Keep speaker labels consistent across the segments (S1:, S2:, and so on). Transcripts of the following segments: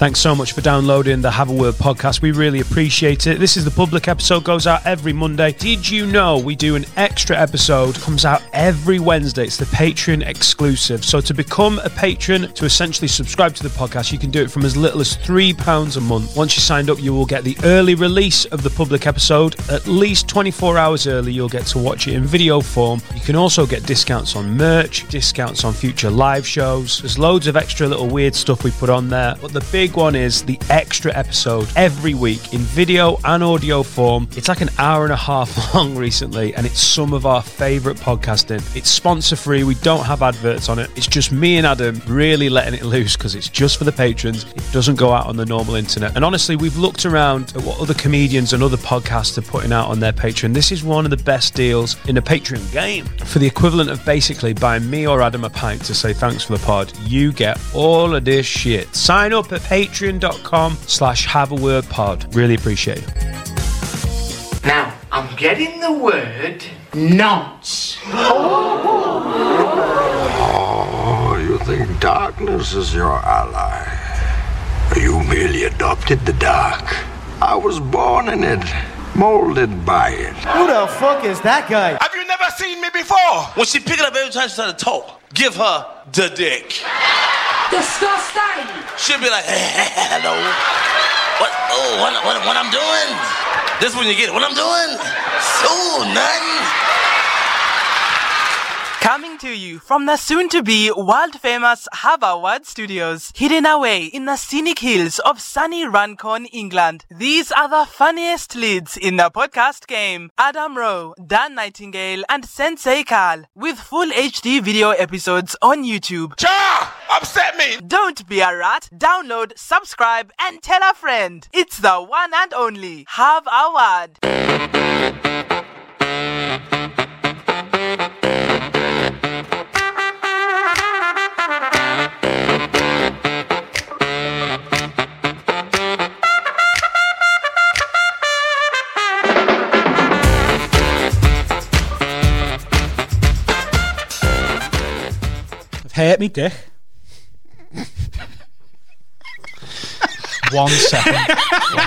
S1: Thanks so much for downloading the Have a Word podcast. We really appreciate it. This is the public episode, goes out every Monday. Did you know we do an extra episode? Comes out every Wednesday. It's the Patreon exclusive. So to become a patron, to essentially subscribe to the podcast, you can do it from as little as £3 a month. Once you signed up, you will get the early release of the public episode. At least 24 hours early, you'll get to watch it in video form. You can also get discounts on merch, discounts on future live shows. There's loads of extra little weird stuff we put on there. But the big one is the extra episode every week in video and audio form. It's like an hour and a half long recently, and it's some of our favorite podcasting. It's sponsor free, we don't have adverts on it. It's just me and Adam really letting it loose because it's just for the patrons. It doesn't go out on the normal internet. And honestly, we've looked around at what other comedians and other podcasts are putting out on their Patreon. This is one of the best deals in the Patreon game. For the equivalent of basically buying me or Adam a pint to say thanks for the pod, you get all of this shit. Sign up at patreon.com slash have a word pod. Really appreciate it.
S2: Now, I'm getting the word nonce.
S3: Oh, you think darkness is your ally? You merely adopted the dark. I was born in it, molded by it.
S4: Who the fuck is that guy?
S5: Have you never seen me before?
S6: When she pick it up every time she try to talk, give her the dick.
S7: Disgusting!
S6: She'll be like, hello. What? Oh, what, what, what I'm doing? This when you get it. What I'm doing? So nothing.
S8: Coming to you from the soon to be world famous Harvard Studios, hidden away in the scenic hills of sunny Runcorn, England. These are the funniest leads in the podcast game. Adam Rowe, Dan Nightingale, and Sensei Carl, with full HD video episodes on YouTube.
S5: Cha! Upset me!
S8: Don't be a rat. Download, subscribe, and tell a friend. It's the one and only Have a Word.
S9: Hurt me dick.
S10: One second.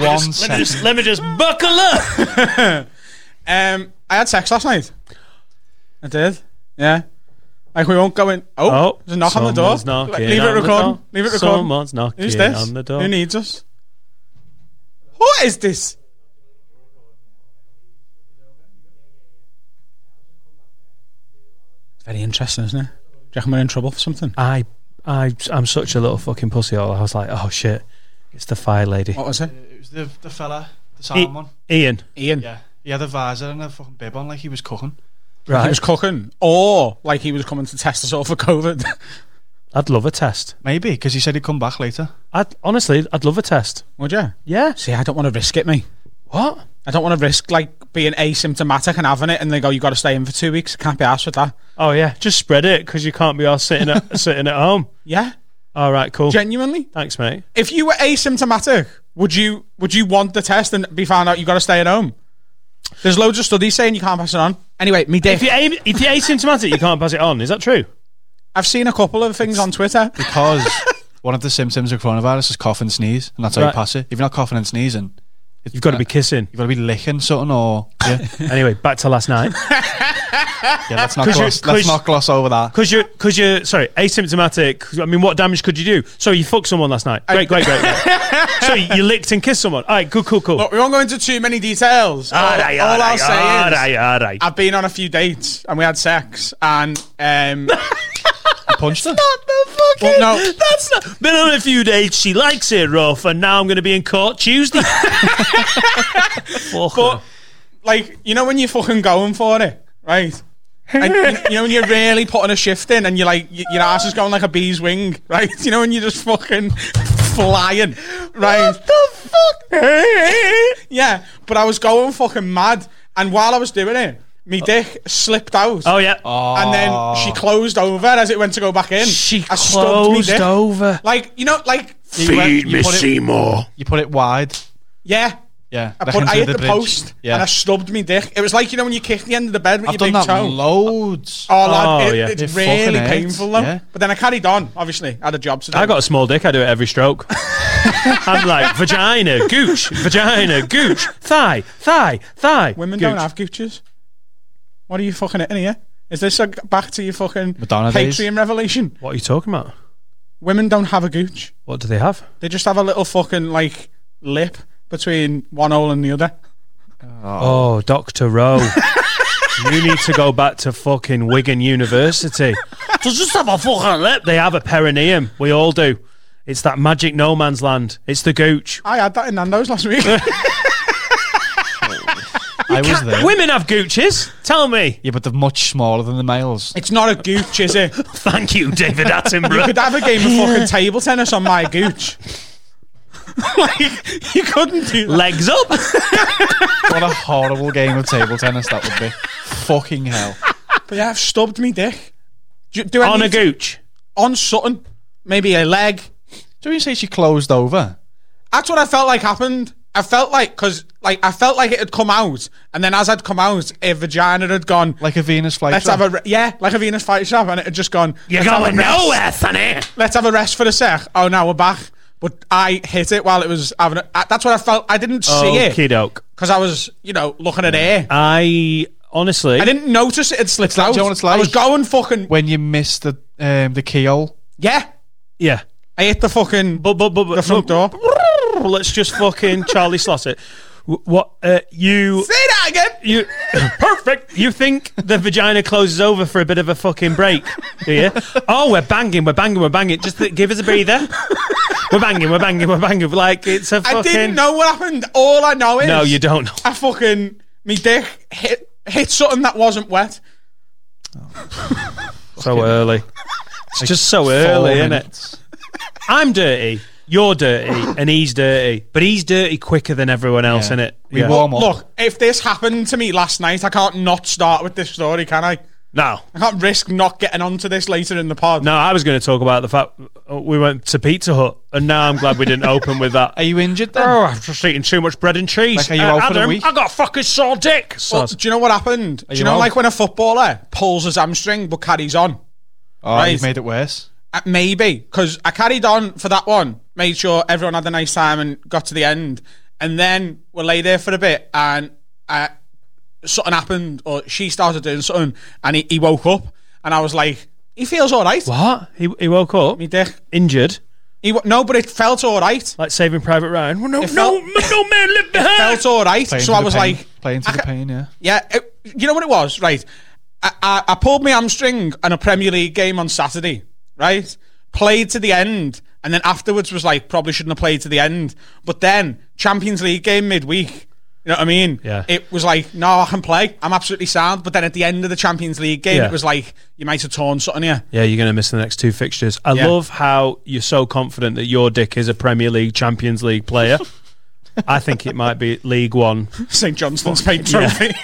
S10: One second.
S9: let me just buckle up. um, I had sex last night. I did. Yeah. Like we won't go in. Oh, there's a knock on the door.
S1: someone's knocking
S9: Leave it
S1: on the
S9: recording.
S1: door.
S9: Leave it recording.
S1: Someone's knocking
S9: Who's this?
S1: on the door.
S9: Who needs us? Who is this? Very interesting, isn't it? Do you reckon we're in trouble for something?
S1: I, I, I'm such a little fucking pussy. I was like, oh shit, it's the fire lady.
S9: What was it?
S10: It was the, the fella, the
S1: I-
S10: salmon.
S1: Ian,
S9: Ian.
S10: Yeah. He had a visor and a fucking bib on like he was cooking.
S1: right?
S9: He was cooking, or like he was coming to test us all for COVID.
S1: I'd love a test.
S10: Maybe, because he said he'd come back later.
S1: I'd honestly, I'd love a test.
S9: Would you?
S1: Yeah.
S9: See, I don't want to risk it, me.
S1: What?
S9: I don't want to risk like being asymptomatic and having it, and they go, "You got to stay in for two weeks." Can't be asked with that.
S1: Oh yeah, just spread it because you can't be all sitting at sitting at home.
S9: Yeah,
S1: All right, cool.
S9: genuinely.
S1: Thanks, mate.
S9: If you were asymptomatic, would you would you want the test and be found out you got to stay at home? There's loads of studies saying you can't pass it on. Anyway, me dick.
S1: If you're, aim- if you're asymptomatic, you can't pass it on. Is that true?
S9: I've seen a couple of things on Twitter.
S10: Because one of the symptoms of coronavirus is cough and sneeze, and that's how
S1: Right.
S10: you pass it. If you're not coughing and sneezing,
S1: You've got to
S9: uh,
S1: be kissing.
S10: you've got to be licking something or. Yeah,
S1: Anyway, back to last night.
S10: yeah let's, not
S1: 'Cause you-
S10: gloss,
S1: 'cause-
S10: let's not gloss over that.
S1: Because you're, because you're, sorry, asymptomatic. I mean, what damage could you do? So you fucked someone last night. Great, great, great. great. so you licked and kissed someone. All right, good, cool, cool.
S9: Look, we won't go into too many details. All,
S1: all right, all
S9: all I'll
S1: right,
S9: say
S1: all
S9: is
S1: right, all right.
S9: I've been on a few dates and we had sex and um
S10: You punched her.
S1: What the fuck?
S9: Well,
S1: is-
S9: no.
S1: That's not. Been on a few dates. She likes it rough, and now I'm going to be in court Tuesday. Fuck her.
S9: like you know when you're fucking going for it, right? And you, you know when you're really putting a shift in and you're like y- your ass is going like a bee's wing, right? You know when you're just fucking flying, right? What the fuck? yeah, but I was going fucking mad, and while I was doing it, my dick slipped out.
S1: Oh yeah.
S9: And then she closed over as it went to go back in.
S1: She
S9: I stubbed me
S1: closed
S9: dick.
S1: over.
S9: Like you know, like
S3: Feed me
S10: put it-
S3: Seymour.
S10: You put it wide.
S9: yeah.
S10: Yeah.
S9: I,
S10: like
S9: put,
S10: into
S9: I hit the,
S10: bridge.
S9: post
S10: Yeah.
S9: and I stubbed me dick. It was like you know when you kick the end of the bed with
S10: I've
S9: your
S10: done
S9: big
S10: that
S9: toe.
S10: loads.
S9: Oh, lad,
S1: Oh,
S9: it,
S1: yeah.
S9: it's
S10: It fucking
S9: really
S10: hurts,
S9: painful though.
S10: yeah.
S9: But then I carried on, obviously. I had a job to do.
S1: I got a small dick. I do it every stroke. I'm like vagina, gooch, vagina, gooch, thigh, thigh, thigh.
S9: Women
S1: gooch.
S9: don't have gooches. What are you fucking at in here? Is this like back to your fucking
S10: Madonna
S9: Patreon
S10: days.
S9: revelation?
S1: What are you talking about?
S9: Women don't have a gooch.
S1: What do they have?
S9: They just have a little fucking like lip between one hole and the other.
S1: Oh, Doctor Rowe. You need to go back to fucking Wigan University. So just have a fucking lip. They have a perineum. We all do. It's that magic no man's land. It's the gooch.
S9: I had that in Nando's last week.
S10: I was there.
S1: Women have gooches. Tell me.
S10: Yeah, but they're much smaller than the males.
S9: it's not a gooch, is it?
S1: Thank you, David
S9: You
S1: Attenborough.
S9: could have a game of fucking table tennis on my gooch. like you couldn't do that.
S1: Legs up.
S10: What a horrible game of table tennis that would be. Fucking hell.
S9: But yeah, I've stubbed me dick. Do, do I
S1: on a
S9: need to-
S1: gooch.
S9: on something? Maybe a leg.
S10: Do you say she closed over?
S9: That's what I felt like happened. I felt like because like I felt like it had come out, and then as I'd come out, a vagina had gone.
S10: Like a Venus flytrap?
S9: Let's have a re- yeah, like a Venus fight shop, and it had just gone.
S1: You're
S9: let's have a
S1: going
S9: rest.
S1: nowhere, sonny.
S9: Let's have a rest for a sec. Oh, now we're back. But I hit it while it was having. A, I- that's what I felt. I didn't see
S1: Okie
S9: it
S1: doke.
S9: because I was, you know, looking at air.
S1: I honestly.
S9: I didn't notice it had slipped
S10: like-
S9: out.
S10: do you know what it's
S9: I was
S10: like?
S9: going fucking
S10: When you miss the um, the keyhole.
S9: yeah.
S1: Yeah.
S9: I hit the fucking
S1: But but but, but
S9: the front door. Say
S1: Let's just fucking Charlie slot it. Wh- What uh, you
S9: that again.
S1: you perfect? You think the vagina closes over for a bit of a fucking break? Do you? Oh, we're banging, we're banging, we're banging. Just th- give us a breather. We're banging, we're banging, we're banging. Like it's a fucking.
S9: I didn't know what happened. All I know is
S1: No, you don't. know.
S9: I fucking me dick hit hit something that wasn't wet.
S1: So early. It's just so early, isn't it? I'm dirty. You're dirty, and he's dirty, but he's dirty quicker than everyone else,
S10: Yeah.
S1: in it.
S10: We warm up.
S9: Look, if this happened to me last night, I can't not start with this story, can I?
S1: No,
S9: I can't risk not getting onto this later in the pod.
S1: no. I was going to talk about the fact we went to Pizza Hut, and now I'm glad we didn't open with that.
S10: Are you injured then?
S1: Oh, I've just eaten too much bread and cheese.
S10: Like, are you out for the
S1: Adam,
S10: week?
S1: I got a fucking sore dick.
S9: Well,
S1: Soz.
S9: do you know what happened? Do you
S10: you
S9: know,
S10: out?
S9: like when a footballer pulls his hamstring but carries on?
S10: Oh,
S9: Right.
S10: you've made it worse.
S9: Uh, Maybe because I carried on for that one, made sure everyone had a nice time and got to the end, and then we lay there for a bit and uh, something happened or she started doing something and he, he woke up and I was like, he feels all right.
S1: What? He, he woke up
S9: Me dick.
S1: injured,
S9: He wa- no, but it felt all right.
S1: like Saving Private Ryan. Well, no,
S9: It
S1: no,
S9: felt-
S1: no, no man left behind.
S9: Felt all right.
S10: Playing
S9: so
S10: to
S9: I
S10: the
S9: was
S10: pain.
S9: like,
S10: Playing to
S9: I
S10: the
S9: ca-
S10: pain, yeah.
S9: yeah, it- you know what it was, right? I, I, I pulled my hamstring on a Premier League game on Saturday, right? Played to the end, and then afterwards was like, probably shouldn't have played to the end. But then Champions League game midweek. You know what I mean?
S1: Yeah.
S9: It was like, no, I can play. I'm absolutely sound. But then at the end of the Champions League game,
S1: Yeah.
S9: it was like, you might have torn something here.
S1: Yeah, you're going to miss the next two fixtures. I
S9: Yeah.
S1: love how you're so confident that your dick is a Premier League, Champions League player. I think it might be League One.
S9: St. Johnston's paint trophy.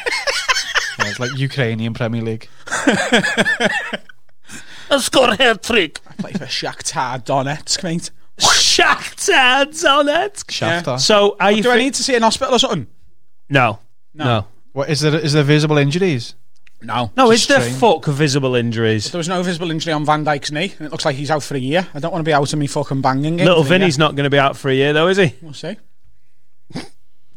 S10: Yeah, it's like Ukrainian Premier League.
S1: I scored a hat trick.
S9: Play for Shakhtar Donetsk, mate.
S1: Shakhtar Donetsk.
S10: Shakhtar.
S1: So, are you?
S9: Do I
S1: fi-
S9: need to see an hospital or something?
S1: no, no, no.
S10: What is there? Is there visible injuries?
S9: No.
S1: is there
S10: train.
S1: fuck visible injuries?
S9: There was no visible injury on Van Dyke's knee, and it looks like he's out for a year. I don't want to be out of me fucking banging game.
S1: Little
S9: for a year.
S1: Vinny's not going to be out for a year, though, is he?
S9: We'll see.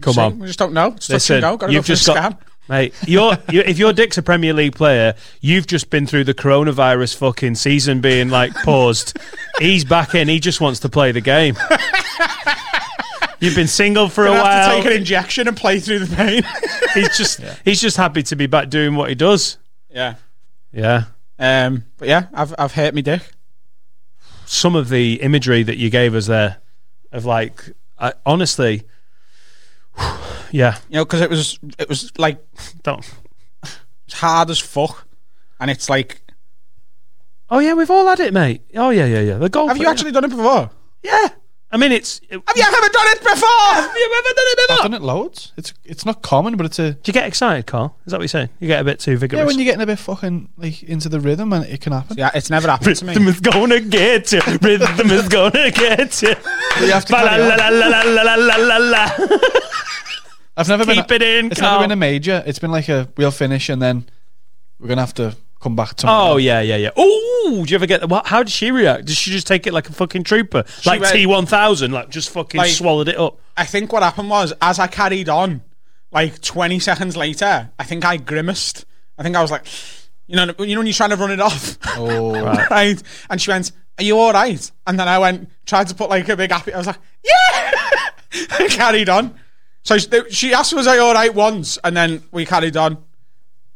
S1: Come
S9: See,
S1: on.
S9: We just don't know. It's touch
S1: Listen,
S9: and go. Gotta
S1: you've
S9: go for
S1: just got,
S9: a scan.
S1: mate. You're, you if your dick's a Premier League player, you've just been through the coronavirus fucking season being like paused. He's back in. He just wants to play the game. you've been single for a
S9: Gonna have to
S1: while.
S9: take an injection and play through the pain.
S1: he's just he's just happy to be back doing what he does.
S9: yeah.
S1: Yeah.
S9: Um, but yeah, I've I've hurt me dick.
S1: Some of the imagery that you gave us there, of like, I, honestly, yeah,
S9: You know, because it was it was like
S1: don't.
S9: it's hard as fuck, and it's like,
S1: Oh yeah, we've all had it, mate. Oh yeah, yeah, yeah. The goal.
S9: have you actually done it before?
S1: Yeah. I mean, it's.
S9: Have you ever done it before?
S1: you ever done it
S10: I've done it loads. It's it's not common, but it's a
S1: Do you get excited, Carl? Is that what you're saying? You get a bit too vigorous.
S10: yeah. When you're getting a bit fucking like into the rhythm, and it can happen.
S9: Yeah, it's never happened to me.
S1: Rhythm is gonna get you. Rhythm is gonna get you.
S10: But you have to carry on.
S1: Ba-la-la-la-la-la-la-la.
S10: I've never
S1: Keep
S10: been.
S1: it in,
S10: It's
S1: Carl.
S10: never been a major. It's been like a we'll finish and then we're gonna have to come back tomorrow.
S1: Oh yeah, yeah, yeah. Ooh, do you ever get? What, how did she react? Did she just take it like a fucking trooper, like
S9: went-
S1: T one thousand, like just fucking
S9: Like-
S1: swallowed it up?
S9: I think what happened was as I carried on, like twenty seconds later, I think I grimaced. I think I was like, you know, you know when you're trying to run it off,
S10: Oh,
S9: right. And she went, "Are you all right?" And then I went, tried to put like a big happy. I was like, "Yeah," and carried on. So she, she asked, "Was I all right?" Once, and then we carried on.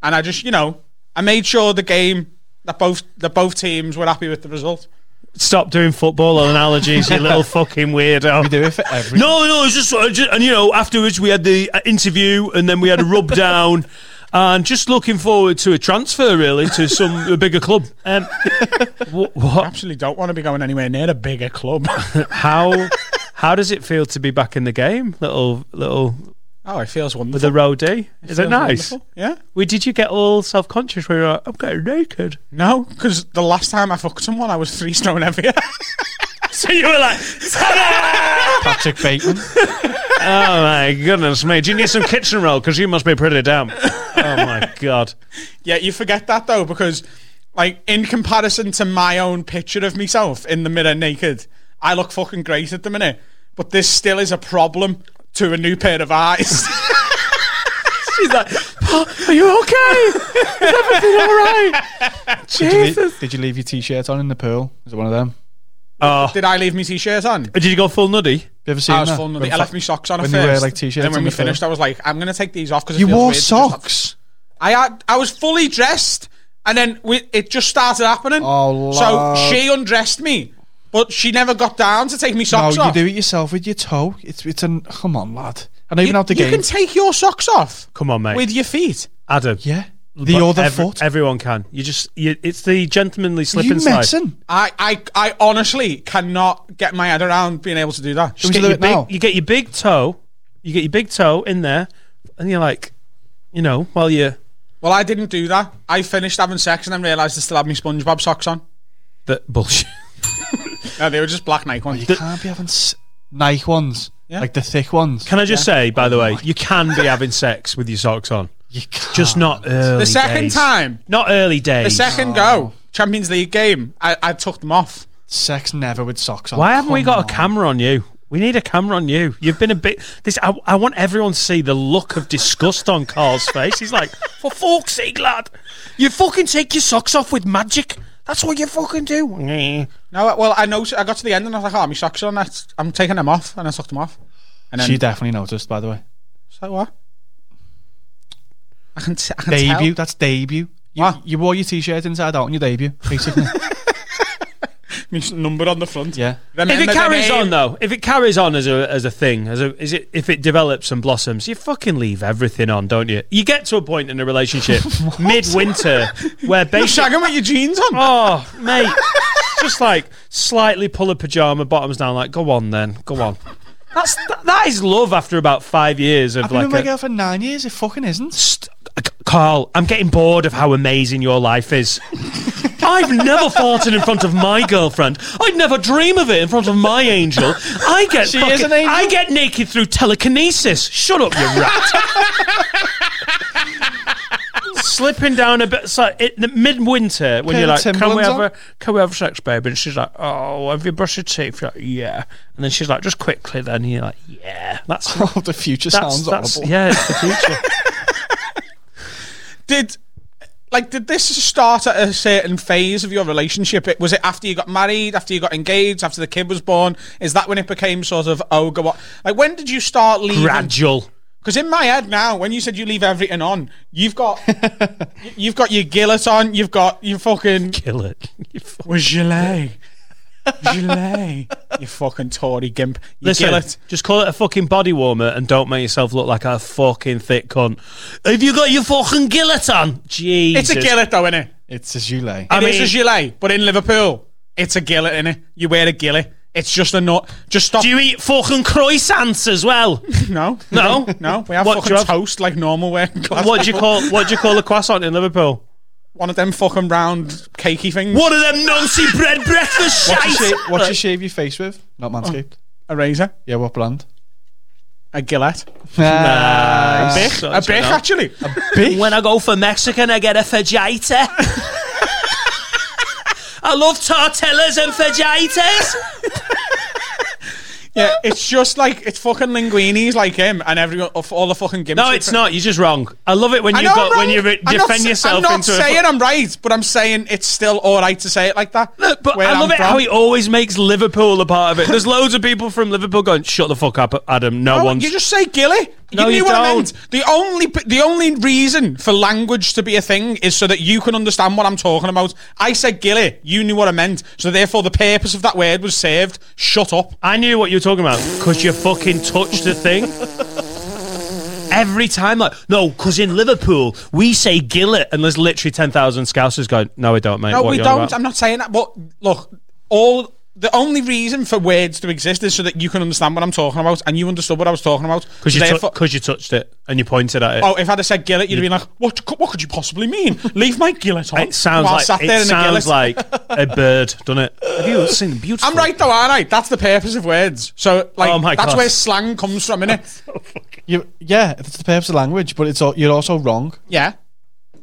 S9: And I just, you know, I made sure the game that both that both teams were happy with the result.
S1: Stop doing football analogies, you little fucking weirdo.
S10: we do it for every.
S1: No, no, it's just, uh, ju- and you know, afterwards we had the uh, interview and then we had a rub down, and just looking forward to a transfer really to some a bigger club. Um, wh- what?
S9: Absolutely, don't want to be going anywhere near a bigger club.
S1: How? How does it feel to be back in the game, little little
S9: oh, it feels wonderful.
S1: with a roadie? Is it
S9: Feels
S1: nice?
S9: wonderful. Yeah.
S1: We did you get all self conscious where you're like, I'm getting naked?
S9: No, because the last time I fucked someone, I was three stone heavier.
S1: So you were like,
S10: Patrick Bateman.
S1: oh my goodness me, do you need some kitchen roll? Because you must be pretty damp. Oh my god.
S9: yeah, you forget that though, because like in comparison to my own picture of myself in the mirror naked, I look fucking great at the minute. But this still is a problem to a new pair of eyes.
S1: She's like, are you okay? Is everything all right?
S10: Did you, leave, did you leave your t-shirt on in the pool? Is it one of them?
S1: Oh,
S9: Did I leave my t-shirt on?
S1: did you go full nutty?
S10: You ever seen
S9: I was
S10: that?
S9: full
S10: When
S9: nutty. I
S10: fa-
S9: left my socks on at
S10: when
S9: first.
S10: you wear like t-shirts.
S9: And then when
S10: in
S9: we
S10: the pool.
S9: finished, I was like, I'm gonna take these off because
S10: you wore socks.
S9: I had, I was fully dressed, and then we, it just started happening.
S10: Oh, Lord.
S9: so she undressed me, but she never got down to take me
S10: No,
S9: socks
S10: you
S9: off.
S10: do it yourself with your toe. It's it's an come on, lad. And even
S9: you,
S10: out the
S9: you
S10: game.
S9: can take your socks off
S1: Come on, mate.
S9: with your feet.
S1: Adam.
S10: yeah, the
S1: But
S10: other
S1: every-
S10: foot.
S1: Everyone can. You just, you, it's the gentlemanly slip
S10: you
S1: and slide.
S10: messing?
S9: I, I, I honestly cannot get my head around being able to do that.
S10: Can we
S1: Get
S10: do
S1: your
S10: it now?
S1: big, you get your big toe, you get your big toe in there, and you're like, you know, while you're,
S9: Well, I didn't do that. I finished having sex and then realised I still had my SpongeBob socks on.
S1: that bullshit.
S9: No, they were just black Nike ones.
S10: You can't be having s- Nike ones, like the thick ones.
S1: Can I just say, by
S10: Oh
S1: the way, you can be having sex with your socks on.
S10: you can't.
S1: Just not early
S9: the second
S1: days.
S9: time,
S1: Not early
S9: the
S1: days.
S9: second go, Champions League game, I, I took them off.
S10: sex never with socks on.
S1: Why haven't we
S10: Come
S9: Oh,
S1: got
S10: on.
S1: a camera on you? We need a camera on you. You've been a bit. This I, I want everyone to see the look of disgust on Carl's face. He's like, for fuck's sake, lad, you fucking take your socks off with magic. That's what you fucking do.
S9: No, well, I know. I got to the end and I was like, "Oh, my socks are on. That's, I'm taking them off," and I took them off. And then
S10: She definitely noticed, by the way.
S9: so what? I can, t- I can tell.
S10: Debut. That's debut. You,
S9: What?
S10: you wore your t-shirt inside out on your debut, basically.
S9: Means number on the front.
S10: yeah.
S1: If
S9: Remember
S1: it
S9: the
S1: carries
S9: name.
S1: on though, if it carries on as a as a thing, as a is it if it develops and blossoms, you fucking leave everything on, don't you? You get to a point in a relationship midwinter where
S9: You're
S1: basically
S9: shagging with your jeans on.
S1: Oh, mate. Just like slightly pull a pajama bottoms down, like, go on then, go on. That's that, that is love after about five years of
S10: I've been
S1: like
S10: with my
S1: a-
S10: girl for nine years. It fucking isn't.
S1: St- uh, Carl, I'm getting bored of how amazing your life is. I've never farted in front of my girlfriend. I'd never dream of it in front of my angel. I get
S10: She
S1: fucking-
S10: is an angel.
S1: I get naked through telekinesis. Shut up, you rat. Slipping down a bit, so in the midwinter when
S10: Pair
S1: you're
S10: of
S1: like, "Can we
S10: Timberlands
S1: have
S10: on?"
S1: a, can we have sex, baby?" And she's like, "Oh, have you brushed your teeth?" You're like, "Yeah," and then she's like, "Just quickly." Then and you're like, "Yeah." That's
S10: Oh, the future
S1: that's,
S10: sounds
S1: that's
S10: horrible.
S1: yeah, it's the future.
S9: Did like did this start at a certain phase of your relationship? It, was it after you got married, after you got engaged, after the kid was born? Is that when it became sort of oh go on? Like when did you start leaving?
S1: Gradual.
S9: Because in my head now, when you said you leave everything on, you've got y- you've got your gillet on, you've got your fucking
S1: kill it. You fuck-
S9: was gilet. gilet. You fucking Tory gimp. You
S1: Listen,
S9: gillet.
S1: just call it a fucking body warmer and don't make yourself look like a fucking thick cunt. Have you got your fucking gillet on? Jesus.
S9: It's a gillet though, innit?
S10: It's a gilet.
S1: I
S9: I mean, it's
S1: mean,
S9: a gilet, but in Liverpool, it's a gillet, innit? You wear a gillet. It's just a nut. Just stop.
S1: do you eat fucking croissants as well?
S9: no,
S1: No.
S9: no. We have
S1: What, do
S9: fucking
S1: you have-
S9: toast like normal working class.
S1: What do you
S9: people.
S1: call what do you call a croissant in Liverpool?
S9: one of them fucking round cakey things?
S1: One of them nancy bread breakfast
S10: What you,
S1: shite.
S10: shave, what you shave your face with? Not manscaped.
S9: A razor,
S10: Yeah, what brand?
S9: a gillet,
S10: Nah.
S1: Uh,
S9: a bick,
S1: so-
S9: a
S1: so
S9: bick
S1: no.
S9: actually.
S1: When I go for Mexican, I get a fajita. I love tortillas and fajitas.
S9: Yeah, it's just like it's fucking linguinis like him and everyone of all the fucking gimmicks.
S1: No, it's not. You're just wrong. I love it when you got when you re- defend yourself
S9: I'm not
S1: into
S9: saying
S1: a,
S9: I'm right, but I'm saying it's still all right to say it like that. Look,
S1: but I love it how he always makes Liverpool a part of it. There's loads of people from Liverpool going, "Shut the fuck up, Adam." No, one's.
S9: You just say Gilly.
S1: No,
S9: you knew
S1: you
S9: what I
S1: don't.
S9: meant. The only the only reason for language to be a thing is so that you can understand what I'm talking about. I said Gilly. You knew what I meant. So therefore, the purpose of that word was saved. Shut up.
S1: I knew what you were talking about because you fucking touched the thing. Every time, like, no, because in Liverpool, we say Gillet, and there's literally 10,000 scousers going, no, we don't, mate.
S9: No,
S1: What
S9: we
S1: you on
S9: don't.
S1: about?"
S9: I'm not saying that. But look, all the only reason for words to exist is so that you can understand what I'm talking about, and you understood what I was talking about.
S1: Because you,
S9: So
S1: tou-
S9: therefore-
S1: 'cause you touched it and you pointed at it.
S9: Oh, if I'd have said gillet, you'd have been like, "What? cou- What could you possibly mean? Leave my gillet on."
S1: it sounds
S9: While I
S1: like
S9: sat there
S1: it
S9: in a gillet.
S1: sounds like a bird, doesn't it? Have you seen the beautiful?
S9: I'm right though, aren't I? That's the purpose of words. So, like,
S1: Oh my
S9: that's
S1: God.
S9: where slang comes from, innit?
S10: You, yeah, that's the purpose of language, but it's all, you're also wrong.
S9: yeah,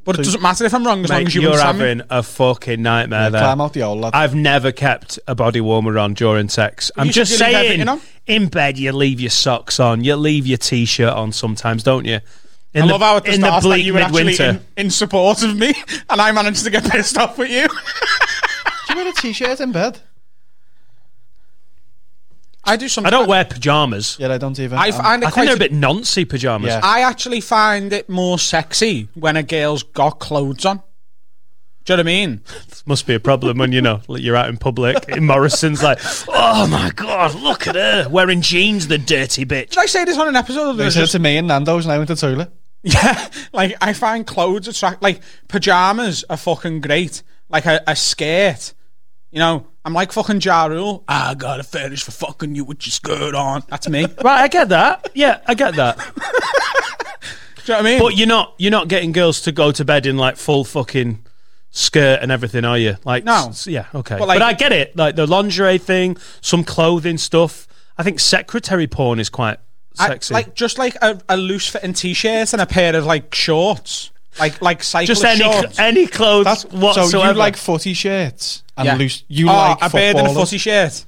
S9: but it
S1: So-
S9: doesn't matter if I'm wrong as long
S1: Mate,
S9: as you
S1: you're
S9: understand. me.
S1: having a fucking nightmare there.
S10: climb out the hole, lad.
S1: I've never kept a body warmer on during sex. I'm
S9: should
S1: just
S9: you leave
S1: saying,
S9: everything on?
S1: in bed you leave your socks on, you leave your t-shirt on sometimes, don't you? In
S9: I
S1: the,
S9: love how at the
S1: in
S9: start
S1: the
S9: that
S1: bleak
S9: you were
S1: midwinter.
S9: actually in, in support of me, and I managed to get pissed off with you.
S10: Do you wear a t-shirt in bed?
S9: I do
S1: I
S9: something.
S1: don't wear pajamas.
S10: Yeah, I don't even. Um,
S9: I
S10: I'm-
S9: find it
S1: I
S9: quite
S1: think they're a bit noncy pajamas.
S10: Yeah.
S9: I actually find it more sexy when a girl's got clothes on. Do you know what I mean?
S1: Must be a problem when you know like you're out in public. And Morrison's like, oh my god, look at her wearing jeans, the dirty bitch.
S9: Did I say this on an episode of
S10: They
S9: this?
S10: said it to me and Nando's, and I went to the toilet.
S9: Yeah, like I find clothes attract. Like pajamas are fucking great. Like a, a skirt, you know. I'm like fucking Ja Rule. "Ah, I got a fetish for fucking you with your skirt on. That's me. Do you know
S1: Right, I get that. Yeah, I get that.
S9: what I mean?
S1: But you're not you're not getting girls to go to bed in like full fucking skirt and everything, are you? Like
S9: No.
S1: s- yeah, okay. But,
S9: But, like-
S1: I get it, like the lingerie thing, some clothing stuff. I think secretary porn is quite
S9: I-
S1: sexy.
S9: like just like a, a loose fitting t-shirt and a pair of like shorts, like like cyclist
S1: just any
S9: shorts.
S1: any clothes
S10: That's
S1: whatsoever.
S10: So you like footy shirts and
S9: Yeah.
S10: loose? You
S9: oh,
S10: like
S9: a beard and a
S10: footballers.
S9: footy shirt.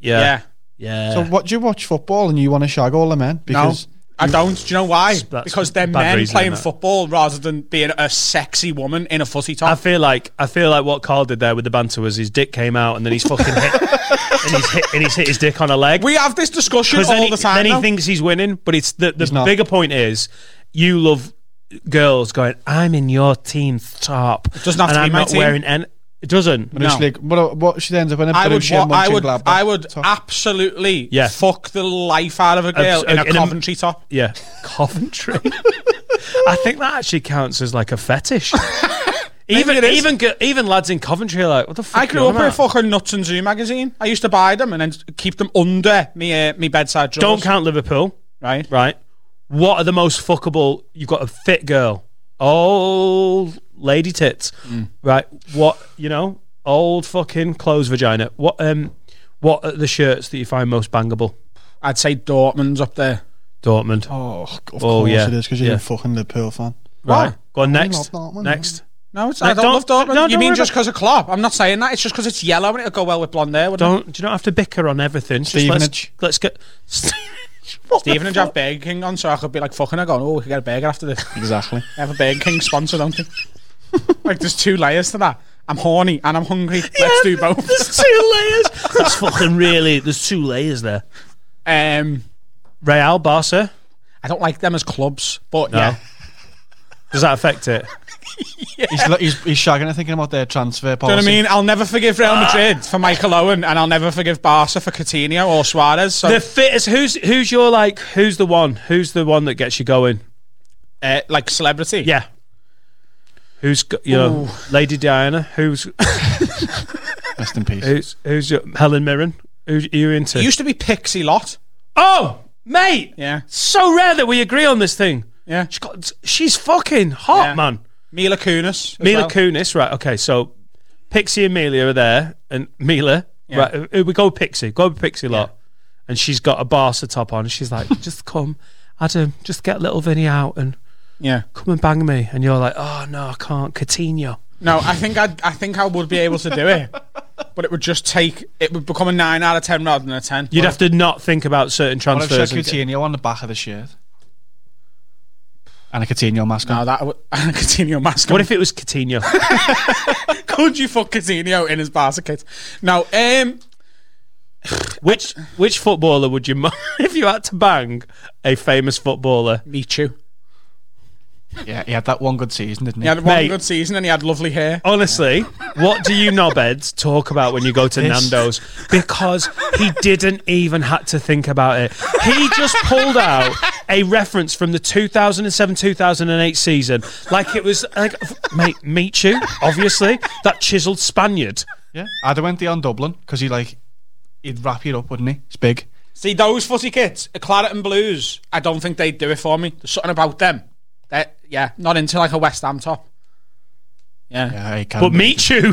S1: yeah.
S9: yeah.
S1: yeah.
S10: So what do you watch football and you want to shag all the men because
S9: I don't. Do you know why?
S1: That's
S9: because they're
S1: bad
S9: men
S1: reasoning,
S9: playing
S1: that.
S9: football rather than being a sexy woman in a footy
S1: I
S9: top.
S1: feel like I feel like what Carl did there with the banter was his dick came out and then he's fucking hit and he's hit and he's hit his dick on a leg.
S9: we have this discussion
S1: 'Cause then
S9: all
S1: he,
S9: the time.
S1: Then
S9: now.
S1: he thinks he's winning, but it's the, the
S10: not.
S1: bigger point is you love girls going, I'm in your team's top. It
S9: doesn't have
S1: and
S9: to be
S1: I'm
S9: my
S1: not
S9: team.
S1: wearing any it doesn't.
S10: And it's like, what, what she ends up in a
S9: I would,
S10: Borussia
S9: wa- I would,
S10: Mönchengladbach
S9: I would
S10: top.
S9: absolutely
S1: Yeah.
S9: fuck the life out of a
S1: Abs-
S9: girl in a
S1: in a-
S9: Coventry top.
S1: Yeah. Coventry. I think that actually counts as like a fetish. even
S9: it is.
S1: even gi- even lads in Coventry are like, what the fuck?
S9: I
S1: are
S9: grew
S1: you
S9: up
S1: on
S9: with
S1: about?"
S9: fucking Nuts and Zoo magazine. I used to buy them and then keep them under me uh, me bedside drawers.
S1: Don't count Liverpool.
S9: right?
S1: Right. What are the most fuckable? You've got a fit girl, old lady tits, right? What you know, old fucking clothes vagina. What um, what are the shirts that you find most bangable?
S9: I'd say Dortmund's up there.
S1: Dortmund.
S10: Oh, of course
S1: Oh, yeah.
S10: it is because you're
S1: Yeah.
S10: a fucking Liverpool fan.
S1: right. Go on
S10: I
S1: next.
S10: love Ah, Dortmund.
S1: next.
S9: No, it's,
S1: No,
S9: I don't,
S1: don't-
S9: love Dortmund.
S1: no,
S9: you
S1: don't
S9: mean
S1: worry
S9: just
S1: about-
S9: because of Klopp? I'm not saying that. It's just because it's yellow and it'll go well with blonde hair. Wouldn't
S1: Don't. Do you not have to bicker on everything? Just let's,
S10: Stevenage.
S1: let's get.
S9: it? Stephen and have Burger King on, so I could be like fucking. I go, oh, we could get a burger after this.
S10: Exactly.
S9: I have a Burger King sponsor, don't you? like, there's two layers to that. I'm horny and I'm hungry. Let's do both.
S1: There's two layers. That's fucking really. There's two layers there.
S9: Um,
S1: Real Barca.
S9: I don't like them as clubs, but
S1: No.
S9: yeah.
S1: Does that affect it?
S10: He's, li- he's, he's shagging and thinking about their transfer
S9: Do you know
S10: policy.
S9: what I mean? I'll never forgive Real
S1: Ah.
S9: Madrid for Michael Owen, and I'll never forgive Barca for Coutinho or Suarez. So,
S1: The fittest. Who's who's your like? Who's the one? Who's the one that gets you going?
S9: uh, like celebrity,
S1: Yeah. Who's g- you know Lady Diana? Who's
S10: Rest in peace.
S1: who's who's your Helen Mirren? Who are you into?
S9: It used to be Pixie Lot.
S1: oh, mate.
S9: Yeah.
S1: So rare that we agree on this thing.
S9: Yeah,
S1: She got, she's fucking hot,
S9: Yeah.
S1: man.
S9: Mila Kunis. as
S1: Mila
S9: well.
S1: Kunis, right? Okay, so Pixie and Mila are there, and Mila, right? uh, We go Pixie, go with Pixie lot, and she's got a Barca top on. And she's like, just come, Adam, just get little Vinny out and
S9: Yeah,
S1: come and bang me. And you're like, oh no, I can't. Coutinho.
S9: No, I think I'd, I think I would be able to do it, but it would just take. It would become a nine out of ten rather than a ten.
S1: You'd have to not think about certain
S10: What if
S1: transfers. and get-
S10: Coutinho on the back of the shirt? And a Coutinho mask on.
S9: No, that would, and a Coutinho mask.
S1: What
S9: on.
S1: if it was Coutinho?
S9: could you fuck Coutinho in his Barca kit? No, um,
S1: which which footballer would you mo- if you had to bang a famous footballer?
S9: meet you.
S10: Yeah, he had that one good season, didn't
S9: He
S10: he?
S9: had one
S1: Mate.
S9: good season and he had lovely hair.
S1: Honestly, what do you knobheads talk about when you go to
S10: This.
S1: Nando's? Because he didn't even had to think about it. He just pulled out a reference from the 2007-2008 season, like it was like, f- mate, Michu, obviously that chiselled Spaniard.
S10: yeah. Adewente on Dublin because he like he'd wrap it up, wouldn't he? It's big.
S9: See those footy kits, a claret and blues. I don't think they'd do it for me. There's something about them. They're, yeah, not into like a West Ham top. Yeah,
S10: Yeah, he can
S1: But
S10: be.
S1: Michu,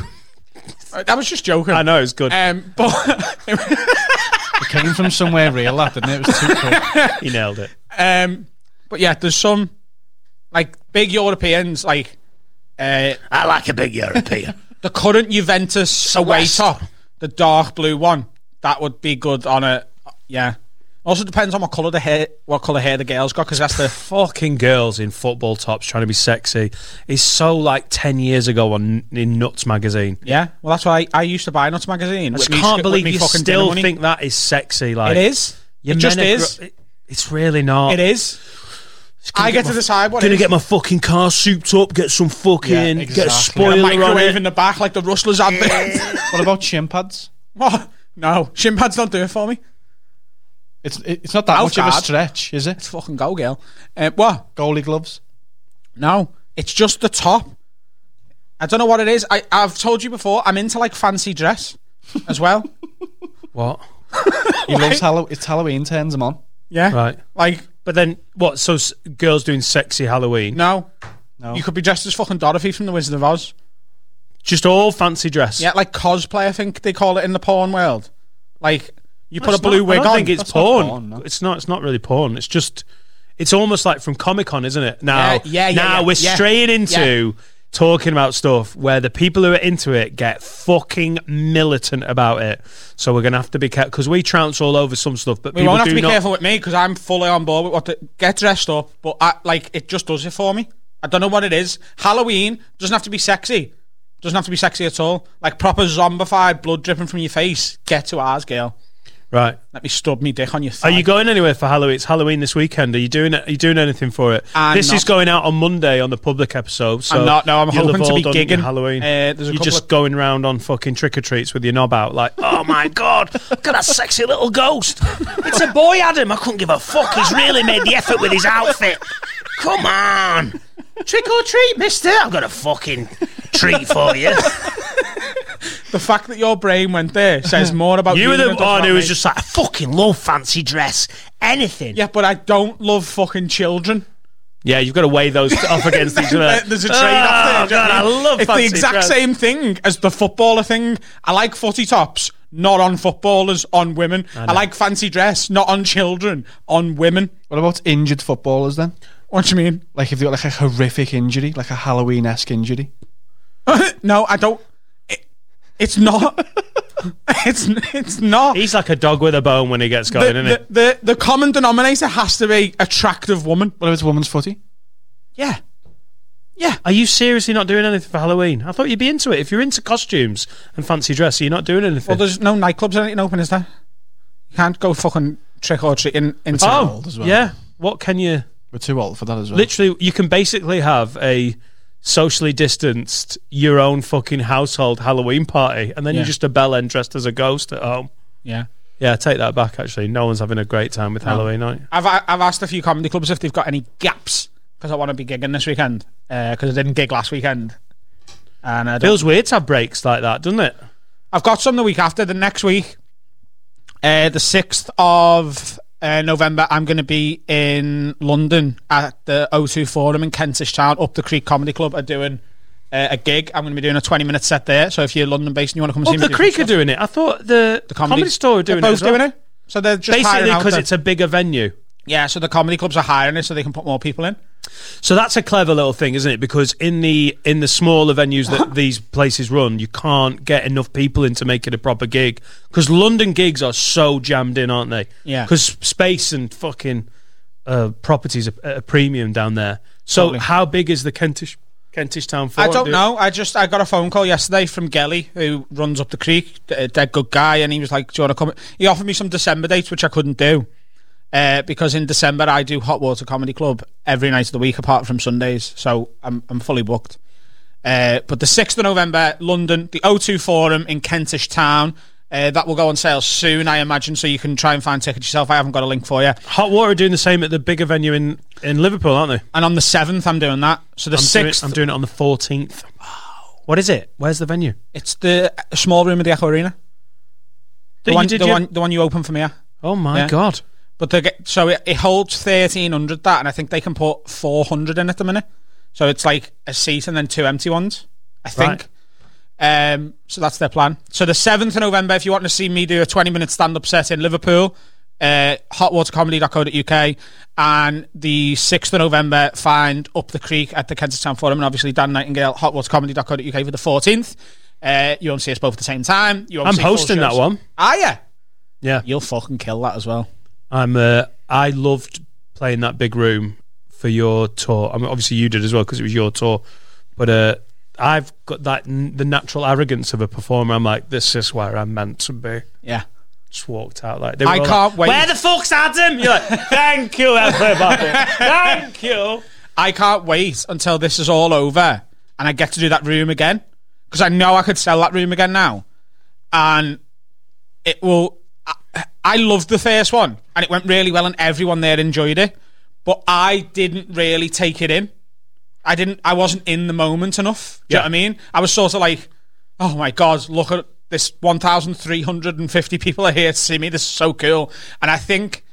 S9: Uh, that was just joking.
S1: I know it's good.
S9: Um, but
S10: It came from somewhere real, that didn't it? It was too quick.
S1: He nailed it.
S9: um, but yeah, there's some like big Europeans like uh,
S6: I like a big European.
S9: the current Juventus away top, the dark blue one. That would be good on a yeah. Also depends on what color the hair, what color hair the girl's got, because that's the
S1: fucking girls in football tops trying to be sexy is so like 10 years ago on in Nuts magazine.
S9: Yeah, well, that's why I, I used to buy Nuts magazine.
S1: I just can't believe you still think that is sexy. Like
S9: it is.
S1: Your
S9: it just
S1: men are
S9: is.
S1: gro- it- it's really not.
S9: it is. I get, to decide what.
S1: Gonna
S9: it is.
S1: get my fucking car souped up, get some fucking
S10: Yeah,
S1: get a
S10: exactly.
S9: a
S1: spoiler on
S9: microwave in
S1: it.
S9: the back like the rustlers had. there.
S10: what about shin pads?
S9: oh, no, shin pads don't do it for me.
S10: It's it- it's not that much of a
S9: Mouthguard.
S10: stretch, is it?
S9: Fucking go, girl. Uh, what?
S10: Goalie gloves.
S9: No, it's just the top. I don't know what it is. I, I've told you before. I'm into like fancy dress as well.
S1: What?
S10: He loves Halloween. It's Halloween. Turns him on.
S9: yeah,
S1: Right.
S9: Like
S1: But then what? So s- girls doing sexy Halloween.
S9: no,
S10: No.
S9: you could be dressed as fucking Dorothy from the Wizard of Oz.
S1: Just all fancy dress.
S9: Yeah, like cosplay. I think they call it in the porn world. Like you put
S1: It's
S9: a blue
S1: not-
S9: wig
S1: I don't
S9: on.
S1: think it's
S10: not
S1: porn.
S10: porn, no.
S1: It's not. It's not really porn. It's just. It's almost like from Comic Con, isn't it? Now,
S9: Yeah, yeah, yeah,
S1: now
S9: yeah,
S1: we're
S9: yeah,
S1: straying into talking about stuff where the people who are into it get fucking militant about it. So we're gonna have to be careful because we trounce all over some stuff, but
S9: we
S1: people
S9: won't have
S1: do
S9: to be
S1: not.
S9: careful with me because I'm fully on board with what the, get dressed up. But I, like it just does it for me. I don't know what it is. Halloween doesn't have to be sexy. Doesn't have to be sexy at all. Like proper zombified blood dripping from your face. Get to ours, girl.
S1: Right?
S9: Let me stub me dick on your thigh.
S1: Are you going anywhere for Halloween? It's Halloween this weekend. Are you doing? Are you doing anything for it?
S9: I'm
S1: this is
S9: not.
S1: going out on Monday on the public episode. So
S9: I'm not. No, I'm
S1: you'll
S9: hoping
S1: have
S9: to
S1: all
S9: be
S1: done your
S9: gigging.
S1: Halloween.
S9: Uh, there's a
S1: You're
S9: couple
S1: just
S9: of-
S1: going round on fucking trick or treats with your knob out, like, oh my god, look at that sexy little ghost. It's a boy, Adam. I couldn't give a fuck. He's really made the effort with his outfit. Come on, trick or treat, Mister. I've got a fucking treat for you.
S9: the fact that your brain went there says more about Oh, you,
S1: you were the
S9: than it does
S1: one
S9: about
S1: who
S9: me.
S1: was just like, I fucking love fancy dress. Anything.
S9: yeah, but I don't love fucking children.
S1: Yeah, you've got to weigh those off against each
S9: Uh,
S1: other.
S9: There's a trade off there. do
S1: Ah,
S9: you know
S1: God,
S9: what
S1: I
S9: mean?
S1: love
S9: It's the
S1: fancy
S9: exact
S1: dress.
S9: same thing as the footballer thing. I like footy tops, not on footballers, on women. I, like fancy dress, not on children, on women.
S10: What about injured footballers then?
S9: What do you mean?
S10: Like if they got like a horrific injury, like a Halloween esque injury.
S9: no, I don't. It, it's not. it's it's not.
S1: He's like a dog with a bone when he gets going,
S9: the,
S1: isn't it?
S9: the, the the common denominator has to be attractive woman.
S10: What if it's woman's footy?
S9: Yeah.
S1: Are you seriously not doing anything for Halloween? I thought you'd be into it. If you're into costumes and fancy dress, you're not doing anything.
S9: Well, there's no nightclubs or anything open, is there? You can't go fucking trick or treating in town.
S1: oh,
S10: as well.
S1: yeah. What can you?
S10: We're too old for that as well.
S1: Literally, you can basically have a socially distanced, your own fucking household Halloween party, and then
S9: Yeah.
S1: you're just a bell end dressed as a ghost at home.
S9: Yeah.
S1: Yeah, take that back. Actually, no one's having a great time with Halloween, aren't you?
S9: I've I've asked a few comedy clubs if they've got any gaps because I want to be gigging this weekend because I didn't gig last weekend. And I don't-
S1: Feels weird to have breaks like that, doesn't it?
S9: I've got some the week after. The next week, uh, the sixth of uh, November, I'm going to be in London at the O2 Forum in Kentish Town, up the Creek Comedy Club. Are doing uh, a gig. I'm going to be doing a 20 minute set there. So if you're London based and you want to come and
S1: Up
S9: see me,
S1: the
S9: do some
S1: Creek are
S9: stuff-
S1: doing it. I thought the, the comedy, store are doing
S9: they're
S1: it.
S9: both
S1: as well.
S9: doing it. So they're just
S1: Basically, because it's
S9: a
S1: a bigger venue.
S9: Yeah, so the comedy clubs are hiring it so they can put more people in.
S1: So that's a clever little thing, isn't it? Because in the in the smaller venues that these places run, you can't get enough people in to make it a proper gig. Because London gigs are so jammed in, aren't they?
S9: Yeah.
S1: Because space and fucking uh, properties are at a premium down there. So
S9: Totally.
S1: how big is the Kentish Kentish Town?
S9: I
S1: Forum,
S9: don't
S1: dude?
S9: know. I just I got a phone call yesterday from Gelly, who runs up the creek, a dead good guy, and he was like, "Do you want to come?" He offered me some December dates, which I couldn't do uh, because in December I do Hot Water Comedy Club every night of the week, apart from Sundays. So I'm I'm fully booked. Uh, but the sixth of November, London, the O2 Forum in Kentish Town. Uh, that will go on sale soon, I imagine. So you can try and find tickets yourself. I haven't got a link for you.
S1: Hot Water are doing the same at the bigger venue in, in Liverpool, aren't they?
S9: And on the seventh, I'm doing that. So the
S1: I'm doing it-
S9: sixth,
S1: I'm doing it on the fourteenth. What is it? Where's the venue?
S9: It's the uh, small room of the Echo Arena.
S1: That
S9: The
S1: you
S9: one,
S1: did
S9: the,
S1: your-
S9: one, the one you opened for me. yeah.
S1: Oh my
S9: Yeah.
S1: god!
S9: But they get, so it, it holds thirteen hundred that, and I think they can put four hundred in at the minute. So it's like a seat and then two empty ones, I think. Um, so that's their plan. So the seventh of November, if you want to see me do a twenty-minute stand-up set in Liverpool, uh, hotwatercomedy.co.uk, and the sixth of November, find up the creek at the Kentish Town Forum, and obviously Dan Nightingale, hotwatercomedy.co.uk for the fourteenth. Uh, you won't see us both at the same time. You won't
S1: I'm
S9: see full
S1: hosting that
S9: shows.
S1: one.
S9: Are you?
S1: Yeah,
S9: you'll fucking kill that as well.
S1: I'm. Uh, I loved playing that big room for your tour. I mean, obviously you did as well because it was your tour. But uh, I've got that n- the natural arrogance of a performer. I'm like, this is where I'm meant to be.
S9: Yeah.
S1: Just walked out like.
S9: I can't wait.
S1: Where the fuck's Adam? You're like, thank you everybody. thank you.
S9: I can't wait until this is all over and I get to do that room again because I know I could sell that room again now, and it will. I, I loved the first one and it went really well and everyone there enjoyed it, but I didn't really take it in. I didn't. I wasn't in the moment enough. Do you know
S1: Yeah.
S9: what I mean? I was sort of like, oh my god, look at this. One thousand three hundred and fifty people are here to see me. This is so cool. And I think.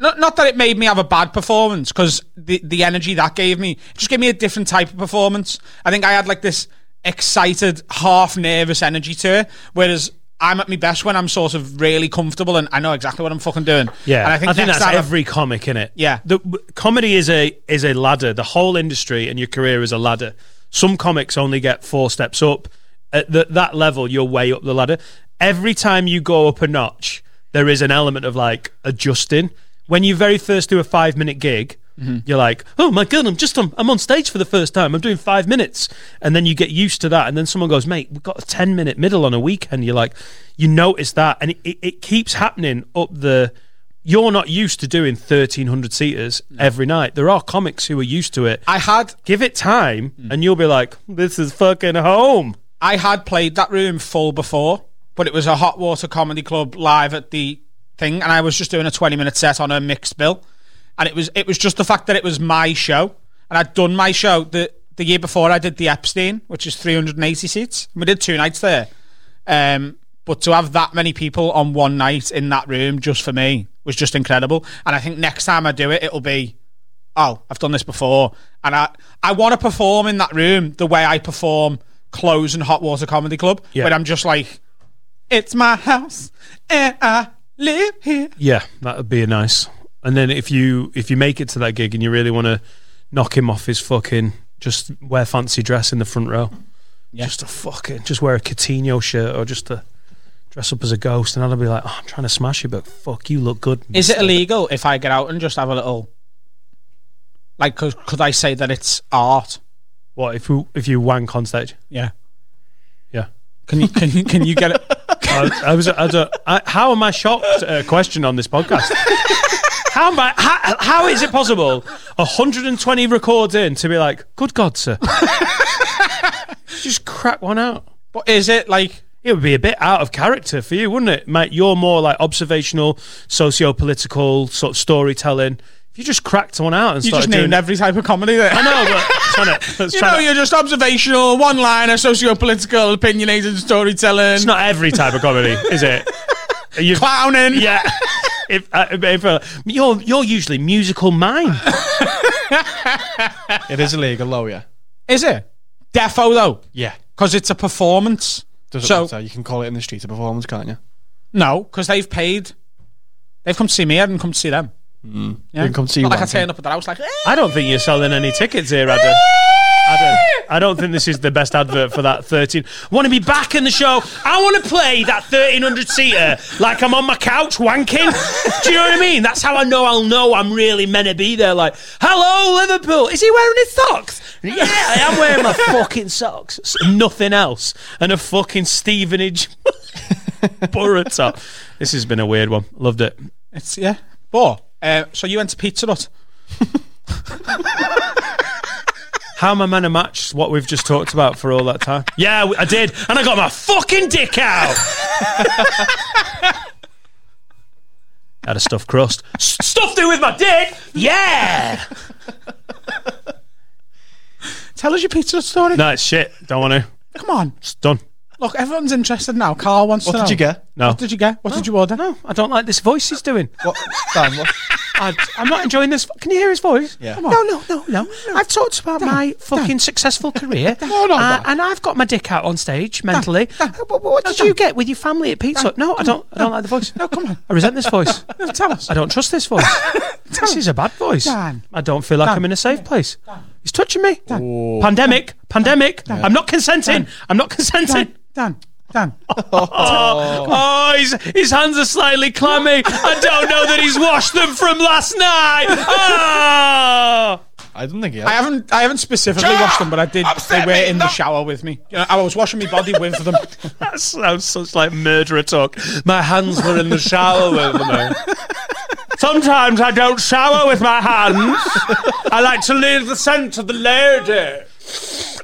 S9: Not, not that it made me have a bad performance because the, the energy that gave me it just gave me a different type of performance. I think I had like this excited, half nervous energy to it, whereas I'm at my best when I'm sort of really comfortable and I know exactly what I'm fucking doing.
S1: Yeah,
S9: and I think, next
S1: that's
S9: time I've-
S1: every comic in it.
S9: Yeah.
S1: the w- comedy is a is a ladder. The whole industry and your career is a ladder. Some comics only get four steps up. At th- that level, you're way up the ladder. Every time you go up a notch, there is an element of like adjusting. When you very first do a five minute gig,
S9: Mm-hmm.
S1: you're like, "Oh my god, I'm just on, I'm on stage for the first time. I'm doing five minutes," and then you get used to that. And then someone goes, "Mate, we've got a ten minute middle on a weekend." You're like, you notice that, and it, it, it keeps happening up the you're not used to doing 1300 seaters every night there are comics who are used to it
S9: I had
S1: give it time and you'll be like this is fucking home
S9: I had played that room full before, but it was a hot water comedy club live at the thing, and I was just doing a twenty minute set on a mixed bill, and it was it was just the fact that it was my show, and I'd done my show the the year before I did the Epstein, which is three hundred and eighty seats, and we did two nights there, um, but to have that many people on one night in that room just for me was just incredible, and I think next time I do it, it'll be oh, I've done this before, and I I want to perform in that room the way I perform close and hot water comedy club,
S1: Yeah.
S9: when I'm just like, it's my house and I live here.
S1: yeah that would be nice and then if you if you make it to that gig and you really want to knock him off his fucking just wear fancy dress in the front row just a fucking just wear a Coutinho shirt or just a dress up as a ghost and I'll be like oh, I'm trying to smash you but fuck you look good
S9: Is it
S1: mister."
S9: illegal if I get out and just have a little? Like, could, could I say that it's art?
S1: what if you if you wank on stage
S9: Yeah.
S1: yeah
S9: Can you can you can you get it?
S1: I, I was. I don't, I, how am I shocked? Uh, question on this podcast. How am I? How, how is it possible? 120 records in to be like, good God, sir, just crack one out.
S9: But is it like?
S1: It would be a bit out of character for you, wouldn't it, mate? You're more like observational, socio-political sort of storytelling. If you just cracked one out and
S9: You
S1: started
S9: just
S1: doing
S9: named every type of comedy there.
S1: I know, but it's trying to- it's
S9: You
S1: trying
S9: know,
S1: to-
S9: you're just observational, one-liner, socio-political, opinionated storytelling,
S1: it's not every type of comedy, is it? You've-
S9: clowning.
S1: Yeah. If, uh, if uh, you're you're usually musical mime,
S10: It is illegal, though, yeah.
S9: Is it? Defo though,
S1: yeah.
S9: because it's a performance.
S10: Doesn't
S9: So-
S10: matter. You can call it in the street a performance, can't you?
S9: No, because they've paid. They've come to see me. I didn't come to see them.
S1: Mm.
S10: Yeah. Didn't come to see
S9: Not
S10: you
S9: like I
S10: wanting.
S9: turn up at that house like, "Eh."
S1: I don't think you're selling any tickets here, Adam. Adam, I don't think this is the best advert for that 13. Want to be back in the show? I want to play that 1300 seater like I'm on my couch wanking. Do you know what I mean? That's how I know I'll know I'm really meant to be there. Like, hello, Liverpool. Is he wearing his socks? Yeah, I am wearing my fucking socks. S- Nothing else. And a fucking Stevenage borough top. This has been a weird one. Loved it.
S9: It's yeah. But uh, so you went to Pizza Hut.
S1: How am I man a match what we've just talked about for all that time? Yeah, I did. And I got my fucking dick out. Had a stuffed crust. S- stuffed it with my dick? Yeah.
S9: Tell us your Pizza Hut story.
S1: No, it's shit. Don't want to.
S9: Come on.
S1: It's done.
S9: Look, everyone's interested now. Carl wants
S10: What
S9: to know.
S10: did you get?
S1: No.
S9: What did you get? What did you order? No.
S1: I don't like this voice he's doing.
S10: What, Dan, what?
S1: I, I'm not enjoying this. Can you hear his voice?
S10: Yeah.
S1: Come on. No, no, no, no, I've talked about my fucking successful career.
S9: No, no,
S1: uh,
S9: no.
S1: And I've got my dick out on stage mentally. Uh, but what did you get with your family at Pizza Hut? No, I don't. I don't like the voice. No, come on. I resent this voice.
S9: Tell us.
S1: I don't trust this voice. this is a bad voice.
S9: Dan.
S1: I don't feel like I'm in a safe place. He's touching me. Pandemic. Pandemic. I'm not consenting. I'm not consenting.
S9: Dan. Dan. Dan.
S1: Oh, oh his, his hands are slightly clammy. I don't know that he's washed them from last night. Oh.
S10: I didn't think he
S9: I
S10: had.
S9: haven't I haven't specifically
S5: Shut
S9: washed
S5: up!
S9: them, but I did.
S5: Upset
S9: they were
S5: me,
S9: in the
S5: no-
S9: shower with me. You know, I was washing my body with them.
S1: That sounds such like murderer talk. My hands were in the shower with them. Sometimes I don't shower with my hands. I like to leave the scent of the lady.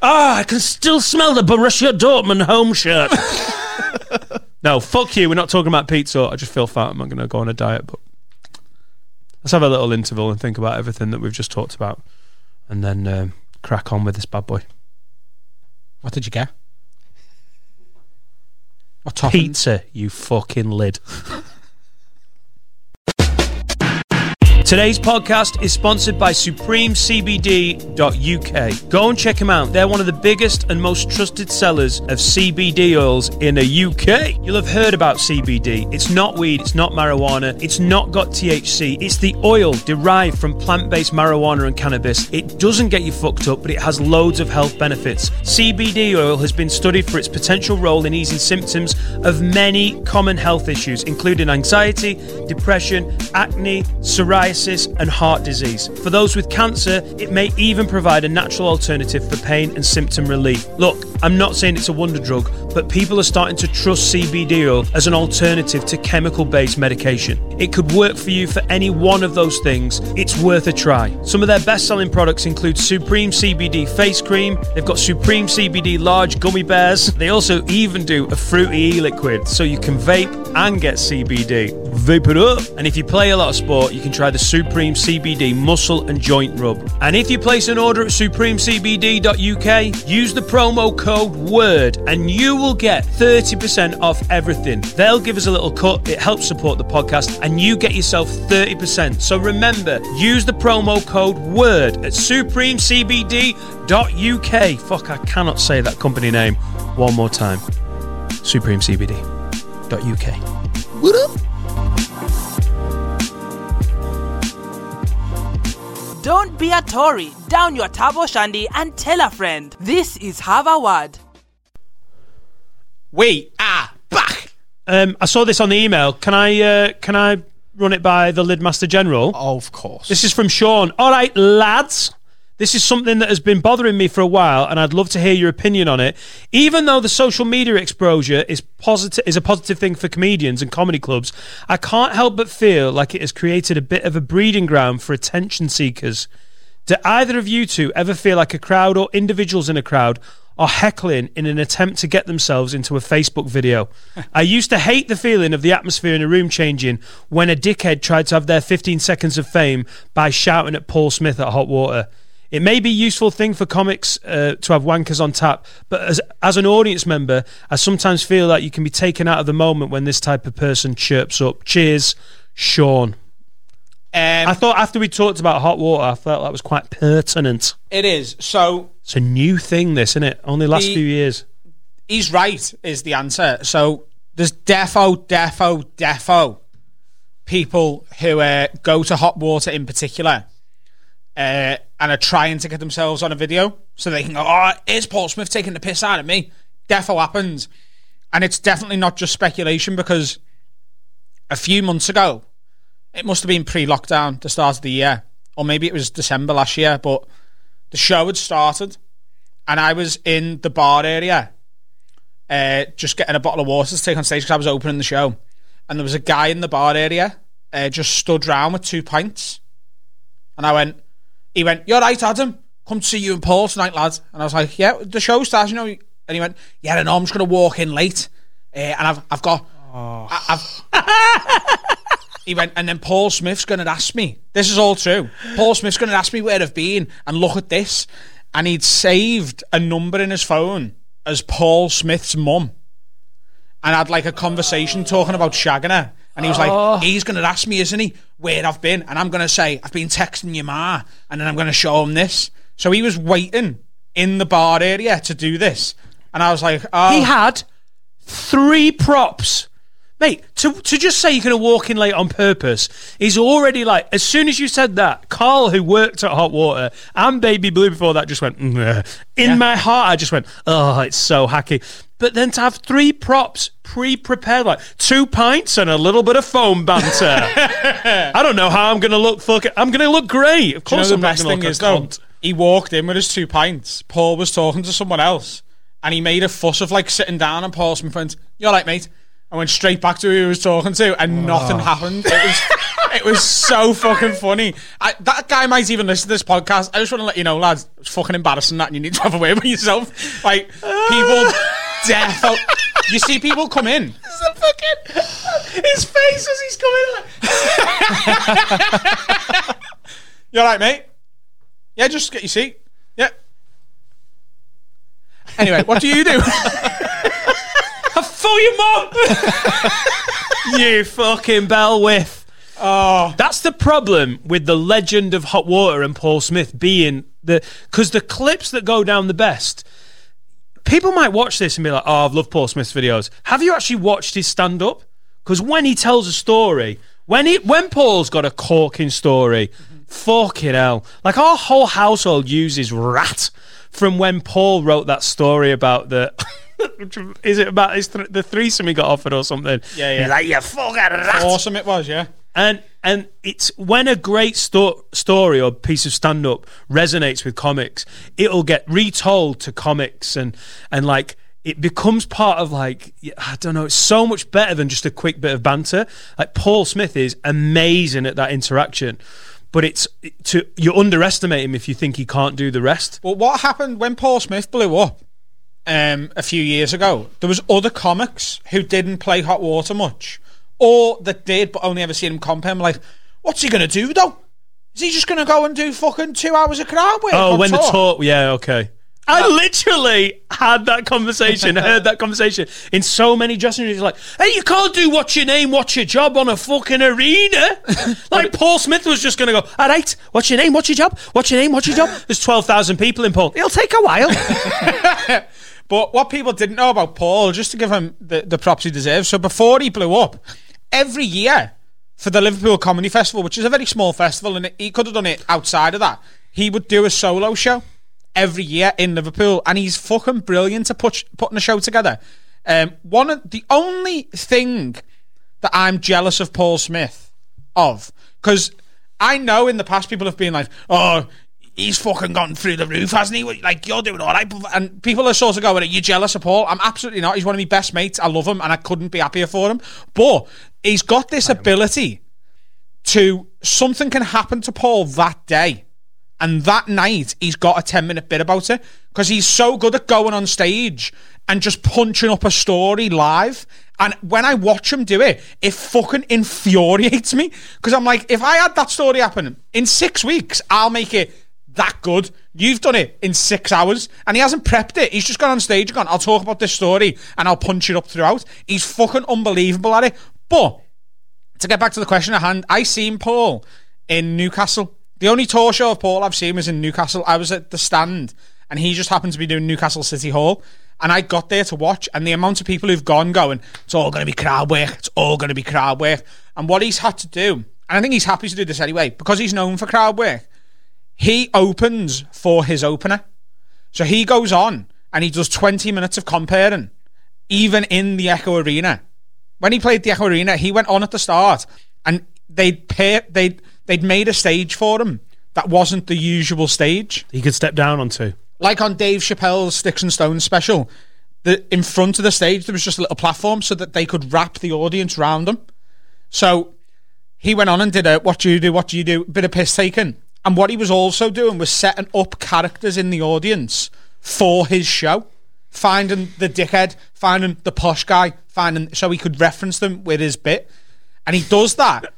S1: Ah, I can still smell the Borussia Dortmund home shirt. no, fuck you. We're not talking about pizza. I just feel fat. I'm not going to go on a diet. But let's have a little interval and think about everything that we've just talked about, and then um, crack on with this bad boy.
S9: What did you get? What topping?
S1: Pizza, you fucking lid. Today's podcast is sponsored by supremecbd.uk. Go and check them out. They're one of the biggest and most trusted sellers of CBD oils in the UK. You'll have heard about CBD. It's not weed, it's not marijuana, it's not got THC. It's the oil derived from plant based marijuana and cannabis. It doesn't get you fucked up, but it has loads of health benefits. CBD oil has been studied for its potential role in easing symptoms of many common health issues, including anxiety, depression, acne, psoriasis, and heart disease. For those with cancer, it may even provide a natural alternative for pain and symptom relief. Look, I'm not saying it's a wonder drug, but people are starting to trust CBD oil as an alternative to chemical based medication. It could work for you for any one of those things. It's worth a try. Some of their best selling products include Supreme CBD face cream, they've got Supreme CBD large gummy bears. They also even do a fruity e liquid so you can vape and get CBD. Vape it up. And if you play a lot of sport, you can try the Supreme CBD muscle and joint rub. And if you place an order at supremecbd.uk, use the promo code WORD and you will get 30% off everything. They'll give us a little cut, it helps support the podcast, and you get yourself 30%. So remember, use the promo code WORD at supremecbd.uk. Fuck, I cannot say that company name one more time. supremecbd.uk.
S8: Don't be a Tory. Down your turbo shandy and tell a friend. This is Harvard.
S9: We are back.
S1: Um, I saw this on the email. Can I uh, can I run it by the Lidmaster General?
S10: Oh, Of course.
S1: This is from Sean. All right, lads. This is something that has been bothering me for a while, and I'd love to hear your opinion on it. Even though the social media exposure is positive is a positive thing for comedians and comedy clubs, I can't help but feel like it has created a bit of a breeding ground for attention seekers. Do either of you two ever feel like a crowd or individuals in a crowd are heckling in an attempt to get themselves into a Facebook video? I used to hate the feeling of the atmosphere in a room changing when a dickhead tried to have their 15 seconds of fame by shouting at Paul Smith at Hot Water. It may be a useful thing for comics uh, to have wankers on tap, but as, as an audience member, I sometimes feel like you can be taken out of the moment when this type of person chirps up. Cheers, Sean.
S9: Um,
S1: I thought after we talked about hot water, I felt that was quite pertinent.
S9: it is. So
S1: It's a new thing, this, isn't it? Only last
S9: The-
S1: few years.
S9: he's right is the answer. So there's defo, defo, defo, people who uh, go to hot water in particular uh, and are trying to get themselves on a video so they can go, oh, here's Paul Smith taking the piss out of me. Defo happens. And it's definitely not just speculation because a few months ago, it must have been pre lockdown, the start of the year, or maybe it was December last year, but the show had started and I was in the bar area uh, just getting a bottle of water to take on stage because I was opening the show. And there was a guy in the bar area uh, just stood round with two pints. And I went, he went, You're right, Adam. Come to see you and Paul tonight, lad. And I was like, Yeah, the show starts, you know. And he went, Yeah, I know, I'm just going to walk in late. Uh, and I've, I've got, I, I've, he went, and then Paul Smith's going to ask me. This is all true. Paul Smith's going to ask me where I've been, and look at this. And he'd saved a number in his phone as Paul Smith's mum. And had like a conversation talking about shagging her. And he was
S11: Oh.
S9: like, he's going to ask me, isn't he, where I've been? And I'm going to say, I've been texting your ma. And then I'm going to show him this. So he was waiting in the bar area to do this. And I was like, oh.
S1: He had three props. Mate, to, to just say you're going to walk in late on purpose is already like, as soon as you said that, Carl, who worked at Hot Water and Baby Blue before that, just went, "Mm, eh." in my heart, I just went, oh, it's so hacky. But then to have three props pre prepared, like two pints and a little bit of foam banter. I don't know how I'm going to look. Fuck, I'm going to look great. Of
S9: Do you know
S1: course,
S9: the
S1: I'm not
S9: best
S1: going
S9: thing
S1: to look
S9: is
S1: a
S9: though,
S1: cunt.
S9: he walked in with his two pints. Paul was talking to someone else, and he made a fuss of like sitting down. And Paul Smith went, "You're right, mate," and went straight back to who he was talking to, and
S11: Oh.
S9: nothing happened. It was, it was so fucking funny. I, that guy might even listen to this podcast. I just want to let you know, lads, it's fucking embarrassing that, and you need to have a word with yourself. Like people, death. You see people come in.
S11: a fucking his face as he's coming. Like,
S9: You all right, mate? Yeah, just get your seat. Yeah. Anyway, what do you do? I
S1: fool your mum. you fucking bell whiff.
S9: Oh.
S1: That's the problem with the legend of Hot Water and Paul Smith being the because the clips that go down the best. People might watch this and be like, "Oh, I've loved Paul Smith's videos." Have you actually watched his stand up? Because when he tells a story, when he when Paul's got a corking story, fucking hell! Like our whole household uses rat from when Paul wrote that story about the. Is it about his th- the threesome he got offered or something?
S9: Yeah, yeah.
S1: He's like, you fucking rat.
S9: Awesome it was, yeah.
S1: And and it's when a great sto- story or piece of stand up resonates with comics, it'll get retold to comics and and like it becomes part of like y- I don't know. It's so much better than just a quick bit of banter. Like Paul Smith is amazing at that interaction, but it's to you underestimate him if you think he can't do the rest.
S9: Well, what happened when Paul Smith blew up um, a few years ago? There was other comics who didn't play Hot Water much, or that did but only ever seen him comp him. Like, what's he gonna do though? Is he just gonna go and do fucking two hours of crowd work?
S1: Oh,
S9: on
S1: when the
S9: tour?
S1: talk, yeah, okay. I literally had that conversation, heard that conversation in so many dressing rooms. Like, hey, you can't do what's your name, what's your job on a fucking arena. like Paul Smith was just going to go, all right, what's your name, what's your job, what's your name, what's your job. There's twelve thousand people in Paul. It'll take a while.
S9: But what people didn't know about Paul, just to give him the, the props he deserves, so before he blew up, every year for the Liverpool Comedy Festival, which is a very small festival, and he could have done it outside of that, he would do a solo show every year in Liverpool, and he's fucking brilliant at put, putting a show together. Um, one of the only thing that I'm jealous of Paul Smith of, because I know in the past people have been like, oh, he's fucking gone through the roof, hasn't he? Like, you're doing all right. bruv." And people are sort of going, are you jealous of Paul? I'm absolutely not. He's one of my best mates. I love him and I couldn't be happier for him. But he's got this ability to something can happen to Paul that day. And that night, he's got a 10 minute bit about it because he's so good at going on stage and just punching up a story live. And when I watch him do it, it fucking infuriates me because I'm like, if I had that story happen in six weeks, I'll make it that good. You've done it in six hours and he hasn't prepped it. He's just gone on stage and gone, I'll talk about this story and I'll punch it up throughout. He's fucking unbelievable at it. But to get back to the question at hand, I seen Paul in Newcastle. The only tour show of Paul I've seen was in Newcastle. I was at the stand, and he just happened to be doing Newcastle City Hall. And I got there to watch, and the amount of people who've gone going, it's all going to be crowd work, it's all going to be crowd work. And what he's had to do, and I think he's happy to do this anyway, because he's known for crowd work, he opens for his opener. So he goes on and he does 20 minutes of comparing, even in the Echo Arena. When he played the Echo Arena, he went on at the start and they'd, pair, they'd, they'd made a stage for him that wasn't the usual stage.
S1: He could step down onto.
S9: Like on Dave Chappelle's Sticks and Stones special, the, in front of the stage there was just a little platform so that they could wrap the audience round him. So he went on and did a what do you do, what do you do, bit of piss taking. And what he was also doing was setting up characters in the audience for his show. Finding the dickhead, finding the posh guy, finding so he could reference them with his bit. And he does that.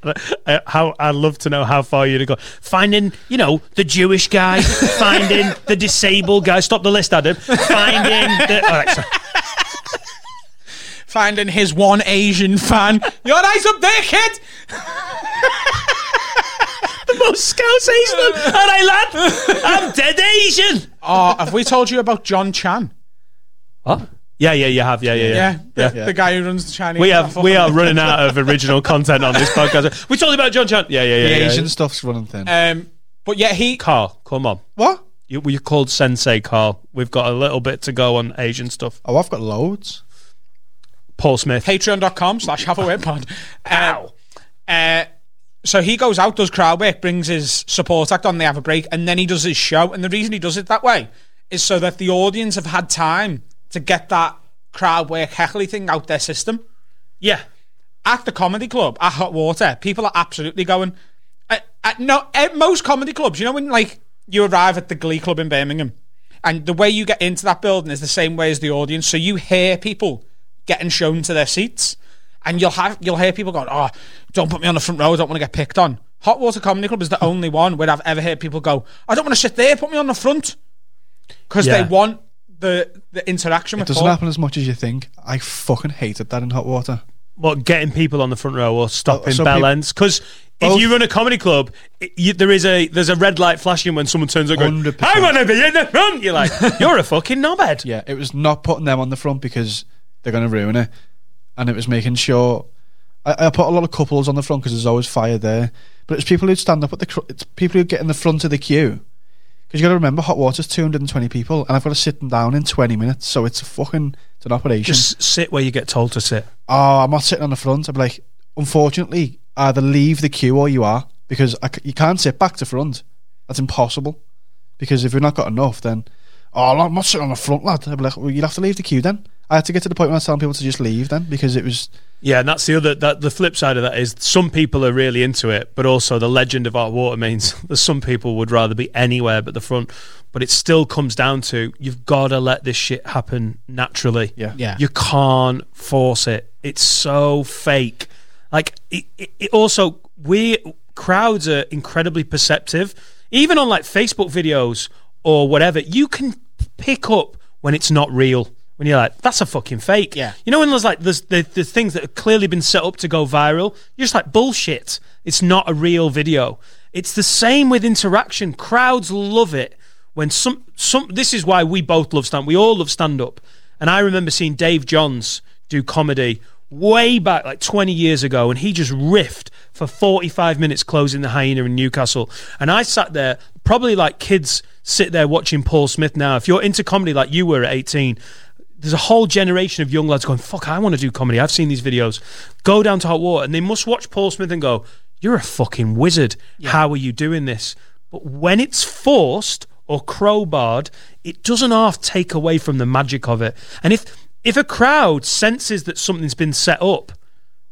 S1: Uh, how I'd love to know how far you'd go. Finding, you know, the Jewish guy, finding the disabled guy. Stop the list, Adam. Finding the. All right, sorry.
S9: Finding his one Asian fan. You're nice up there, kid!
S1: the most scouts Asian. All right, lad. I'm dead Asian.
S9: Oh, have we told you about John Chan?
S1: What? Yeah, yeah, you have. Yeah, yeah, yeah.
S9: Yeah, the, the guy who runs the Chinese.
S1: We have we are running out of original content on this podcast. We talked about John Chan. Yeah, yeah, yeah.
S10: The
S1: yeah,
S10: Asian
S1: yeah.
S10: stuff's running thin.
S9: Um, but yeah, he
S1: Carl, come on.
S9: what?
S1: You, we called Sensei Carl. We've got a little bit to go on Asian stuff.
S10: Oh, I've got loads.
S1: Paul Smith.
S9: Patreon.com slash Have a Word Pod. Ow. Uh, so he goes out, does crowd work, brings his support act on, they have a break, and then he does his show. And the reason he does it that way is so that the audience have had time to get that crowd work heckly thing out their system.
S1: Yeah.
S9: At the comedy club, at Hot Water, people are absolutely going. At, at, no, at most comedy clubs, you know, when like you arrive at the Glee Club in Birmingham, and the way you get into that building is the same way as the audience, so you hear people getting shown to their seats, and you'll have you'll hear people going, "Oh, don't put me on the front row. I don't want to get picked on." Hot Water Comedy Club is the only one where I've ever heard people go, "I don't want to sit there. Put me on the front," because
S1: Yeah.
S9: they want the the interaction
S10: It
S9: with
S10: doesn't
S9: Paul.
S10: happen as much as you think. I fucking hated that in hot water.
S1: What getting people on the front row or stopping
S10: so
S1: bell
S10: peop-
S1: ends? Because if
S10: Both.
S1: you run a comedy club, it, you, there is a there's a red light flashing when someone turns up going,
S10: 100%.
S1: "I want to be in the front." You're like, "You're a fucking knobhead."
S10: Yeah, it was not putting them on the front because they're going to ruin it, and it was making sure I, I put a lot of couples on the front because there's always fire there. But it's people who stand up at the cr- it's people who get in the front of the queue because you got to remember hot water's 220 people, and I've got to sit them down in 20 minutes, so it's a fucking it's an operation.
S1: Just sit where you get told to sit.
S10: oh, I'm not sitting on the front. I'm like, unfortunately, either leave the queue or you are because I c- you can't sit back to front. That's impossible because if we've not got enough, then oh, I'm not sitting on the front, lad. I'm like, well, you'd have to leave the queue then. I had to get to the point where I was telling people to just leave then because it was
S1: Yeah, and that's the other that the flip side of that is some people are really into it, but also the legend of our water means that some people would rather be anywhere but the front. But it still comes down to you've got to let this shit happen naturally.
S10: Yeah.
S9: Yeah.
S1: you can't force it. It's so fake. Like it, it, it also we crowds are incredibly perceptive, even on like Facebook videos or whatever. You can pick up when it's not real. When you're like, that's a fucking fake.
S9: Yeah.
S1: You know when there's like there's the, the things that have clearly been set up to go viral, you're just like bullshit. It's not a real video. It's the same with interaction. Crowds love it when some some this is why we both love stand we all love stand up. And I remember seeing Dave Johns do comedy way back like 20 years ago and he just riffed for 45 minutes closing the hyena in Newcastle. And I sat there probably like kids sit there watching Paul Smith now. If you're into comedy like you were at 18, there's a whole generation of young lads going, fuck, I want to do comedy. I've seen these videos. Go down to hot water and they must watch Paul Smith and go, you're a fucking wizard. How are you doing this? But when it's forced or crowbarred, it doesn't half take away from the magic of it. And if if a crowd senses that something's been set up,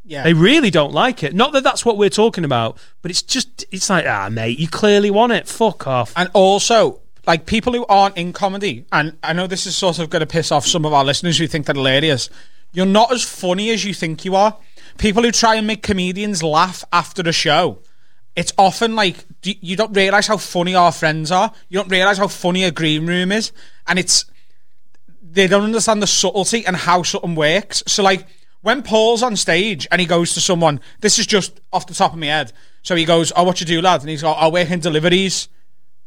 S9: Yeah.
S1: they really don't like it. Not that that's what we're talking about, but it's just it's like ah mate, you clearly want it. Fuck off.
S9: And also, like people who aren't in comedy, and I know this is sort of going to piss off some of our listeners who think they're hilarious. You're not as funny as you think you are. People who try and make comedians laugh after a show, it's often like do- you don't realize how funny our friends are. You don't realize how funny a green room is, and it's they don't understand the subtlety and how something works. So like when Paul's on stage and he goes to someone, this is just off the top of my head. So he goes, "Oh, what you do, lad?" And he's like, "I work in deliveries.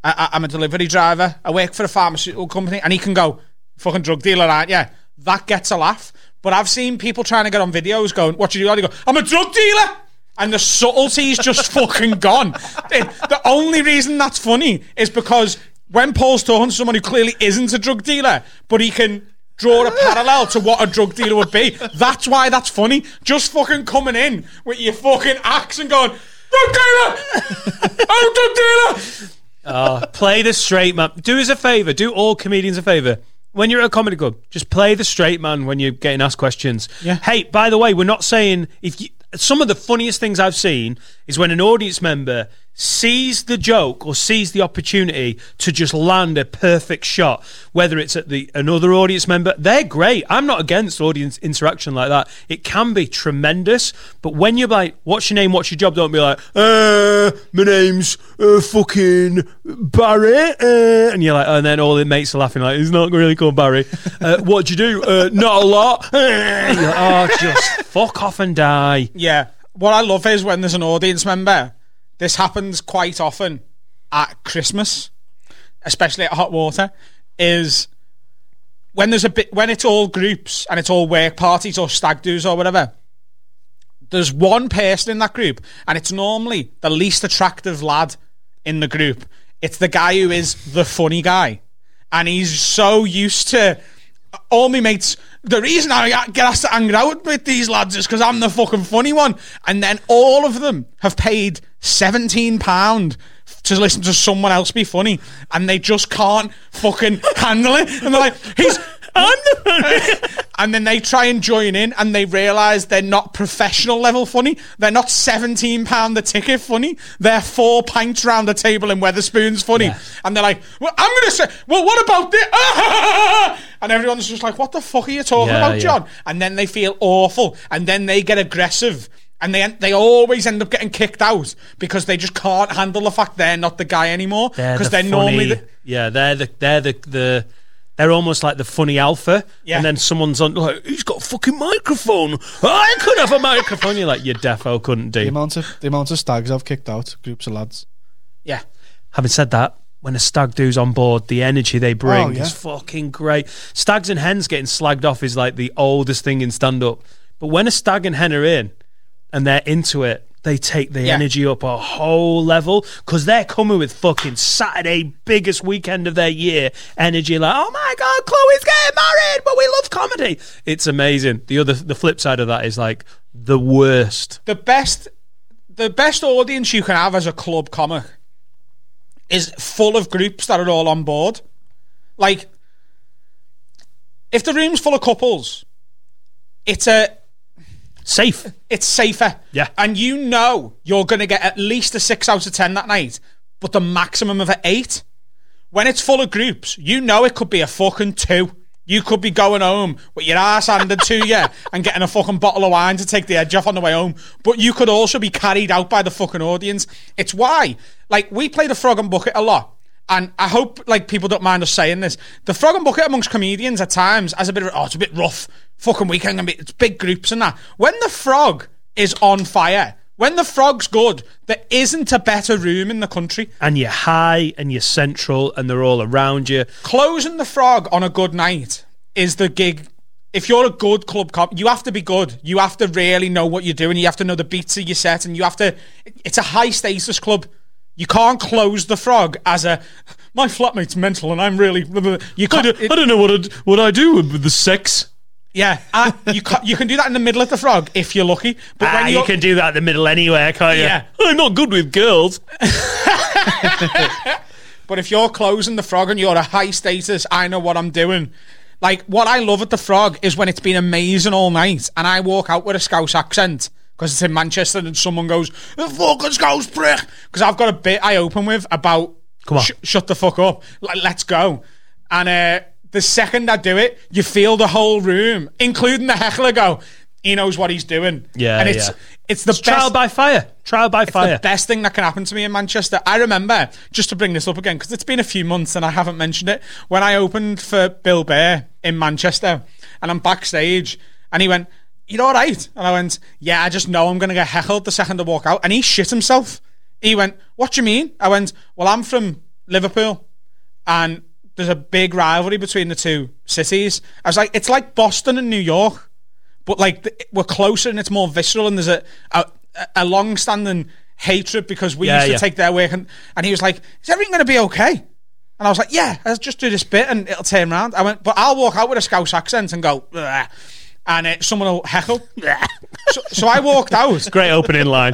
S9: I, I, I'm a delivery driver. I work for a pharmaceutical company." And he can go, fucking drug dealer, aren't you? That gets a laugh. But I've seen people trying to get on videos going, what you do? And they go, I'm a drug dealer. And the subtlety's just fucking gone. It- the only reason that's funny is because when Paul's talking to someone who clearly isn't a drug dealer, but he can draw a parallel to what a drug dealer would be, that's why that's funny. Just fucking coming in with your fucking axe and going, drug dealer! I'm a drug dealer!
S1: Oh, play the straight man. Do us a favor. Do all comedians a favor. When you're at a comedy club, just play the straight man when you're getting asked questions.
S9: Yeah.
S1: Hey, by the way, we're not saying if you, some of the funniest things I've seen is when an audience member sees the joke or sees the opportunity to just land a perfect shot. Whether it's at the another audience member, they're great. I'm not against audience interaction like that. It can be tremendous, but when you're like, "What's your name? What's your job?" Don't be like, "Uh, my name's uh, fucking Barry," uh," and you're like, and then all the mates are laughing like, "He's not really called Barry." Uh, what do you do? Uh, not a lot. Uh, you're like, oh, just fuck off and die.
S9: Yeah. What I love is when there's an audience member. This happens quite often at Christmas, especially at Hot Water, is when there's a bit when it's all groups and it's all work parties or stag do's or whatever. There's one person in that group, and it's normally the least attractive lad in the group. It's the guy who is the funny guy, and he's so used to all my mates. The reason I get asked to hang out with these lads is because I'm the fucking funny one. And then all of them have paid seventeen pound to listen to someone else be funny, and they just can't fucking handle it. And they're like, "He's I'm the funny." and then they try and join in, and they realise they're not professional level funny. They're not seventeen pound the ticket funny. They're four pints round the table in Weatherspoons funny. And they're like, "Well, I'm gonna say, well, what about this?" and everyone's just like, "What the fuck are you talking
S1: Yeah,
S9: about,
S1: yeah.
S9: John?" And then they feel awful, and then they get aggressive, and they they always end up getting kicked out because they just can't handle the fact they're not the guy anymore
S1: They're
S9: because
S1: the
S9: they're, normally
S1: funny-
S9: the,
S1: yeah, they're the they're the the. They're almost like the funny alpha,
S9: Yeah.
S1: and then someone's on like, "He's got a fucking microphone. I could have a microphone." You're like, "Your defo couldn't
S10: The
S1: do."
S10: amount of the amount of stags I've kicked out, groups of lads.
S9: yeah.
S1: Having said that, when a stag do's on board, the energy they bring
S10: Oh, yeah.
S1: is fucking great. Stags and hens getting slagged off is like the oldest thing in stand up. But when a stag and hen are in and they're into it, they take the
S9: Yeah.
S1: energy up a whole level because they're coming with fucking Saturday, biggest weekend of their year energy. Like, oh my God, Chloe's getting married, but we love comedy. It's amazing. The other, the flip side of that is like the worst.
S9: the best the best audience you can have as a club comic is full of groups that are all on board. Like if the room's full of couples, it's a
S1: safe.
S9: It's safer.
S1: Yeah.
S9: And you know you're going to get at least a 6 out of 10 that night, but the maximum of an 8 when it's full of groups, you know it could be a fucking two. You could be going home with your ass handed to you and getting a fucking bottle of wine to take the edge off on the way home. But you could also be carried out by the fucking audience. It's why, like, we play the Frog and Bucket a lot. And I hope, like, people don't mind us saying this. The Frog and Bucket amongst comedians at times has a bit of, oh, it's a bit rough. Fucking weekend, and it's big groups and that. When the Frog is on fire, when the Frog's good, there isn't a better room in the country.
S1: And you're high and you're central and they're all around you.
S9: Closing the frog on a good night is the gig. If you're a good club cop, you have to be good. You have to really know what you're doing. You have to know the beats of your set, and you have to. It's a high status club. You can't close the frog as a. My flatmate's mental, and I'm really. You could.
S1: I don't know what I'd, what I do with the sex.
S9: Yeah, I, you ca you can do that in the middle of the frog if you're lucky. But
S1: Ah,
S9: when
S1: you
S9: you're,
S1: can do that in the middle anywhere, can't you?
S9: Yeah.
S1: I'm not good with girls.
S9: But if you're closing the frog and you're a high status, I know what I'm doing. Like what I love at the frog is when it's been amazing all night, and I walk out with a Scouse accent because it's in Manchester, and someone goes, "The fucking Scouse prick," because I've got a bit I open with about
S1: Come on.
S9: "Sh- shut the fuck up, like let's go, and uh, the second I do it, you feel the whole room, including the heckler, go, "He knows what he's doing."
S1: Yeah,
S9: and it's
S1: yeah.
S9: it's the best
S1: Trial by fire. Trial by
S9: it's
S1: fire.
S9: the best thing that can happen to me in Manchester. I remember, just to bring this up again, because it's been a few months and I haven't mentioned it, when I opened for Bill Bear in Manchester and I'm backstage and he went, You're all right? And I went, Yeah, I just know I'm going to get heckled the second I walk out. And he shit himself. He went, What do you mean? I went, Well, I'm from Liverpool and there's a big rivalry between the two cities. I was like, it's like Boston and New York, but like th- we're closer and it's more visceral, and there's a a, a long-standing hatred because we
S1: Yeah,
S9: used to
S1: yeah.
S9: take their work, and, and he was like, is everything going to be okay? And I was like, yeah, I'll just do this bit and it'll turn round. I went, but I'll walk out with a Scouse accent and go, "Bleh," and uh, someone will heckle. so, so I walked out.
S1: Great opening line.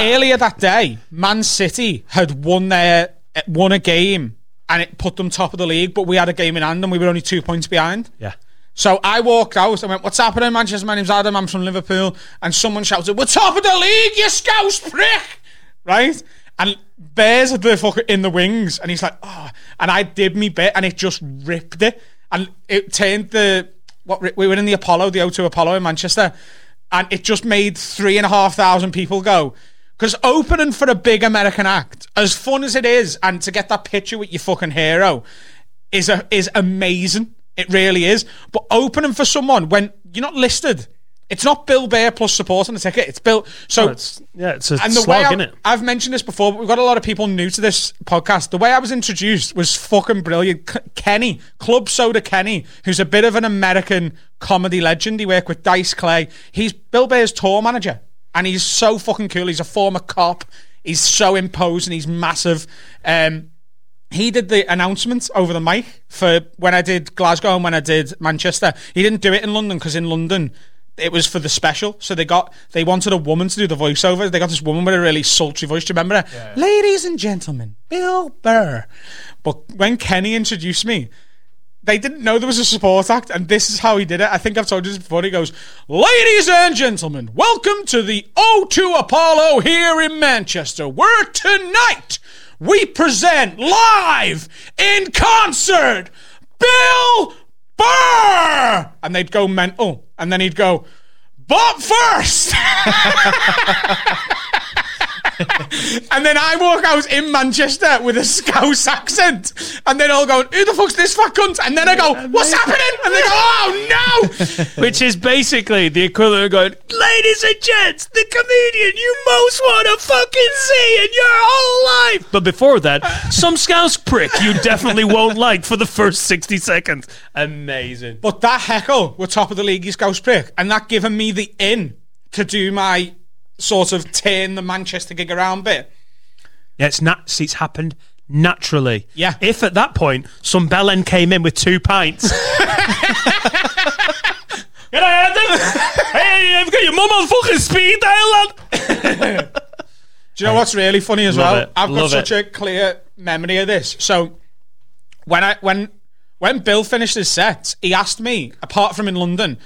S9: Earlier that day, Man City had won their won a game and it put them top of the league, but we had a game in hand and we were only two points behind.
S1: Yeah.
S9: So I walked out and went, What's happening, Manchester? My name's Adam, I'm from Liverpool. And someone shouted, We're top of the league, you scouse prick! Right? And Bears had the fucker in the wings. And he's like, Oh. And I did me bit and it just ripped it. And it turned the. what ri- We were in the Apollo, the O2 Apollo in Manchester. And it just made three and a half thousand people go. Because opening for a big American act, as fun as it is, and to get that picture with your fucking hero, is a, is amazing. It really is. But opening for someone when you're not listed, it's not Bill Bear plus support on the ticket. It's Bill. So
S1: Oh, it's- yeah, it's a
S9: the way
S1: slog,
S9: I-
S1: innit?
S9: I've mentioned this before, but we've got a lot of people new to this podcast. The way I was introduced was fucking brilliant. K- Kenny, Club Soda Kenny, who's a bit of an American comedy legend. He worked with Dice Clay. He's Bill Bear's tour manager, and he's so fucking cool. He's a former cop. He's so imposing. He's massive. Um, he did the announcement over the mic for when I did Glasgow and when I did Manchester. He didn't do it in London because in London it was for the special. So they got they wanted a woman to do the voiceover. They got this woman with a really sultry voice. Do you remember her? Ladies and gentlemen, Bill Burr. But when Kenny introduced me, they didn't know there was a support act, and this is how he did it. I think I've told you this before. He goes, Ladies and gentlemen, welcome to the O2 Apollo here in Manchester, where tonight we present live in concert Bill Burr! And they'd go mental, and then he'd go, But first! and then I walk out in Manchester with a Scouse accent, and then all going, "Who the fuck's this fat cunt?" And then I go, "What's happening?" And they go, "Oh no!"
S1: Which is basically the equivalent of going,
S11: Ladies and gents, the comedian you most want to fucking see in your whole life.
S1: But before that, some scouse prick you definitely won't like for the first 60 seconds. Amazing.
S9: But that heckle were top of the league, is Ghost Prick, and that given me the in to do my sort of turn the Manchester gig around bit.
S1: Yeah, it's nat- see, it's happened naturally.
S9: Yeah.
S1: If at that point some bellend came in with two pints,
S11: Can I have them? hey, I've got your mum on fucking speed dial, lad.
S9: Do you know what's really funny as
S1: Love
S9: well?
S1: it.
S9: I've got
S1: Love
S9: such a clear memory of this. So when I when when Bill finished his set, he asked me, apart from in London,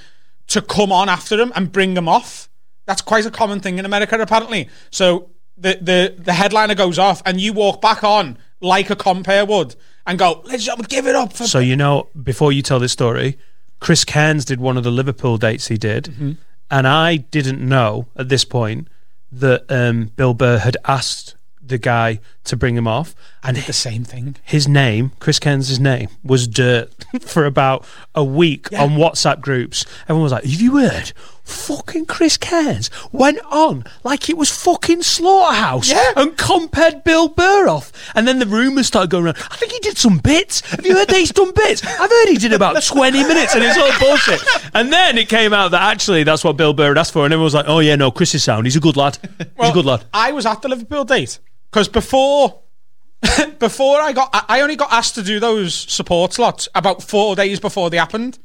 S9: to come on after him and bring him off. That's quite a common thing in America, apparently. So the the the headliner goes off, and you walk back on like a compare would, and go, "Let's give it up for."
S1: so you know, before you tell this story, Chris Cairns did one of the Liverpool dates he did,
S9: Mm-hmm.
S1: and I didn't know at this point that um, Bill Burr had asked the guy to bring him off, and
S9: the same thing.
S1: his name, Chris Cairns' name, was dirt for about a week on WhatsApp groups. Everyone was like, Have you heard? Fucking Chris Cairns went on like it was fucking Slaughterhouse
S11: Yeah.
S1: and compared Bill Burr off. And then the rumours started going around. I think he did some bits. Have you heard that he's done bits? I've heard he did about 20 minutes and it's all bullshit. And then it came out that actually that's what Bill Burr had asked for. And everyone was like, Oh, yeah, no, Chris is sound. He's a good lad. He's a good lad.
S9: I was at the Liverpool date because before before I got I I only got asked to do those support slots about four days before they happened.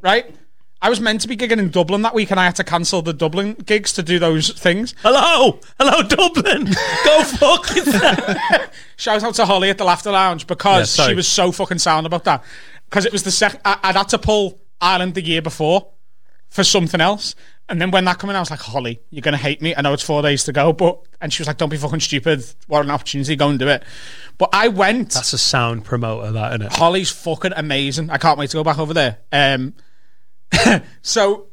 S9: Right? I was meant to be gigging in Dublin that week and I had to cancel the Dublin gigs to do those things.
S1: Hello! Hello, Dublin! Go fuck yourself!
S9: Shout out to Holly at the Laughter Lounge
S1: Yeah,
S9: because
S1: sorry.
S9: she was so fucking sound about that. Because it was the second I'd had to pull Ireland the year before for something else. And then when that came in, I was like, Holly, you're going to hate me. I know it's four days to go, but. And she was like, don't be fucking stupid. What an opportunity. Go and do it. But I went.
S1: That's a sound promoter, that, isn't it?
S9: Holly's fucking amazing. I can't wait to go back over there. Um, so,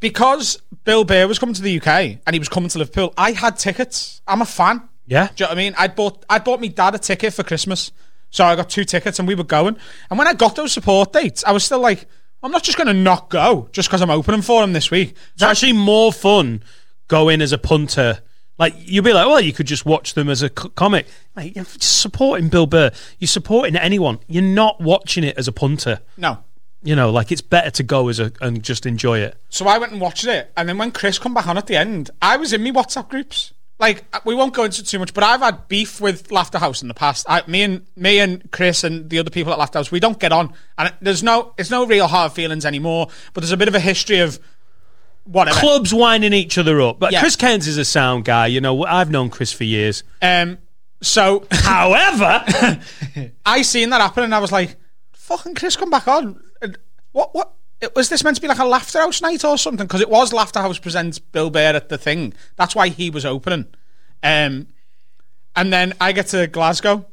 S9: because Bill Bear was coming to the UK and he was coming to Liverpool, I had tickets. I'm a fan.
S1: Yeah.
S9: Do you know what I mean? I bought I bought me dad a ticket for Christmas. So I got two tickets and we were going. And when I got those support dates, I was still like, I'm not just going to not go just because I'm opening for him this week.
S1: It's actually more fun going as a punter Like you'd be like, well, you could just watch them as a c- comic. Like you're just supporting Bill Burr. You're supporting anyone. You're not watching it as a punter.
S9: No.
S1: You know, like it's better to go as a and just enjoy it.
S9: So I went and watched it, and then when Chris come back on at the end, I was in me WhatsApp groups. Like uh, we won't go into too much, but I've had beef with Laughter House in the past. I, me and me and Chris and the other people at Laughter House, we don't get on, and there's no it's no real hard feelings anymore. But there's a bit of a history of whatever.
S1: Clubs winding each other up. But
S9: Yeah.
S1: Chris Keynes is a sound guy. You know, I've known Chris for years.
S9: Um, so,
S1: however,
S9: I seen that happen, and I was like, "Fucking Chris, come back on." And What? What? It, was this meant to be like a Laughter House night or something? Because it was Laughter House presents Bill Bear at the thing. That's why he was opening. Um, and then I get to Glasgow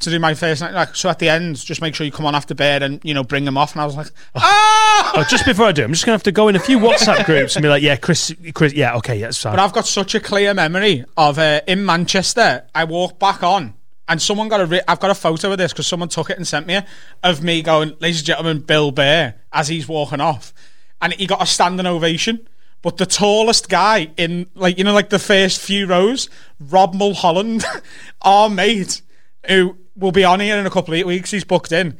S9: to do my first night. Like, so at the end, just make sure you come on after bed and you know bring them off. And I was like, "Ah!"
S1: Oh, just before I do, I'm just gonna have to go in a few WhatsApp groups and be like, yeah, Chris, Chris, yeah, okay, yeah, it's fine.
S9: But I've got such a clear memory of uh, in Manchester. I walked back on, and someone got a. Re- I've got a photo of this because someone took it and sent me it, of me going, "Ladies and gentlemen, Bill Bear," as he's walking off, and he got a standing ovation. But the tallest guy in, like you know, like the first few rows, Rob Mulholland, our mate, who will be on here in a couple of weeks. He's booked in.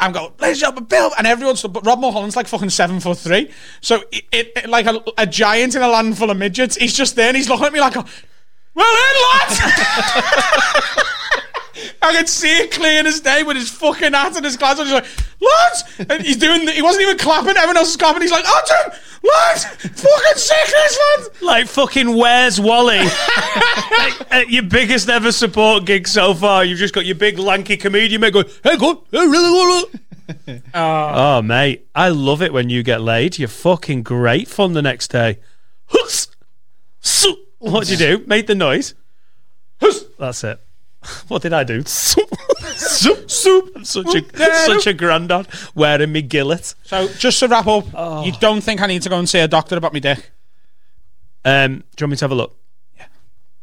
S9: I'm going, ladies and gentlemen, Bill, and everyone's. But Rob Mulholland's like fucking seven foot three, so it, it, it- like a, a giant in a land full of midgets. He's just there and he's looking at me like, well then, lads. I could see it clear as day with his fucking hat and his glasses. He's like, lads, and he's doing. The, he wasn't even clapping. Everyone else is clapping. He's like, oh, dude, lads, fucking sick this, lads.
S1: Like fucking where's Wally? Like, at your biggest ever support gig so far, you've just got your big lanky comedian mate going, "Hey, go, hey, really, really." Oh, mate, I love it when you get laid. You're fucking great fun the next day. Huss! Su- What did you do? Made the noise. Huss! That's it. What did I do? Soup, soup, soup. I'm such a such a grandad wearing me gillet.
S9: So just to wrap up, you don't think I need to go and see a doctor about my dick?
S1: Um, do you want me to have a look?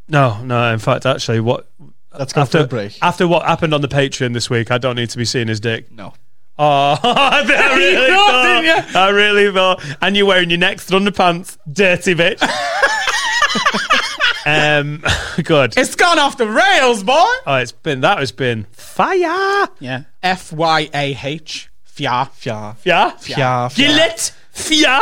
S1: No, no. In fact, actually, what
S10: Let's go
S1: after
S10: for a break.
S1: after what happened on the Patreon this week, I don't need to be seeing his dick.
S10: No.
S1: Oh, I
S11: You
S1: really
S11: thought,
S1: thought.
S11: didn't
S1: I really thought. And you're wearing your next underpants, dirty bitch. um, good.
S9: It's gone off the rails, boy.
S1: Oh, it's been that has been fire.
S9: Yeah. F Y A H. Fia.
S10: Fia.
S1: Yeah,
S10: Fia.
S1: Gillette, fia.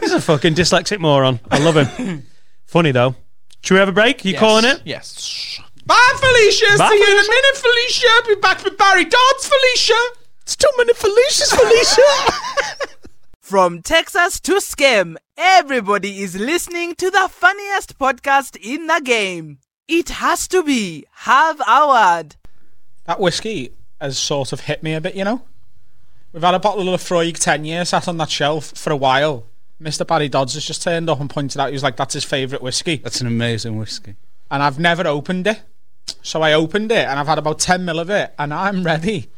S1: He's a fucking dyslexic moron. I love him. Funny though. Should we have a break? You calling it?
S10: Yes.
S9: Bye, Felicia.
S1: Bye,
S9: See you in a minute, Felicia. Be back with Barry Dodds, Felicia.
S1: It's two minutes, Felicia's Felicia.
S8: From Texas to Scam, everybody is listening to the funniest podcast in the game. It has to be Have Howard.
S9: That whiskey has sort of hit me a bit, you know. We've had a bottle of Lafroig 10 year sat on that shelf for a while. Mr. Barry Dodds has just turned up and pointed out he was like, that's his favourite whiskey.
S4: That's an amazing whiskey.
S9: and I've never opened it. So I opened it and I've had about 10 mil of it and I'm ready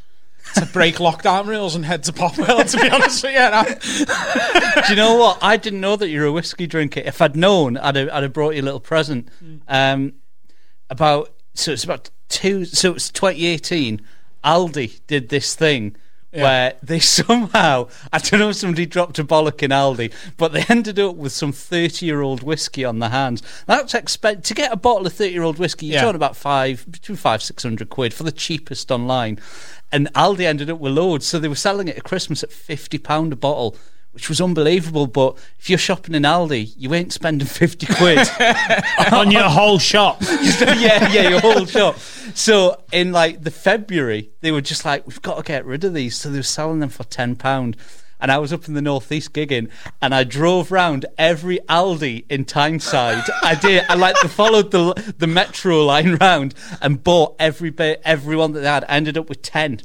S9: to break lockdown rules and head to Popwell, to be honest with you. And I'm-
S4: Do you know what? I didn't know that you were a whiskey drinker. If I'd known, I'd have, I'd have brought you a little present.
S5: Mm.
S4: Um, about so it's about two. So it's 2018. Aldi did this thing
S9: Yeah.
S4: where they somehow I don't know if somebody dropped a bollock in Aldi, but they ended up with some 30 year old whiskey on their hands. That's expect to get a bottle of 30 year old whiskey. You're
S9: Yeah.
S4: talking about five between five six hundred quid for the cheapest online, and Aldi ended up with loads. So they were selling it at Christmas at 50 pound a bottle. Which was unbelievable, but if you're shopping in Aldi, you ain't spending fifty quid
S1: on your whole shop.
S4: yeah, yeah, your whole shop. So in like the February, they were just like, we've got to get rid of these. So they were selling them for ten pound. And I was up in the northeast gigging, and I drove round every Aldi in Tyneside. I did. I like followed the the metro line round and bought every bit, everyone that they had. I ended up with ten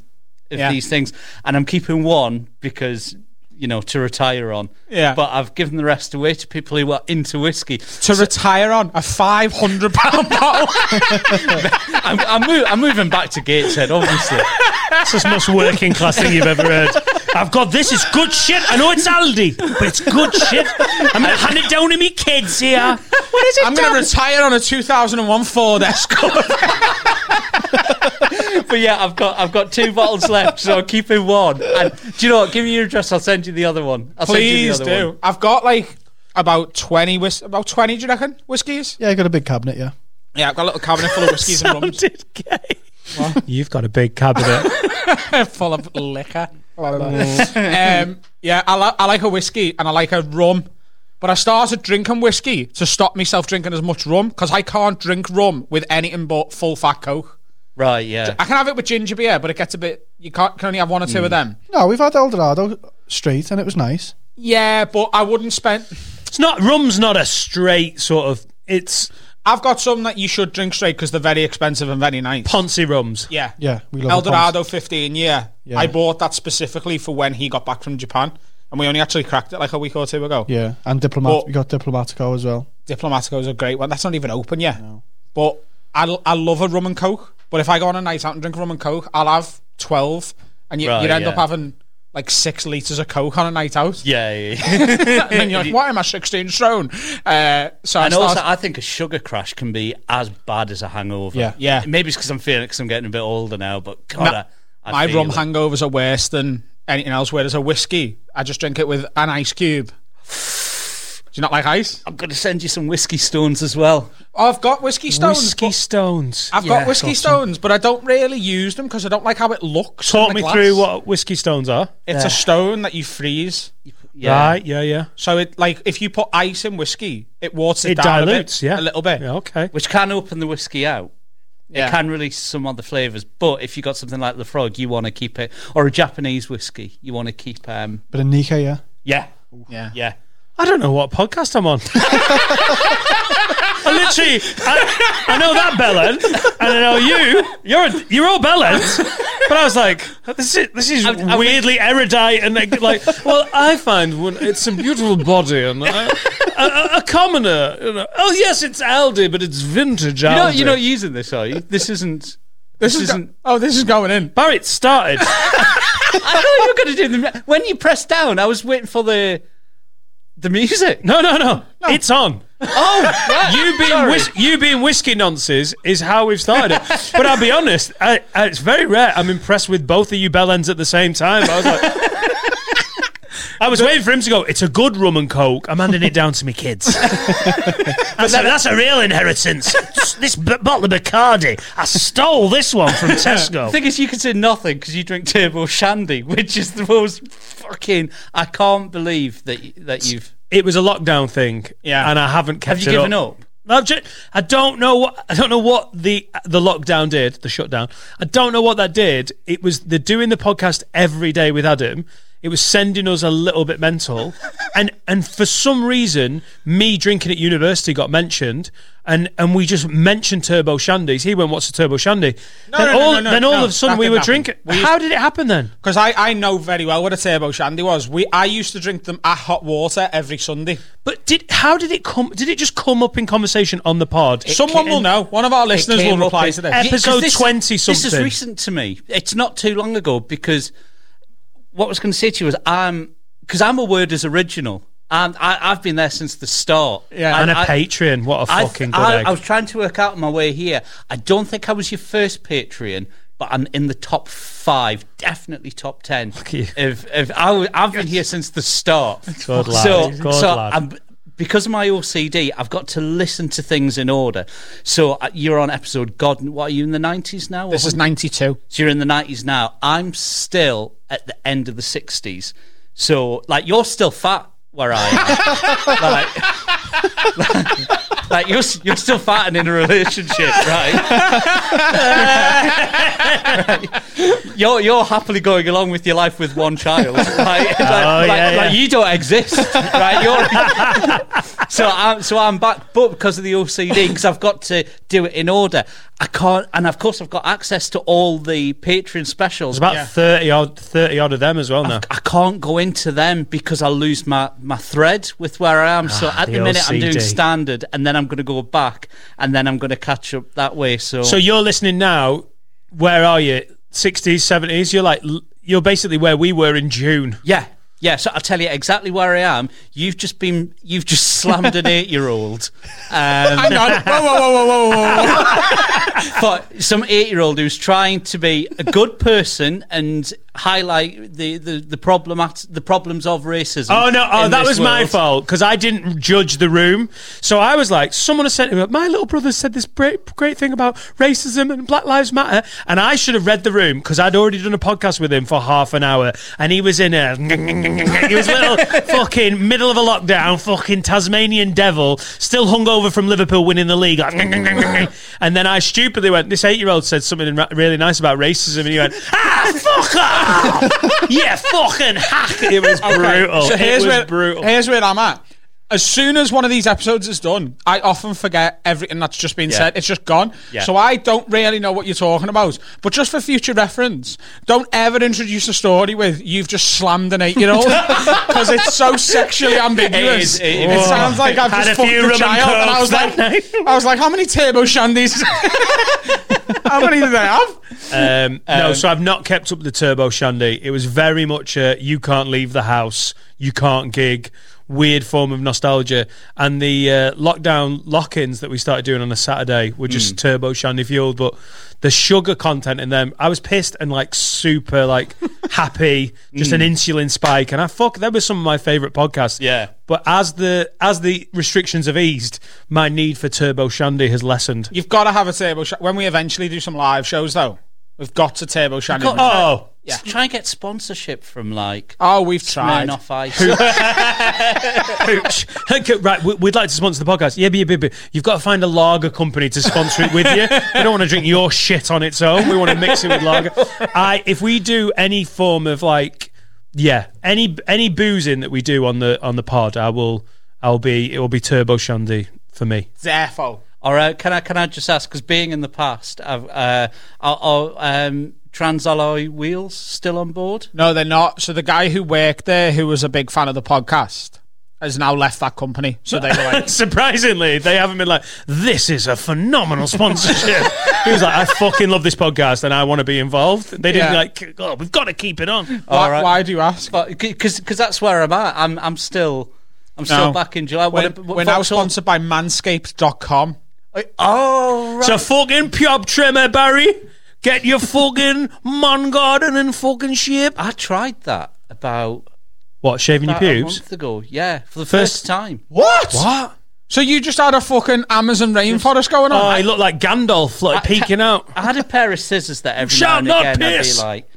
S4: of
S9: Yeah.
S4: these things, and I'm keeping one because you know to retire on.
S9: Yeah.
S4: But I've given the rest away to people who are into whiskey.
S9: to retire on a 500 pound bottle.
S4: I'm, I'm, move, I'm moving back to Gateshead, obviously.
S1: That's the most working class thing you've ever heard. I've got this. It's good shit. I know it's Aldi, but it's good shit. I'm gonna hand it down to me kids here. What is it?
S9: I'm going to
S1: Dad?
S9: retire on a 2001 Ford Escort.
S4: But yeah, I've got I've got two bottles left, so I'm keeping one. And do you know what? Give me your address. I'll send you the other one. I'll
S9: Please
S4: send you the other
S9: do.
S4: One.
S9: I've got like. I about twenty whis- about twenty. Do you reckon whiskies?
S10: Yeah, I got a big cabinet. Yeah.
S9: Yeah, I've got a little cabinet full of whiskies and rums.
S1: You've got a big cabinet.
S9: full of liquor. um, yeah, I, li- I like a whiskey and I like a rum, but I started drinking whiskey to stop myself drinking as much rum because I can't drink rum with anything but full fat coke.
S4: Right, yeah.
S9: I can have it with ginger beer, but it gets a bit. You can't can only have one or two of them.
S10: No, we've had Eldorado straight, and it was nice.
S9: Yeah, but I wouldn't spend.
S1: It's not rum's not a straight sort of. It's.
S9: I've got some that you should drink straight because they're very expensive and very nice.
S1: Ponce rums.
S9: Yeah,
S10: Yeah, we love the
S9: Eldorado 15. Yeah.
S10: Yeah.
S9: I bought that specifically for when he got back from Japan, and we only actually cracked it like a week or two ago.
S10: Yeah, and diplomat. We got Diplomatico as well.
S9: Diplomatico is a great one. That's not even open yet. But I, l- I love a rum and coke. But if I go on a night out and drink rum and coke, I'll have twelve, and you,
S4: Right,
S9: you'd end
S4: yeah.
S9: up having like six liters of coke on a night out.
S4: Yeah, yeah,
S9: and
S4: yeah.
S9: then you're like, why am I sixteen stone? Uh, so I
S4: and also,
S9: start-
S4: I think a sugar crash can be as bad as a hangover.
S9: Yeah. Yeah.
S4: Maybe it's because I'm feeling it 'cause I'm getting a bit older now, but God,
S9: Nah,
S4: I, I
S9: my
S4: feel
S9: rum
S4: it.
S9: hangovers are worse than anything else. Whereas a whiskey, I just drink it with an ice cube. Do you not like ice?
S4: I'm going to send you some whiskey stones as well.
S9: I've got whiskey stones.
S1: Whiskey
S9: but-
S1: stones.
S9: I've
S4: Yeah,
S9: got whiskey
S4: got some.
S9: stones, but I don't really use them because I don't like how it looks.
S1: Talk
S9: on
S1: me
S9: the glass.
S1: through what whiskey stones are.
S9: It's
S1: Yeah.
S9: a stone that you freeze.
S1: Right, yeah, yeah.
S9: So it like if you put ice in whiskey, it waters it,
S1: It
S9: down
S1: dilutes,
S9: a bit,
S1: yeah.
S9: a little bit.
S1: okay.
S4: Which can open the whiskey out.
S9: Yeah.
S4: It can release some other flavours, but if you got something like the frog, you want to keep it, or a Japanese whiskey, you want to keep. Um,
S10: But in Nika, yeah.
S4: yeah,
S9: yeah,
S4: yeah.
S1: I don't know what podcast I'm on. I literally, I, I know that Belen, and I know you. You're a, you're all Belens, but I was like, this is this is weirdly erudite, and like, like, well, I find when it's a beautiful body, and I, a, a- a commoner, you know, oh yes, it's Aldi, but it's vintage
S4: You're
S1: Aldi.
S4: not, you're not using this, are you? This isn't. This,
S9: This, is
S4: isn't.
S9: go- oh, this is going in.
S1: Barry, it started.
S4: I know you were going to do the when you pressed down. I was waiting for the the music.
S1: No, no, no, it's on.
S4: Oh, right.
S1: you being
S4: Sorry.
S1: whis- you being whiskey nonces is how we've started it. But I'll be honest, I, I, it's very rare. I'm impressed with both of you bellends at the same time. I was like. I was waiting for him to go. It's a good rum and coke. I'm handing it down to my kids. I said, That's a real inheritance. This b- bottle of Bacardi. I stole this one from
S4: The
S1: Tesco.
S4: thing is, you can say nothing because you drink turbo shandy, which is the most fucking. I can't believe that y- that you've.
S1: It was a lockdown thing, yeah, and I haven't kept
S4: Have you
S1: it
S4: given
S1: up.
S4: up?
S1: I've ju- I don't know what I don't know what the the lockdown did, the shutdown. I don't know what that did. It was the doing the podcast every day with Adam. It was sending us a little bit mental, and and for some reason, me drinking at university got mentioned, and and we just mentioned Turbo Shandy's. He went, "What's a Turbo Shandy?"
S9: No,
S1: then
S9: no, no,
S1: all,
S9: no, no,
S1: then all
S9: no,
S1: of a sudden
S9: that
S1: we
S9: didn't
S1: were
S9: happen.
S1: drinking.
S9: We-
S1: How did it happen then?
S9: Because I, I know very well what a turbo shandy was. We I used to drink them at hot water every Sunday.
S1: But did how did it come? Did it just come up in conversation on the pod?
S9: Someone will know. One of our listeners will
S4: came up
S9: reply
S4: in-
S9: to this.
S4: Yeah, 'cause
S1: Episode 20
S4: This is
S1: something.
S4: recent to me. It's not too long ago because what I was going to say to you was I'm because I'm a word as original. And I, I've been there since the start.
S1: Yeah, and
S4: a
S1: a Patreon. What a
S4: I th-
S1: fucking good
S4: I,
S1: egg.
S4: I was trying to work out my way here. I don't think I was your first Patreon, but I'm in the top five, definitely top ten.
S1: you.
S4: If, if I w- I've been here since the start.
S1: Good lad.
S4: So,
S1: Good
S4: so
S1: lad.
S4: I'm, because of my OCD, I've got to listen to things in order. So uh, you're on episode God. What are you in the nineties now?
S9: This is 92.
S4: So you're in the nineties now. I'm still at the end of the sixties. So like you're still fat where I am. like, like you're s- you're still fat and in a relationship, right? You're you're happily going along with your life with one child. Like, like-
S1: Oh, yeah,
S4: like- like
S1: yeah.
S4: you don't exist, right? You're, so I'm so I'm back, but because of the OCD, because I've got to do it in order. I can't, and of course I've got access to all the Patreon specials.
S1: There's about thirty odd, thirty odd of them as well now.
S4: I can't go into them because I'll lose my, my thread with where I am. so at
S1: Ah, the
S4: the, minute I'm doing
S1: OCD.
S4: standard, and then I'm going to go back, and then I'm going to catch up that way. So,
S1: So you're listening now. Where are you? Sixties, seventies. You're like l- you're basically where we were in June.
S4: yeah, Yeah, so I'll tell you exactly where I am. You've just been, you've just slammed an eight-year-old. Um,
S9: Hang on. Whoa, whoa, whoa, whoa, whoa, whoa.
S4: but some eight-year-old who's trying to be a good person and highlight the the the problem at, the problems of racism.
S1: Oh no! Oh,
S4: in
S1: that
S4: this
S1: was my
S4: world.
S1: fault because I didn't judge the room. So I was like, someone has sent him. My little brother said this great, great thing about racism and Black Lives Matter, and I should have read the room because I'd already done a podcast with him for half an hour, and he was in a he was little fucking middle of a lockdown, fucking Tasmanian devil, still hungover from Liverpool winning the league, like, and then I stupidly went. This eight-year-old said something ra- really nice about racism, and he went, ah, fuck off, yeah, fucking hack. It was
S9: Okay,
S1: brutal.
S9: So here's
S1: it was
S9: where
S1: brutal.
S9: here's where I'm at. As soon as one of these episodes is done, I often forget everything that's just been
S1: Yeah.
S9: said. It's just gone.
S1: Yeah.
S9: So I don't really know what you're talking about. But just for future reference, don't ever introduce a story with "you've just slammed an eight-year-old" because it's so sexually ambiguous.
S1: It is, it is.
S9: sounds like I've
S1: Had
S9: just
S1: a
S9: fucked
S1: few
S9: a
S1: rum and
S9: child, and I
S1: cokes
S9: was
S1: that
S9: like, I was like, how many turbo shandies? how many did I have?
S1: Um, no,
S9: Um,
S1: so I've not kept up the Turbo Shandy. It was very much a you can't leave the house, you can't gig, weird form of nostalgia. And the uh, lockdown lock ins that we started doing on a Saturday were just
S12: Mm.
S1: Turbo Shandy fueled, but the sugar content in them, I was pissed and like super like happy, just an
S12: Mm.
S1: insulin spike. And I fuck, that was some of my favorite podcasts. Yeah. But as the as the restrictions have eased, my need for Turbo Shandy has lessened.
S9: You've got to have a turbo shandy when we eventually do some live shows, though. We've got to turbo shandy.
S4: Got to try-
S1: Oh,
S9: yeah.
S4: try and get sponsorship from like.
S9: Oh, we've tried.
S4: Smirnoff Ice.
S1: Ouch. Okay, right, we- we'd like to sponsor the podcast. Yeah, but, yeah, but, but you've got to find a lager company to sponsor it with you. We don't want to drink your shit on its own. We want to mix it with lager. I, if we do any form of like, yeah, any any boozing that we do on the on the pod, I will, I'll be, it will be turbo shandy for me.
S9: Therefore.
S4: All right, can I can I just ask? Because being in the past, I've, uh, are, are um, trans alloy wheels still on board?
S9: No, they're not. So the guy who worked there, who was a big fan of the podcast, has now left that company. So they were like,
S1: Surprisingly, they haven't been like, this is a phenomenal sponsorship. he was like, I fucking love this podcast and I want to be involved. They didn't
S4: Yeah.
S1: like, oh, we've got to keep it on.
S9: Oh,
S4: All right.
S9: do you ask?
S4: Uh, Because that's where I'm at. I'm I'm still I'm still back in July.
S9: We're,
S4: What ab- what
S9: we're now
S4: Vauxhall-
S9: sponsored by manscaped.com.
S4: Oh,
S1: So fucking pub trimmer, Barry. Get your fucking mon garden and fucking ship.
S4: I tried that about
S1: What, shaving your
S4: about a
S1: pubes?
S4: month ago. Yeah, for the
S1: First-
S4: first, time.
S9: What?
S1: What?
S9: So you just had a fucking Amazon rainforest going on?
S1: Oh, he looked like Gandalf, like peeking out.
S4: I had a pair of scissors that every
S9: Shall
S4: now
S9: not
S4: and again
S9: pierce.
S4: I'd be like,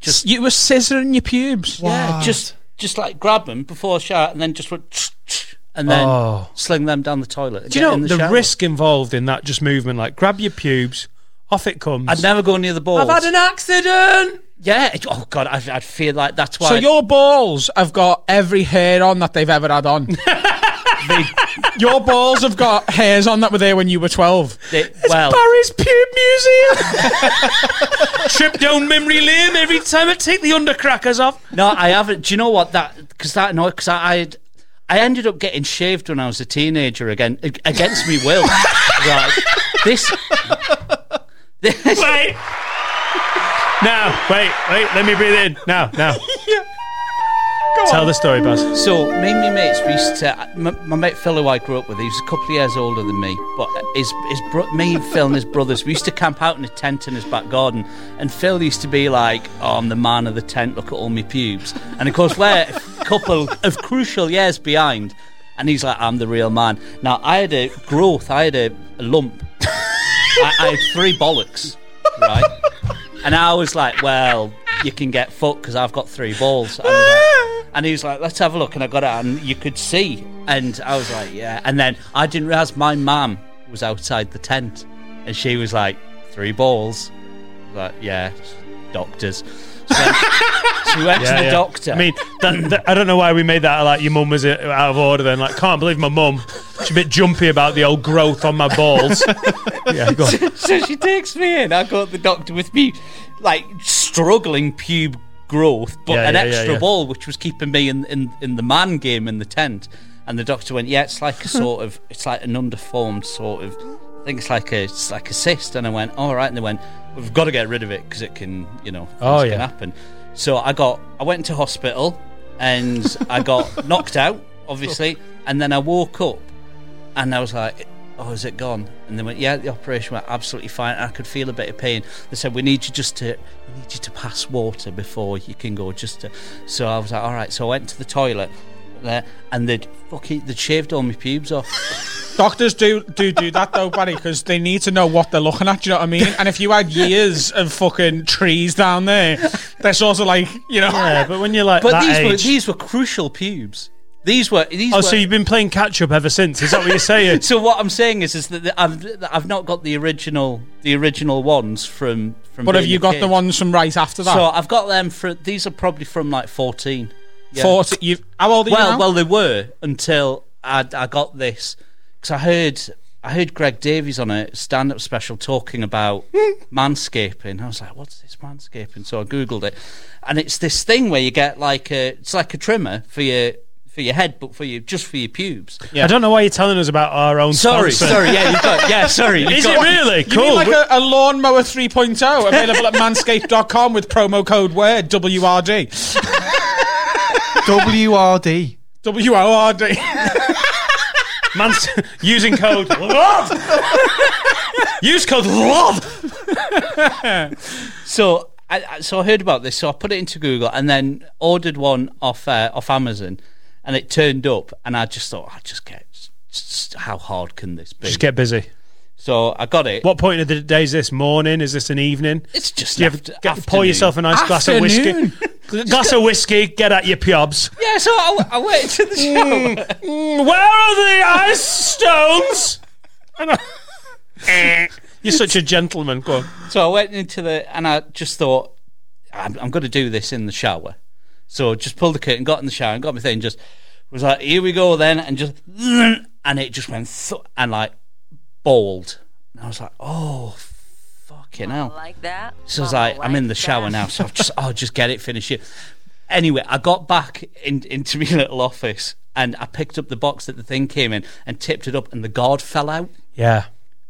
S9: just you were scissoring your pubes.
S4: yeah, just just like grab them before a shower and then just went tch, tch, and then
S1: Oh.
S4: sling them down the toilet.
S1: Do you
S4: get
S1: know
S4: in the,
S1: the,
S4: shower.
S1: risk involved in that just movement? Like, grab your pubes, off it comes.
S4: I'd never go near the balls.
S1: I've had an accident.
S4: Yeah. it- Oh God, I'd, I'd feel like that's why.
S9: So your balls have got every hair on that they've ever had on. your balls have got hairs on that were there when you were 12.
S4: They- well,
S1: Barry's Pube Museum. Trip down memory lane every time I take the undercrackers off.
S4: no, I haven't. Do you know what that? Because that no, because I I'd, I ended up getting shaved when I was a teenager again ag- against me will. right. This. this
S1: Wait. Now, wait, wait. Let me breathe in. Now, now. Tell the story, Baz.
S4: So, me and my mates, we used to. My, my mate Phil, who I grew up with, he was a couple of years older than me, but his, his bro, me, Phil, and his brothers, we used to camp out in a tent in his back garden. And Phil used to be like, Oh, I'm the man of the tent, look at all my pubes. And of course, we're a couple of crucial years behind. And he's like, I'm the real man. Now, I had a growth, I had a, a lump. I, I had three bollocks, right? And I was like, Well, you can get fucked because I've got three balls. And he was like, and he was like, let's have a look. And I got out and you could see. And I was like, yeah. And then I didn't realize my mum was outside the tent. And she was like, three balls. Like, yeah, doctors. So she went to the doctor.
S1: I mean, that, that- I don't know why we made that like your mum was uh, out of order. Then, like, can't believe my mum. She's a bit jumpy about the old growth on my balls. yeah, go on.
S4: so she takes me in. I go to the doctor with me, like struggling pube growth, but
S1: Yeah,
S4: an
S1: yeah, yeah,
S4: extra
S1: yeah.
S4: ball, which was keeping me in, in in the man game in the tent. And the doctor went, "Yeah, it's like a sort of, it's like an underformed sort of, I think it's like a, it's like a cyst." And I went, "All right." And they went, "We've got to get rid of it because it can, you know, things
S1: Oh,
S4: can
S1: yeah.
S4: happen." So I got, I went to hospital. and I got knocked out, obviously. And then I woke up, and I was like, "Oh, is it gone?" And they went, "Yeah, the operation went absolutely fine." And I could feel a bit of pain. They said, "We need you just to, we need you to pass water before you can go." Just to, so I was like, "All right." So I went to the toilet, there, and they'd fucking they shaved all my pubes off.
S9: Doctors do do do that though, Barry, because they need to know what they're looking at. Do you know what I mean? And if you had years of fucking trees down there, they're sort of like you know.
S1: Yeah, Uh, but when you're like
S4: But
S1: that
S4: these were
S1: age-
S4: these were crucial pubes. These were these.
S1: oh,
S4: were,
S1: so you've been playing catch up ever since? Is that what you're saying?
S4: so what I'm saying is, is that the- I've that I've not got the original the original ones from from.
S9: But have
S4: being
S9: you
S4: a
S9: got
S4: kid.
S9: the ones from right after that?
S4: So I've got them for. These are probably from like 14. Yeah.
S9: 14 you've- how old are you
S4: well,
S9: now?
S4: well, they were until I I got this because I heard I heard Greg Davies on a stand up special talking about manscaping. I was like, what's this manscaping? So I googled it, and it's this thing where you get like a it's like a trimmer for your for your head, but for you just for your pubes.
S1: I don't know why you're telling us about our own.
S4: Sorry,
S1: sponsor.
S4: sorry, yeah, you've got- yeah, sorry, you've
S1: Is
S4: got-
S1: it really
S9: You
S1: cool?
S9: mean like a, a lawnmower 3.0 available at manscaped.com with promo code word WRD.
S10: WRD.
S9: WRD.
S1: Mans- using code love. Use code love.
S4: so I, I- so I heard about this, so I put it into Google and then ordered one off uh, off Amazon, and it turned up, and I just thought, I just get just, how hard can this be?
S1: Just get busy.
S4: So I got it.
S1: What point of the day is this? Morning? Is this an evening?
S4: It's just
S1: Do you ever
S4: after-
S1: get, pour yourself a nice glass of
S9: Afternoon.
S1: whiskey. glass of whiskey. Get at your pubs.
S4: Yeah, so I, I went to the
S1: Mm.
S4: show.
S1: Where are the ice stones? Eh. You're such a gentleman. Go on.
S4: so I went into the and I just thought I'm, I'm going to do this in the shower. So just pulled the curtain, got in the shower, and got my thing. Just was like, here we go then, and just and it just went th- and like balled. And I was like, oh fucking hell!
S13: Like that.
S4: So I was like, I'm in the shower now, so I'll just, I'll just get it, finish it. Anyway, I got back in, into my little office and I picked up the box that the thing came in and tipped it up, and the guard fell out.
S1: Yeah,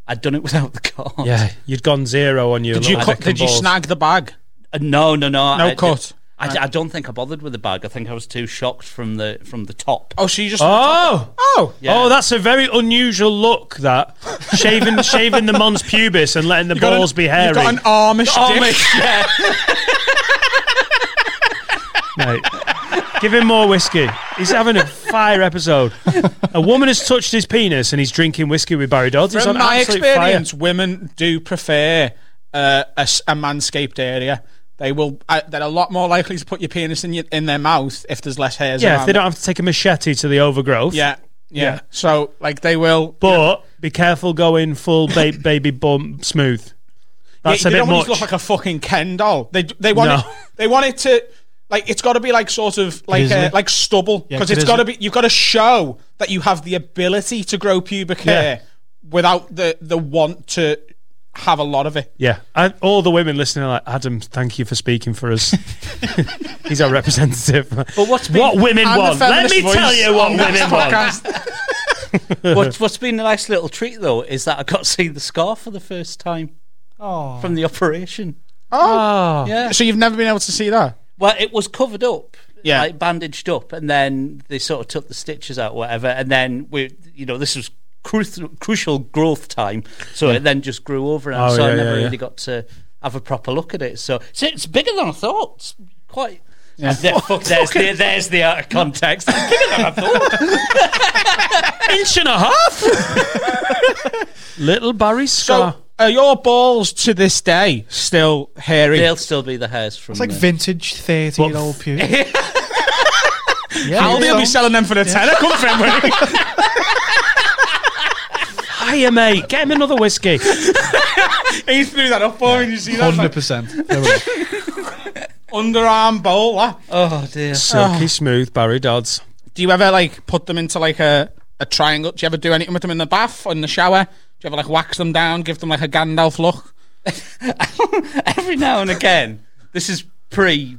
S4: I'd done it without the guard.
S1: yeah. You'd gone zero on your.
S4: Did you
S1: little
S4: cut-
S1: dick and
S4: did you
S1: balls.
S4: snag the bag? Uh, no, no, no.
S1: No
S4: I,
S1: cut.
S4: I, I don't think I bothered with the bag. I think I was too shocked from the from the top.
S9: Oh, so you just.
S1: Oh,
S9: oh,
S4: Yeah.
S1: oh! That's a very unusual look. That shaving, shaving the mons pubis and letting the
S9: got an-
S1: balls be
S9: you've
S1: hairy.
S9: got an Amish
S1: Amish, yeah. Mate, give him more whiskey. He's having a fire episode. A woman has touched his penis and he's drinking whiskey with Barry Dodds. He's
S9: From
S1: on
S9: my
S1: absolute
S9: experience, women do prefer uh, a, s- a manscaped area. They will. Uh, they're a lot more likely to put your penis in your, in their mouth if there's less
S1: fire.
S9: hairs.
S1: Yeah, if
S9: around
S1: they
S9: it.
S1: don't have to take a machete to the overgrowth.
S9: Yeah, yeah.
S1: Yeah.
S9: So like they will.
S1: But be careful going full ba- baby bump smooth. That's
S9: yeah,
S1: a
S9: they
S1: bit
S9: don't want it
S1: much.
S9: to look like a fucking Ken doll. They they want
S1: No.
S9: it. They want it to like it's got to be like sort of like
S1: isn't
S9: uh,
S1: it?
S9: like stubble
S1: Yeah,
S9: because
S1: 'cause
S9: it's
S1: it
S9: got to be
S1: isn't.
S9: you've got to show that you have the ability to grow pubic hair without the the want to have a lot of it.
S1: Yeah, and all the women listening are like, Adam, thank you for speaking for us. He's our representative. But
S4: what's been-
S1: what women
S4: I'm the
S1: want? Let
S4: feminist
S1: me tell
S4: voice
S1: you what
S4: on this
S1: women want.
S4: podcast. what, what's been a nice little treat though is that I got to see the scar for the first time
S9: Oh.
S4: from the operation.
S9: Oh.
S4: Yeah.
S9: So you've never been able to see that?
S4: Well, it was covered up,
S9: Yeah.
S4: like bandaged up, and then they sort of took the stitches out, whatever, and then we, you know, this was crucial, crucial growth time, so
S1: Yeah.
S4: it then just grew over, and
S1: Oh, yeah,
S4: so I never
S1: yeah, yeah.
S4: really got to have a proper look at it. So, so it's bigger than I thought. It's quite. Ah,
S9: Yeah.
S4: There- fuck, there's, the, there's the out of context. It's bigger than I thought.
S1: Inch and a half. Little Barry Scar.
S9: So are your balls to this day still hairy?
S4: They'll still be the hairs from.
S10: It's like
S4: the-
S10: vintage 30 year old pubes.
S9: yeah, How they'll be selling them for the tenner come from when-
S1: Hiya, mate. Get him another whiskey.
S9: He threw that up for me. You see that? Like,
S10: 100%. There we go.
S9: underarm bowl. ah.
S4: Oh dear.
S1: Silky smooth Barry Dodds.
S9: Do you ever like put them into like a, a triangle? Do you ever do anything with them in the bath or in the shower? Do you ever like wax them down, give them like a Gandalf look?
S4: every now and again, this is pre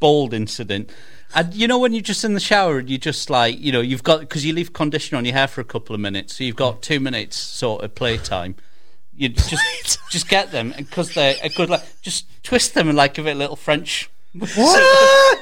S4: bald incident. And you know when you're just in the shower and you just like you know you've got because you leave conditioner on your hair for a couple of minutes, so you've got two minutes sort of playtime. You just just get them and because they're a good like just twist them and like give it a little French
S10: What?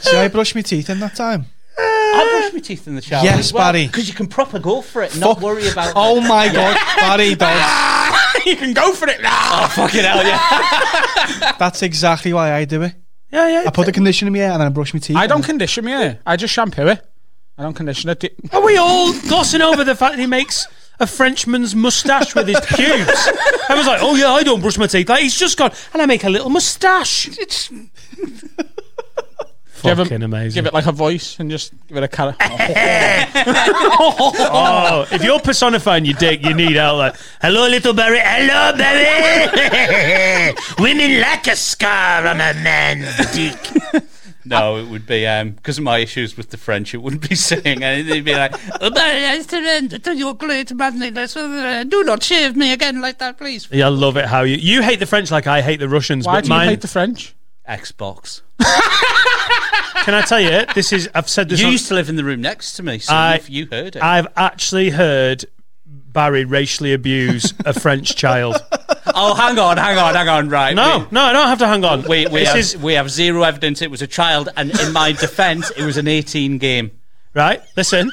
S10: See, I brushed my teeth in that time.
S4: I brush my teeth in the shower.
S10: Yes, Barry.
S4: Because you can proper go for it, and not
S10: Fuck.
S4: worry about.
S10: Oh my God, Barry does.
S9: you can go for it now.
S4: Oh fucking hell, yeah.
S10: That's exactly why I do it.
S9: Yeah, yeah.
S10: I put the conditioner in my hair and then I brush my teeth.
S9: I don't condition my hair. I just shampoo it. I don't condition it.
S1: Are we all glossing over the fact that he makes a Frenchman's mustache with his pubes? I was like, oh yeah, I don't brush my teeth. Like he's just gone, and I make a little mustache. It's
S9: Give
S1: fucking amazing.
S9: Give it like a voice and just give it a carrot.
S1: oh, if you're personifying your dick, you need out like, hello, little Barry. Hello, Barry. Women like a scar on a man's dick.
S4: No, it would be um because of my issues with the French, it wouldn't be saying anything. It'd be like, "Oh, Barry, I surrender to your great madness. Do not shave me again like that, please."
S1: Yeah, I love it how you you hate the French like I hate the Russians.
S9: Why
S1: but
S9: do you
S1: mine,
S9: hate the French?
S4: Xbox.
S1: Can I tell you? This is I've said this.
S4: You
S1: on-
S4: used to live in the room next to me, so
S1: I-
S4: if you heard it.
S1: I've actually heard Barry racially abuse a French child.
S4: oh, hang on, hang on, hang on. Right?
S1: No, Oh, no, I don't have to hang on.
S4: We we,
S1: This
S4: have,
S1: is-
S4: we have zero evidence it was a child, and in my defence, it was an 18 game.
S1: Right? Listen.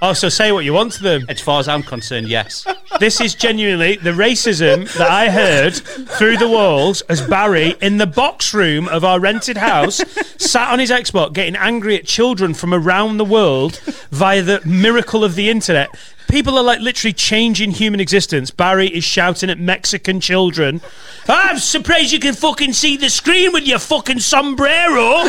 S1: Oh, so say what you want to them.
S4: As far as I'm concerned, yes.
S1: This is genuinely the racism that I heard through the walls as Barry in the box room of our rented house sat on his Xbox getting angry at children from around the world via the miracle of the internet. People are like literally changing human existence. Barry is shouting at Mexican children, I'm surprised you can fucking see the screen with your fucking sombrero.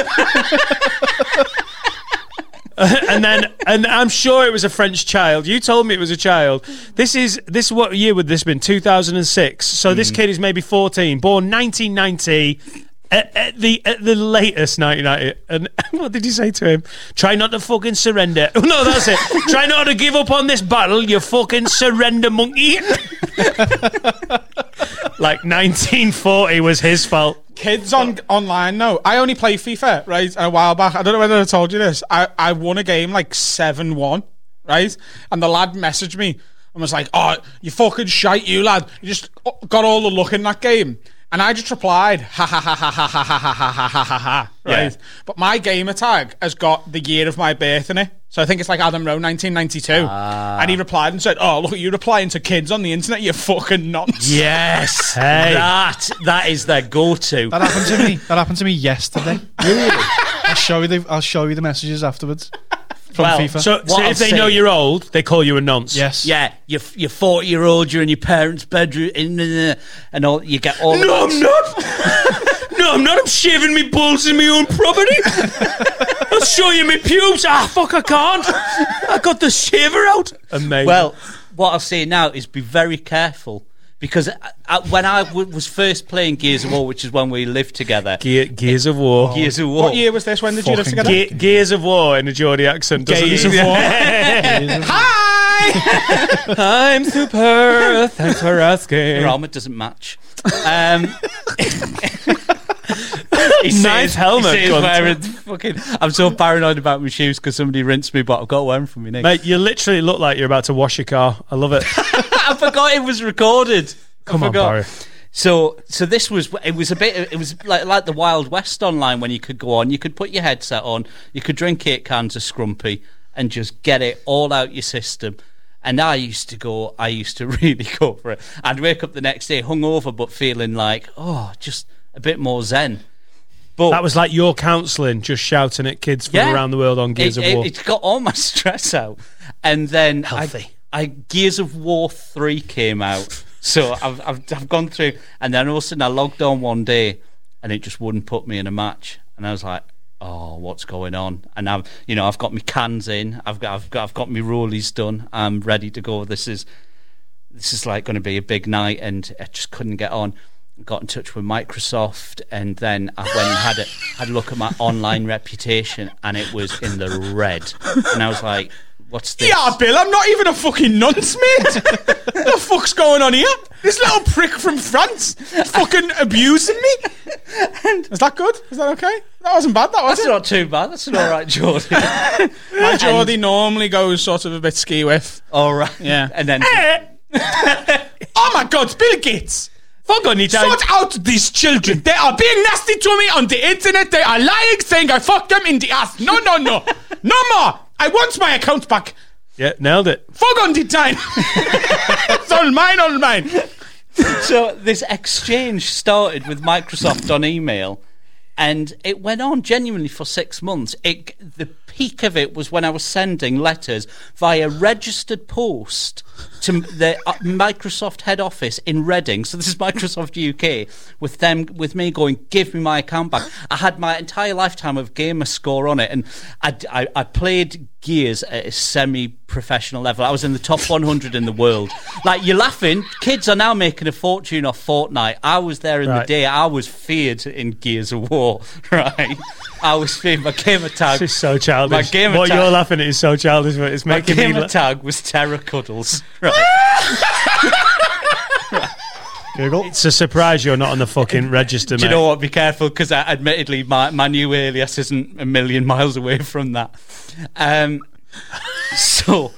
S1: and then and I'm sure it was a French child. You told me it was a child. This is this what year would this been? 2006. So
S4: Mm.
S1: this kid is maybe 14, born 1990. At, at the at the latest 1990, and what did you say to him? Try not to fucking surrender. Oh, no, that's it. Try not to give up on this battle. You fucking surrender, monkey. like 1940 was his fault.
S9: Kids on online now. I only play FIFA, right? A while back. I don't know whether I told you this. I, I won a game like 7 1, right? And the lad messaged me and was like, Oh, you fucking shite, you lad. You just got all the luck in that game. And I just replied, ha ha ha ha ha ha ha ha ha ha ha ha.
S1: Yeah.
S9: Right. But my gamer tag has got the year of my birth in it. So I think it's like Adam Rowe, 1992. And he replied and said, Oh, look at you replying to kids on the internet, you fucking nonsense.
S4: Yes,
S1: Hey.
S4: that that is their go-to.
S10: That happened to me. That happened to me yesterday. Really? I'll show you the I'll show you the messages afterwards from
S4: Well,
S10: FIFA.
S1: So, so
S4: What
S1: if
S4: I've
S1: they know
S4: seen-
S1: you're old, they call you a nonce.
S10: yes.
S4: Yeah, you're you're forty year old. You're in your parents' bedroom, and, and all you get all.
S1: No, I'm not. No, I'm not. I'm shaving me balls in my own property. I'll show you my pubes. Ah, fuck, I can't. I got the shaver out. Amazing.
S4: Well, what I'll say now is be very careful because I, I, when I w- was first playing Gears of War, which is when we lived together,
S1: Ge- Gears of War.
S4: Gears of War.
S9: What year was this? When did you live
S10: Fucking
S9: together?
S1: Ge- Gears of War in a Geordie accent. doesn't
S9: Gears
S1: it?
S9: of War.
S1: I'm super. Thanks for
S4: Your
S1: asking.
S4: armor doesn't match. Um, he
S1: Nice helmet,
S4: He says
S1: Gunther.
S4: wearing fucking, I'm so paranoid about my shoes because somebody rinsed me, but I've got one from your neck.
S1: Mate, you literally look like you're about to wash your car. I love it.
S4: I forgot it was recorded.
S1: Come
S4: I
S1: on,
S4: forgot.
S1: Barry.
S4: So, so this was it was a bit it was like like the Wild West online when you could go on, you could put your headset on, you could drink eight cans of scrumpy and just get it all out your system. And I used to go, I used to really go for it. I'd wake up the next day hungover, but feeling like oh, just a bit more zen. But
S1: That was like your counselling, just shouting at kids from around the world on Gears
S4: it,
S1: of War.
S4: It, has got all my stress out, and then I, I Gears of War three came out, so I've, I've I've gone through, and then all of a sudden I logged on one day, and it just wouldn't put me in a match, and I was like. Oh, what's going on? And I've, you know, I've got my cans in. I've got, I've got, I've got my rollies done. I'm ready to go. This is, this is like going to be a big night, and I just couldn't get on. Got in touch with Microsoft, and then I went and had a had a look at my online reputation, and it was in the red. And I was like, "What's this?"
S9: Yeah, Bill, I'm not even a fucking nonce, mate. the fuck's going on here? This little prick from France is fucking abusing me. Is that good? Is that okay? That wasn't bad. That was
S4: That's
S9: it.
S4: not too bad. That's an all right, Jordan.
S9: My Geordie normally goes sort of a bit ski with.
S4: all right, yeah. And then
S9: oh my God, it's Bill Gates.
S1: Fuck on your time.
S9: Sort out these children. They are being nasty to me on the internet. They are lying, saying I fucked them in the ass. No, no, no. no more. I want my account back.
S1: Yeah, nailed it.
S9: Fuck on the time. it's all mine, all mine.
S4: so this exchange started with Microsoft on email, and it went on genuinely for six months. It the peak of it was when I was sending letters via registered post to m- the uh, Microsoft head office in Reading. So this is Microsoft UK with them with me going, give me my account back. I had my entire lifetime of gamer score on it, and I I, I played Gears at a semi professional level. I was in the top 100 in the world. Like, you're laughing. Kids are now making a fortune off Fortnite. I was there in the
S1: Right.
S4: day. I was feared in Gears of War, right? I was feared. My gamer tag.
S1: This is so childish.
S4: My gamer
S1: what
S4: tag-
S1: you're laughing at is so childish, but it's
S4: My
S1: making me.
S4: gamer
S1: la-
S4: tag was Terra Cuddles. Right.
S10: Google.
S1: It's a surprise you're not on the fucking register,
S4: Do you
S1: mate.
S4: know what? Be careful because admittedly, my, my new alias isn't a million miles away from that. Um, so,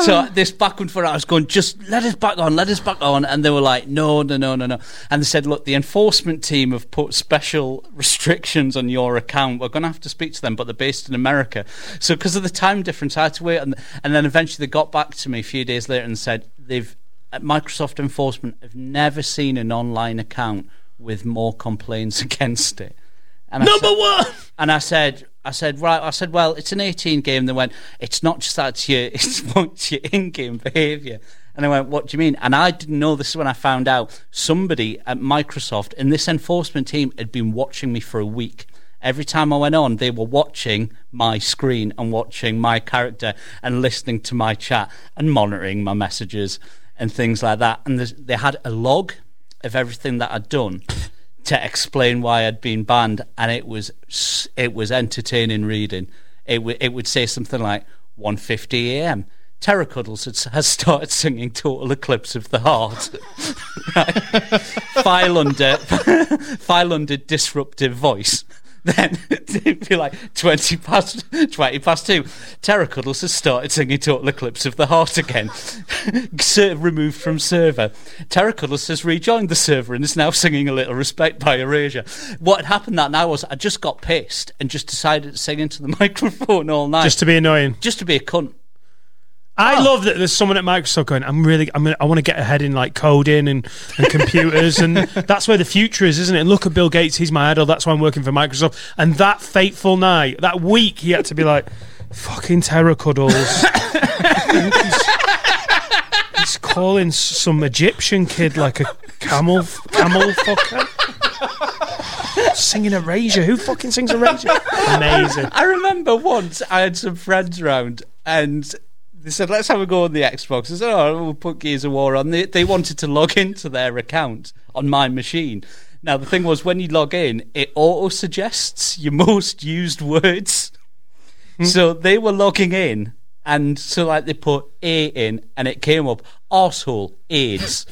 S4: so this back and forth, I was going, just let us back on, let us back on. And they were like, no, no, no, no, no. And they said, look, the enforcement team have put special restrictions on your account. We're going to have to speak to them, but they're based in America. So, because of the time difference, I had to wait. And, and then eventually they got back to me a few days later and said, they've, uh, Microsoft enforcement have never seen an online account with more complaints against it. And Number
S1: one.
S4: And I said, I said, right. I said, well, it's an 18 game. They went, it's not just that. It's your, it's what's your in-game behaviour. And I went, what do you mean? And I didn't know. This is when I found out somebody at Microsoft and this enforcement team had been watching me for a week. Every time I went on, they were watching my screen and watching my character and listening to my chat and monitoring my messages and things like that. And there's- they had a log of everything that I'd done to explain why I'd been banned, and it was s- it was entertaining reading. It w- it would say something like 1:50 a.m. Terra Cuddles has, has started singing "Total Eclipse of the Heart." Right. File under file under disruptive voice. Then it'd be like twenty past twenty past two. Terra Cuddles has started singing "Total Eclipse of the Heart" again. Ser- removed from server. Terra Cuddles has rejoined the server and is now singing "A Little Respect" by Erasure. What had happened that night was I just got pissed and just decided to sing into the microphone all night,
S1: Just to be annoying.
S4: just to be a cunt.
S1: I love that there's someone at Microsoft going. I'm really. I'm. Gonna, I want to get ahead in like coding and, and computers, and that's where the future is, isn't it? And look at Bill Gates. He's my idol. That's why I'm working for Microsoft. And that fateful night, that week, he had to be like, "Fucking terror cuddles." he's, he's calling s- some Egyptian kid like a camel camel fucker. Singing Erasure. Who fucking sings Erasure? Amazing.
S4: I remember once I had some friends round and they said, let's have a go on the Xbox. I said, oh, we'll put Gears of War on. They, they wanted to log into their account on my machine. Now, the thing was, when you log in, it auto suggests your most used words.
S9: Hmm.
S4: So they were logging in, and so like they put A in, and it came up arsehole AIDS.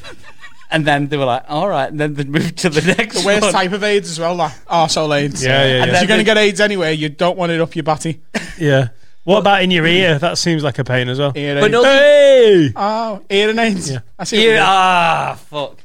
S4: and then they were like, all right, and then they moved to the next
S9: The worst
S4: one.
S9: type of AIDS as well, like arsehole AIDS.
S1: Yeah, yeah,
S9: And
S1: yeah.
S9: If you're going to get AIDS anyway, you don't want it up your batty.
S1: Yeah. What about in your ear? That seems like a pain as well.
S9: Ear
S4: But
S9: AIDS.
S4: no-
S1: Hey!
S9: Oh, ear and AIDS.
S1: Yeah.
S9: I see what you
S4: Yeah,
S9: did.
S4: ah, fuck.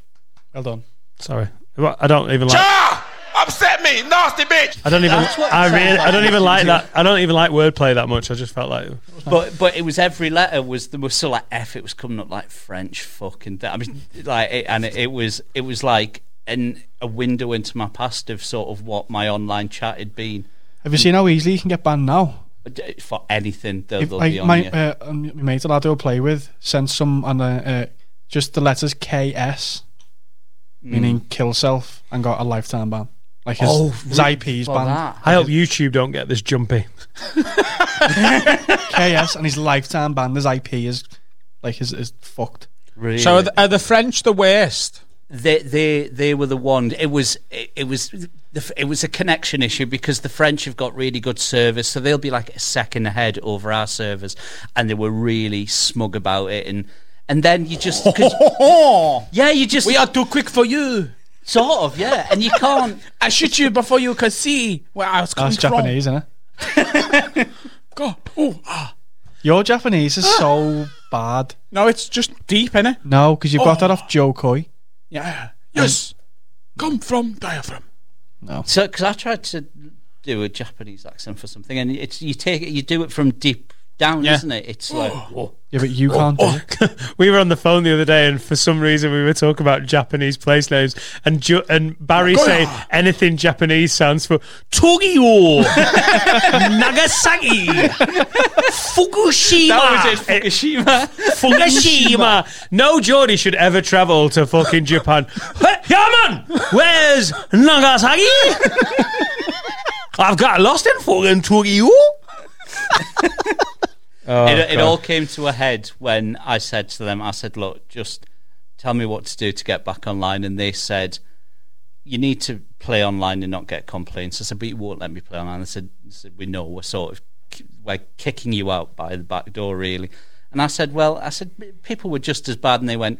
S10: Well done.
S1: Sorry, Well, I don't even like.
S5: Cha! Upset me, nasty bitch.
S1: I don't even.
S4: That's what
S1: I
S4: it sounds
S1: really. I
S4: like.
S1: don't even like that. I don't even like wordplay that much. I just felt like.
S4: But but it was every letter was there was still like F. It was coming up like French fucking. Th- I mean, like it, and it, it was it was like an a window into my past of sort of what my online chat had been
S10: Have you seen how easily you can get banned now?
S4: D- for anything. They'll,
S10: If,
S4: they'll
S10: like
S4: be on
S10: my
S4: you.
S10: uh, um, my mate, the lad who I play with, sent some on uh, uh, just the letters KS, meaning kill self, and got a lifetime ban. Like his,
S4: Oh,
S10: his IP's
S4: for
S10: banned.
S4: that.
S1: I hope YouTube don't get this jumpy.
S10: KS and his lifetime ban. His IP is like is is fucked.
S4: Really.
S9: So are the, are the French the worst?
S4: they they they were the one. It was it, it was the, f- it was a connection issue because the French have got really good service, so they'll be like a second ahead over our servers, and they were really smug about it. And and then you just 'cause- yeah, you just
S9: We are too quick for you.
S4: sort of yeah, and you can't.
S9: I shoot you before you can see where I was coming
S10: That's Japanese, isn't it?
S9: from. God. Oh, ah.
S10: Your Japanese is so bad.
S9: No, it's just deep, innit?
S10: No, because you got that off Joe Coy.
S9: Yeah. Yes. come from diaphragm.
S10: No.
S4: So, because I tried to do a Japanese accent for something, and it's you take it, you do it from deep down,
S1: Yeah.
S4: isn't it? It's like
S10: Yeah, but you
S1: can't. we were on the phone the other day, and for some reason, we were talking about Japanese place names, and ju- and Barry
S11: Nagoya.
S1: saying anything Japanese sounds for Tokyo, Nagasaki, Fukushima. Eh,
S11: That
S4: was it, Fukushima.
S1: Fukushima. No Geordie should ever travel to fucking Japan. Hey, yeah, man, where's Nagasaki? I've got lost in fucking Tokyo. Oh,
S4: it, it
S1: God.
S4: all came to a head when I said to them, I said, look, just tell me what to do to get back online. And they said, you need to play online and not get complaints. I said, but you won't let me play online. I said, I said we know, we're sort of, we're kicking you out by the back door, really. And I said, well, I said, people were just as bad. And they went,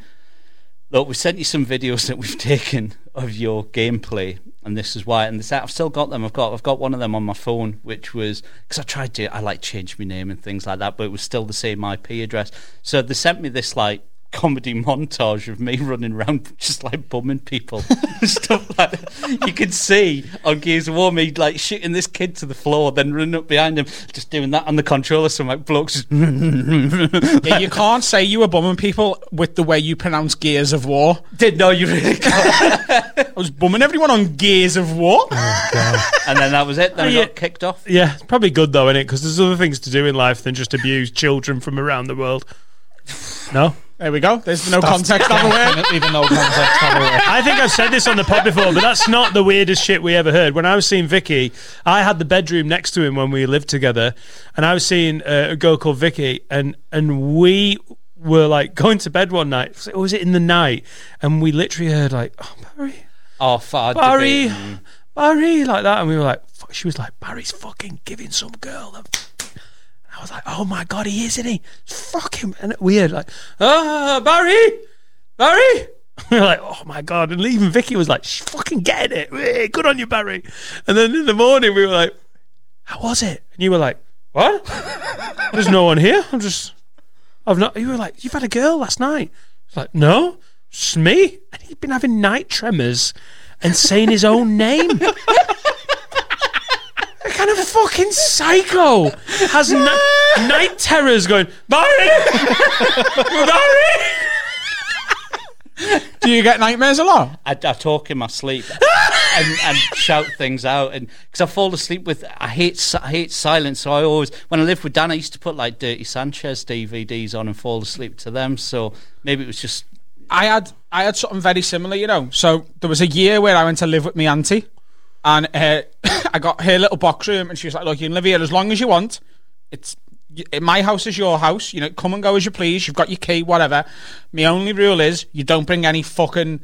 S4: look, we sent you some videos that we've taken of your gameplay, and this is why. And this, I've still got them. I've got I've got one of them on my phone, which was because I tried to I like changed my name and things like that, but it was still the same IP address. So they sent me this like comedy montage of me running around just like bumming people and stuff like that. You could see oh, on Gears of War me like shooting this kid to the floor, then running up behind him, just doing that on the controller. So my blokes just
S9: yeah, you can't say you were bombing people with the way you pronounce Gears of War.
S4: Did no, you really can't.
S9: I was bombing everyone on Gears of War.
S4: and then that was it. Then I
S1: Yeah.
S4: got kicked off.
S1: Yeah, it's probably good though, isn't it? Because there's other things to do in life than just abuse children from around the world. No,
S9: there we go. There's no context other way.
S10: Even no context other way.
S1: I think I've said this on the pod before, but that's not the weirdest shit we ever heard. When I was seeing Vicky, I had the bedroom next to him when we lived together, and I was seeing uh, a girl called Vicky, and and we were like going to bed one night. Or was it in the night? And we literally heard like oh,
S4: Oh, far
S1: Barry,
S4: debate. Mm.
S1: Barry, like that, and we were like, fuck. she was like, Barry's fucking giving some girl. The f-" And I was like, oh my god, he is, isn't he? Fucking and weird, like, ah, Barry, Barry. We were like, oh my god, and even Vicky was like, she's fucking getting it. Hey, Good on you, Barry. And then in the morning, we were like, how was it? And you were like, what? There's no one here. I'm just, I've not. You were like, you've had a girl last night. It's like, no, it's me. And he'd been having night tremors and saying his own name. A kind of fucking psycho has ni- night terrors going, Barry! Barry!
S9: Do you get nightmares a lot?
S4: I, I talk in my sleep and, and shout things out, and because I fall asleep with I hate si- I hate silence, so I always when I lived with Dan, I used to put like Dirty Sanchez DVDs on and fall asleep to them. So maybe it was just
S9: I had I had something very similar, you know. So there was a year where I went to live with my auntie, and uh, I got her little box room, and she was like, "Look, you can live here as long as you want. It's y- my house is your house. You know, come and go as you please. You've got your key, whatever. My only rule is you don't bring any fucking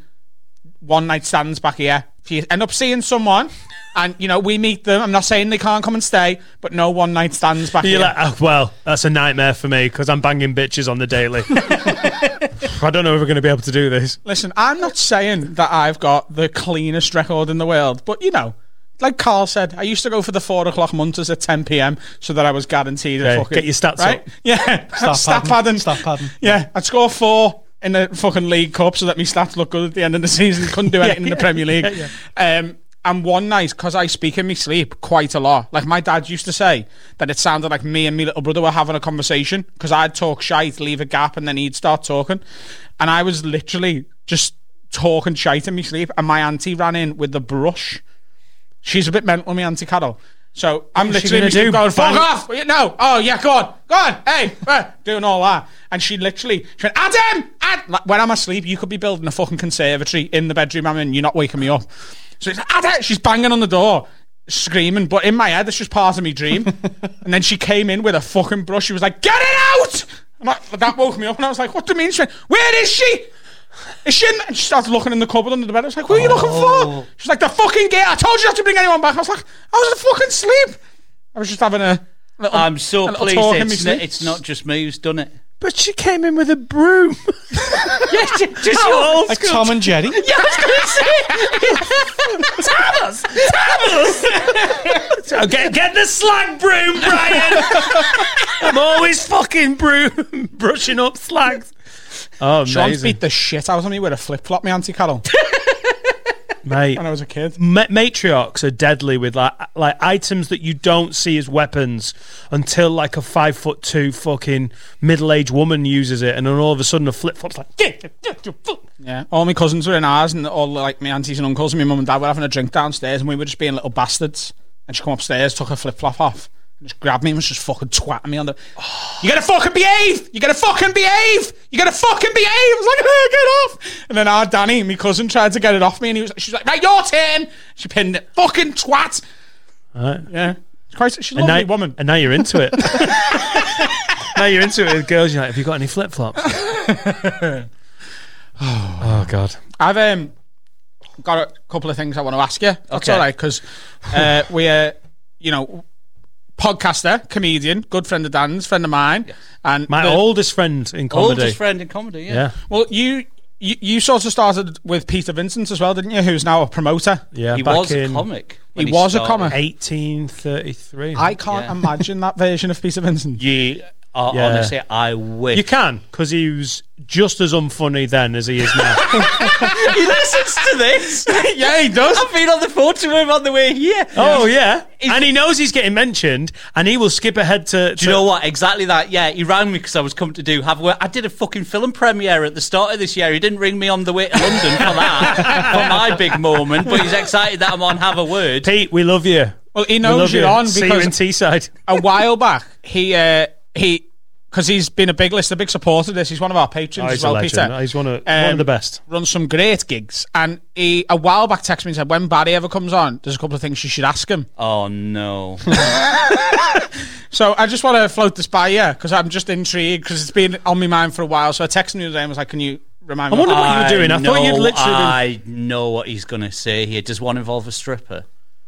S9: one night stands back here. If you end up seeing someone." And you know we meet them. I'm not saying they can't come and stay, but no one night stands back.
S1: You're
S9: here.
S1: like, oh, well, that's a nightmare for me because I'm banging bitches on the daily. I don't know if we're going to be able to do this.
S9: Listen, I'm not saying that I've got the cleanest record in the world, but you know, like Carl said, I used to go for the four o'clock munters at 10 p.m. so that I was guaranteed a
S1: Yeah,
S9: fucking
S1: get your stats
S9: right?
S1: up.
S9: Yeah,
S10: Stat
S9: stat
S10: padding.
S9: padding.
S10: Stat padding.
S9: Yeah, I'd score four in the fucking League Cup so that my stats look good at the end of the season. Couldn't do
S1: Yeah,
S9: anything in the
S1: yeah,
S9: Premier League.
S1: yeah,
S9: Um, and one night, because I speak in my sleep quite a lot, like my dad used to say that it sounded like me and my little brother were having a conversation because I'd talk shite, leave a gap, and then he'd start talking. And I was literally just talking shite in my sleep. And my auntie ran in with the brush. She's a bit mental, my auntie Carol. So I'm
S1: What's she
S9: literally in my
S1: gonna
S9: sleep
S1: do?
S9: going, fuck
S1: Bang-
S9: off! Well, yeah, No, oh yeah, go on, go on, hey, uh, doing all that. And she literally, she went, Adam, Ad-, like, when I'm asleep, you could be building a fucking conservatory in the bedroom I'm in, you're not waking me up. So it's, Adam, she's banging on the door, screaming, but in my head, it's just part of me dream. and then she came in with a fucking brush, she was like, get it out! And that, that woke me up, and I was like, what do you mean? She went, where is she? Is she in? And she starts looking in the cupboard under the bed. I was like, "What are you looking
S1: Oh.
S9: for?" She's like, "The fucking gate! I told you not to bring anyone back." I was like, "I was in fucking sleep. I was just having a little."
S4: I'm so
S9: a little
S4: pleased
S9: talk in
S4: it's,
S9: my
S4: n-
S9: sleep.
S4: it's not just me who's done it.
S1: But she came in with a broom.
S4: yes,
S1: Just your old
S10: Like
S1: school-
S10: Tom and Jerry.
S11: Yeah, I was gonna say. Thomas! Thomas!
S1: So get, get the slag broom, Brian. I'm always fucking broom brushing up slags. Oh,
S9: Sean
S1: amazing.
S9: beat the shit out of me with a flip flop, me auntie Carol.
S1: mate.
S9: when I was a kid.
S1: Ma- matriarchs are deadly with like like items that you don't see as weapons until like a five foot two fucking middle aged woman uses it, and then all of a sudden a flip flop's like.
S9: Yeah, all my cousins were in ours, and all like my aunties and uncles and my mum and dad were having a drink downstairs, and we were just being little bastards. And she come upstairs, took her flip flop off, and just grabbed me and was just fucking twatting me on the. You gotta fucking behave! You gotta fucking behave! You gotta fucking behave! I was like, "Ah, get off! And then our Danny, my cousin, tried to get it off me, and he was. She was like, right, your turn. She pinned it. Fucking twat. Yeah, Christ, she's a
S1: and
S9: lovely
S1: now,
S9: woman.
S1: And now you're into it. now you're into it with girls. You're like, have you got any flip flops? oh God.
S9: I've um got a couple of things I want to ask you. That's
S1: Okay.
S9: all right because uh, we, uh, you know, podcaster, comedian, good friend of Dan's, friend of mine, and
S1: My
S9: the-
S1: oldest friend in comedy.
S4: Oldest friend in comedy, yeah.
S1: Yeah.
S9: Well, you, you you sort of started with Peter Vincent as well, didn't you? Who's now a promoter?
S1: Yeah, He back was a in- comic
S9: He,
S1: when he
S9: was
S1: started.
S9: a comic.
S1: 1833.
S9: I can't
S1: Yeah.
S9: imagine that version of Peter Vincent.
S1: You
S4: Oh,
S9: are- honestly,
S1: I wish you can because he was just as unfunny then as he is now.
S4: he listens to this.
S9: yeah, he does.
S4: I've been on the phone to him on the way here.
S1: oh yeah, and he knows he's getting mentioned, and he will skip ahead to.
S4: Do you know what? Exactly that. Yeah, he rang me because I was coming to do have work. I did a fucking film premiere at the start of this year. He didn't ring me on the way to London for that for my big moment, but he's excited that I'm on Have a Word.
S1: Pete, we love you.
S9: Well, he
S1: We
S9: knows
S1: love
S9: you're on
S1: See you
S9: because-
S1: in Teesside.
S9: a while back, he uh, he because he's been a big list, a big supporter of this. He's one of our patrons
S1: Oh, he's
S9: as well,
S1: a legend.
S9: Peter. Um,
S1: He's one of- one of the best.
S9: Runs some great gigs, and he a while back texted me and said, "When Barry ever comes on, there's a couple of things you should ask him."
S4: Oh no!
S9: So I just want to float this by you because I'm just intrigued because it's been on my mind for a while. So I texted him the other day and was like, "Can you remind me?"
S4: know- I know what he's going to say here. Does one involve a stripper?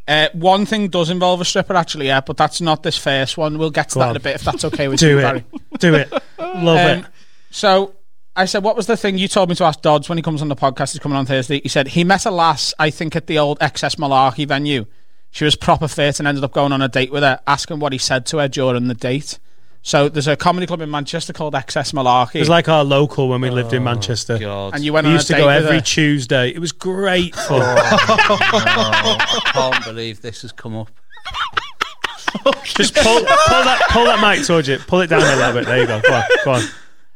S9: Uh, one thing does involve a stripper, actually, yeah, but that's not this first one. We'll get to
S4: Go
S9: that in
S4: on.
S9: a bit if that's okay with
S1: Do
S9: you,
S1: it.
S9: Barry.
S1: Do it. Love it.
S9: Um, So I said, What was the thing you told me to ask Dodds when he comes on the podcast? He's coming on Thursday. He said, He met a lass, I think, at the old XS Malarkey venue. She was proper fit and ended up going on a date with her, asking what he said to her during the date. So there's a comedy club in Manchester called XS Malarkey.
S1: It was like our local when we lived in Manchester.
S9: And you went
S1: we
S9: on
S1: used
S9: a
S1: to go
S9: date with
S1: every
S9: her. Oh.
S1: Tuesday. It was great fun.
S4: I can't believe this has come up.
S1: Just pull, pull that pull that mic towards you. Pull it down a little bit. There you go. Go on. Go on.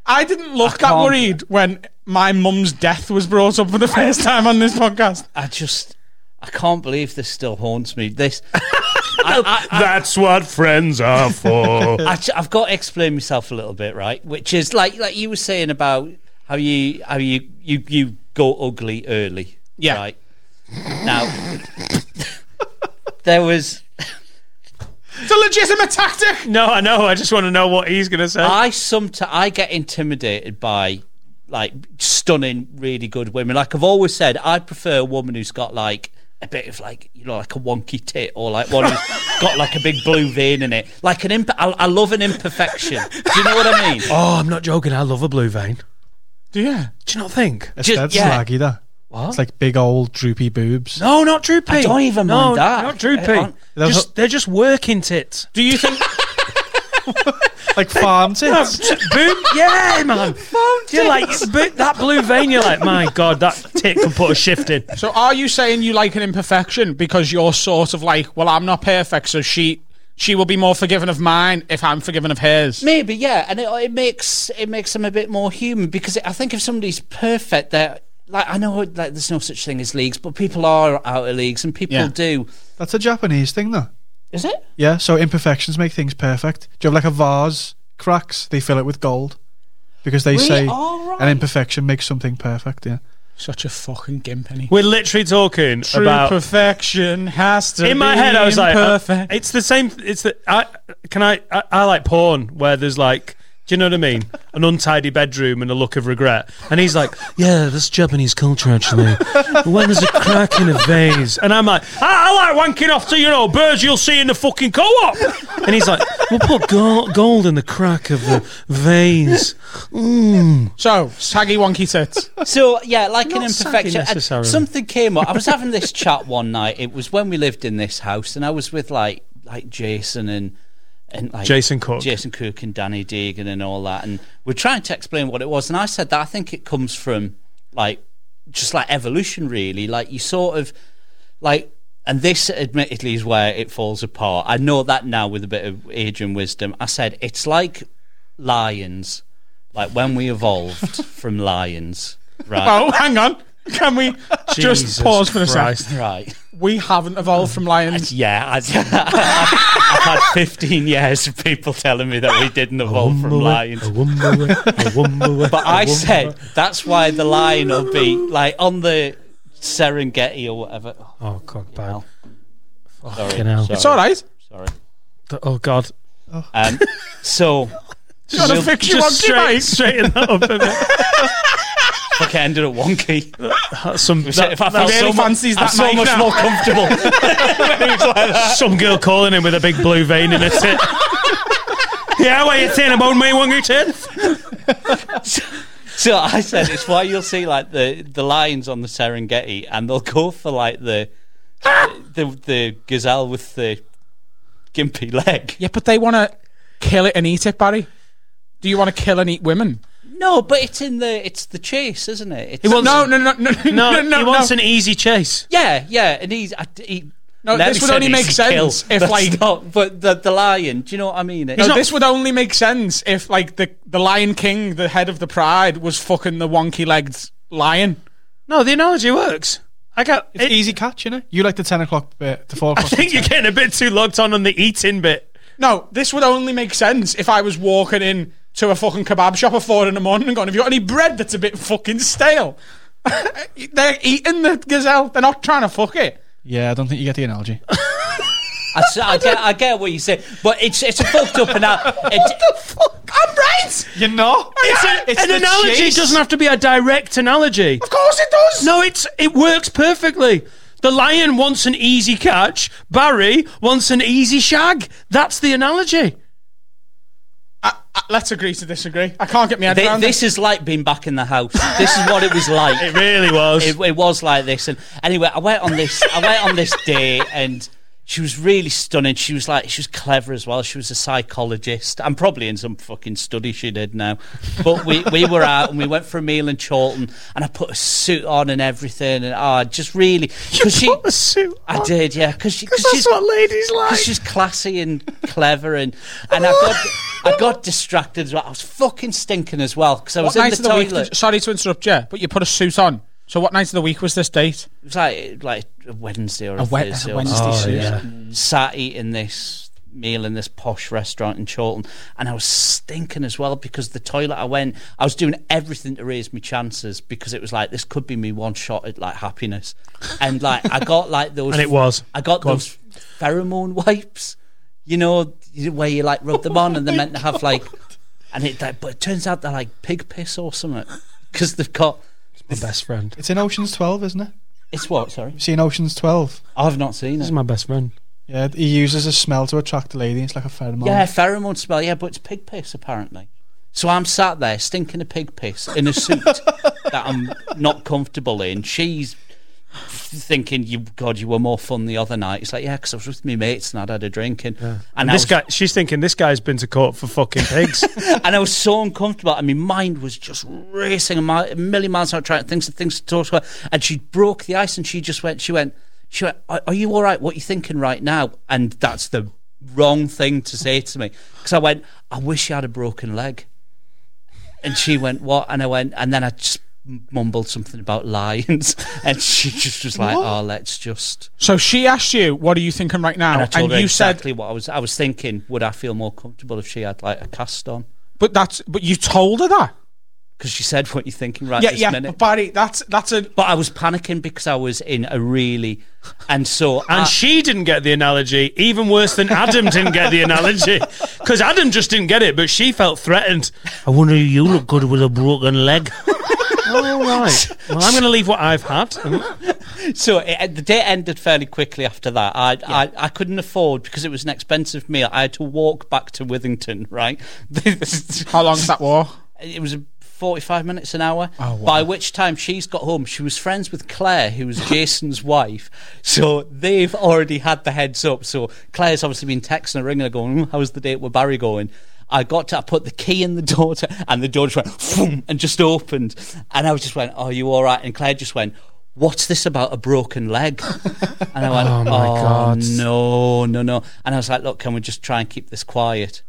S9: I didn't look that
S1: can't-
S9: worried when my mum's death was brought up for the first time on this podcast.
S4: I just, I can't believe this still haunts me. This,
S1: That's what friends are for.
S4: I, have got to explain myself a little bit, right? Which is like, like you were saying about how you, how you, you, you go ugly early, yeah. Right now, there was.
S9: It's a legitimate tactic.
S1: No, I know. I just want to know what he's going to say.
S4: I sometimes I get intimidated by like stunning, really good women. Like I've always said, I prefer a woman who's got like a bit of like you know like a wonky tit or like one who's got like a big blue vein in it. Like an imp, I, I love an imperfection. Do you know what I mean?
S1: Oh, I'm not joking. I love a blue vein.
S9: Do you?
S1: Do you not think?
S10: It's
S1: Just-
S10: dead
S1: yeah.
S10: slaggy, that.
S1: What?
S10: It's like big old droopy boobs.
S1: No, not droopy.
S10: I don't even
S1: no,
S10: mind that.
S1: Not
S10: I
S1: droopy.
S10: don't-
S1: Just, they're just working tits.
S9: Do you think?
S10: like farm tits.
S1: Boom. Yeah, man. You're like bo- that blue vein. You're like, my god, that tit can put a shift in.
S9: So are you saying you like an imperfection because you're sort of like, well, I'm not perfect, so she she will be more forgiving of mine if I'm forgiving of hers.
S4: Maybe yeah, and it, it makes it makes them a bit more human because I think if somebody's perfect, they're like I know like there's no such thing as leagues, but people are out of leagues and people
S10: Yeah.
S4: do.
S10: That's a Japanese thing, though.
S4: Is it?
S10: Yeah, so imperfections make things perfect. Do you have like a vase cracks? They fill it with gold because they
S9: Really?
S10: say
S9: All right.
S10: an imperfection makes something perfect. Yeah,
S9: Such a fucking gimp, any.
S1: We're literally talking
S9: True
S1: about
S9: perfection has to.
S1: in my head, I was like,
S9: perfect.
S1: uh, it's the same. It's the I can I, I I like porn where there's like, do you know what I mean? An untidy bedroom and a look of regret. And he's like, yeah, that's Japanese culture actually. when there's a crack in a vase, and I'm like, I, I like wanking off to you know birds you'll see in the fucking co-op. And he's like, we'll put gold, gold in the crack of the vase. Mm.
S9: So saggy wonky tits.
S4: So yeah, like an
S9: Not saggy
S4: imperfection. And
S9: necessarily.
S4: Something came up. I was having this chat one night. It was when we lived in this house, and I was with like like Jason and and like
S1: Jason Cook.
S4: Jason Cook and Danny Deegan and all that, and we're trying to explain what it was. And I said that I think it comes from like just like evolution, really. Like you sort of like, and this admittedly is where it falls apart. I know that now with a bit of age and wisdom. I said it's like lions, like when we evolved from lions. Right.
S9: Oh, hang on. Can we
S4: Jesus
S9: just pause for a
S4: Christ.
S9: second?
S4: Right.
S9: We haven't evolved from lions.
S4: Yeah, I, I've had 15 years of people telling me that we didn't evolve
S1: Oh
S4: from lions. But I said that's why the lion will be like on the Serengeti or whatever.
S1: Oh god, bad.
S4: Sorry,
S1: Oh, Fucking hell.
S4: sorry,
S1: It's all right.
S4: Sorry.
S1: Oh god.
S4: Um, so
S1: Just
S4: so-
S1: fix you Just on, straight- Mike. straighten that up a bit.
S4: Okay, I ended up wonky.
S1: Some,
S4: that, if I
S1: that-
S4: felt
S1: really
S4: so mu-
S1: fancies
S4: I'm
S1: that
S4: so
S1: mic
S4: much
S1: now.
S4: more comfortable.
S1: Some girl calling him with a big blue vein in her tit. yeah, what are you saying about me, Wongy Tits?
S4: So I said it's why you'll see like the the lions on the Serengeti, and they'll go for like the the, the gazelle with the gimpy leg.
S9: Yeah, but they want to kill it and eat it, Barry. Do you want to kill and eat women?
S4: No, but it's in the it's the chase, isn't it? It's
S9: no, no, no, no, no, no, no.
S1: he wants an easy chase.
S4: Yeah, yeah, and he's. I, he,
S9: No,
S4: Larry
S9: this would
S4: said
S9: only
S4: he's
S9: make
S4: a
S9: sense
S4: kill.
S9: if,
S4: That's
S9: like-
S4: not- but the, the lion. Do you know what I mean? Oh, It's
S9: No,
S4: not-
S9: this would only make sense if, like, the, the Lion King, the head of the pride, was fucking the wonky legged lion.
S1: No, the analogy works. I got.
S10: It's easy catch, you know. You like the ten o'clock bit, the four
S1: I
S10: o'clock.
S1: think you're getting a bit too logged on on the eating bit.
S9: No, this would only make sense if I was walking in to a fucking kebab shop at four in the morning and going, Have you got any bread that's a bit fucking stale? They're eating the gazelle. They're not trying to fuck it.
S10: yeah, I don't think you get the analogy.
S4: I, s- I get, I get what you say, but it's it's a fucked up and I, it,
S9: I'm right.
S10: You're not.
S1: It's, a, an analogy doesn't have to be a direct analogy.
S9: Of course it does.
S1: No, it's it works perfectly. The lion wants an easy catch. Barry wants an easy shag. That's the analogy.
S9: Uh, let's agree to disagree. I can't get my head
S4: thi-
S9: around
S4: this
S9: this.
S4: is like being back in the house. This is what it was like.
S1: It really was.
S4: it, it was like this. And anyway, I went on this. I went on this date, and she was really stunning. She was like, she was clever as well. She was a psychologist. I'm probably in some fucking study she did now. But we we were out and we went for a meal in Chorlton, and I put a suit on and everything, and ah, just really because she
S1: Put the suit
S4: I
S1: on.
S4: did, yeah, because she,
S1: 'Cause
S4: cause
S1: that's
S4: she's,
S1: what ladies like.
S4: 'cause she's classy and clever, and and I got I got distracted as well. I was fucking stinking as well because I was
S9: What
S4: in
S9: night
S4: the
S9: of the week?
S4: toilet.
S9: did- Sorry to interrupt you, but you put a suit on. So what night of the week was this date?
S4: It was like like a Wednesday or a,
S9: A Wed- a
S4: Thursday.
S9: Wednesday
S4: or
S9: Oh,
S4: something. Mm.
S9: yeah.
S4: Sat eating this meal in this posh restaurant in Chorlton, and I was stinking as well because the toilet I went, I was doing everything to raise my chances because it was like this could be me one shot at like happiness, and like I got like those,
S1: And it was.
S4: I got
S1: Go on.
S4: those pheromone wipes, you know, you- where you like rub them on and they're meant to have like, and it like, but it turns out they're like pig piss or something because they've got.
S1: My best friend.
S10: It's in Ocean's Twelve, isn't it?
S4: It's what? Sorry,
S10: You seen Ocean's Twelve?
S4: I've not seen
S1: This
S4: it.
S1: is my best friend.
S10: Yeah, he uses a smell to attract a lady. It's like a pheromone.
S4: Yeah, pheromone smell. Yeah, but it's pig piss apparently. So I'm sat there stinking of pig piss in a suit that I'm not comfortable in. She's thinking, "You God, you were more fun the other night." It's like, yeah, because I was with my mates and I'd had a drink and and,
S1: And
S4: I
S1: this
S4: was,
S1: guy, she's thinking this guy's been to court for fucking pigs.
S4: and I was so uncomfortable. And my mind was just racing a, mile, a million miles an hour trying to things and things to talk about. And she broke the ice and she just went, she went, she went, are, are you all right? What are you thinking right now? And that's the wrong thing to say to me. Because I went, I wish you had a broken leg. And she went, what? And I went, and then I just mumbled something about lions. And she just was like, oh, let's just.
S9: So she asked you, "What are you thinking right now?"
S4: And I told her
S9: Oh, you said,
S4: exactly what I was. I was thinking, would I feel more comfortable if she had like a cast on?
S9: "But that's but you told her that."
S4: Because she said, "What you thinking right
S9: yeah,
S4: this
S9: yeah,
S4: minute?"
S9: but Barry, that's that's a
S4: But I was panicking because I was in a really, and so
S1: And
S9: Uh,
S4: I,
S1: she didn't get the analogy, even worse than Adam didn't get the analogy. Because Adam just didn't get it, but she felt threatened. I wonder if you look good with a broken leg.
S9: Oh,
S1: All right. Well, I'm going to leave what I've had.
S4: so it, the day ended fairly quickly after that. I, I I couldn't afford because it was an expensive meal. I had to walk back to Withington. Right,
S9: how long's that war?
S4: it was forty-five minutes an hour.
S1: Oh,
S4: By which time she's got home. She was friends with Claire, who was Jason's wife. So they've "Hmm, already had the heads up. So Claire's obviously been texting her, ringing her, going, "Mm, "How's the date with Barry going?" I got to, I put the key in the door, to, and the door just went, "Vroom," and just opened. And I was just went, "Are you all right?" And Claire just went, "What's this about a broken leg?" And I went, "Oh,
S1: my God.
S4: no, no, no!" And I was like, "Look, can we just try and keep this quiet?"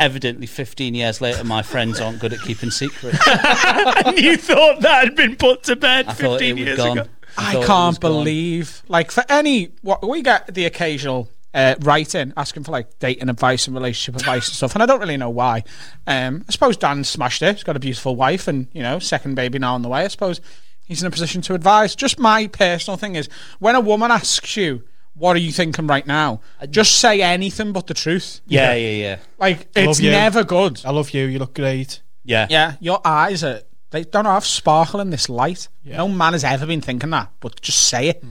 S4: Evidently, 15 years later, my friends aren't good at keeping secrets.
S1: and you thought that had been put to bed
S4: I thought
S1: 15
S4: it was
S1: years
S4: gone.
S1: ago.
S9: I can't believe, like, for any what we get the occasional uh, writing asking for like dating advice and relationship advice and stuff, and I don't really know why. Um, I suppose Dan smashed it. He's got a beautiful wife and you know second baby now on the way. I suppose he's in a position to advise. Just my personal thing is when a woman asks you. What are you thinking right now? Just say anything but the truth.
S4: Yeah, yeah, yeah.
S9: Like
S10: I love
S9: it's
S10: you.
S9: never good.
S10: I love you. You look great.
S4: Yeah.
S9: Yeah, your eyes are they don't have sparkle in this light. No man has ever been thinking that, but just say it.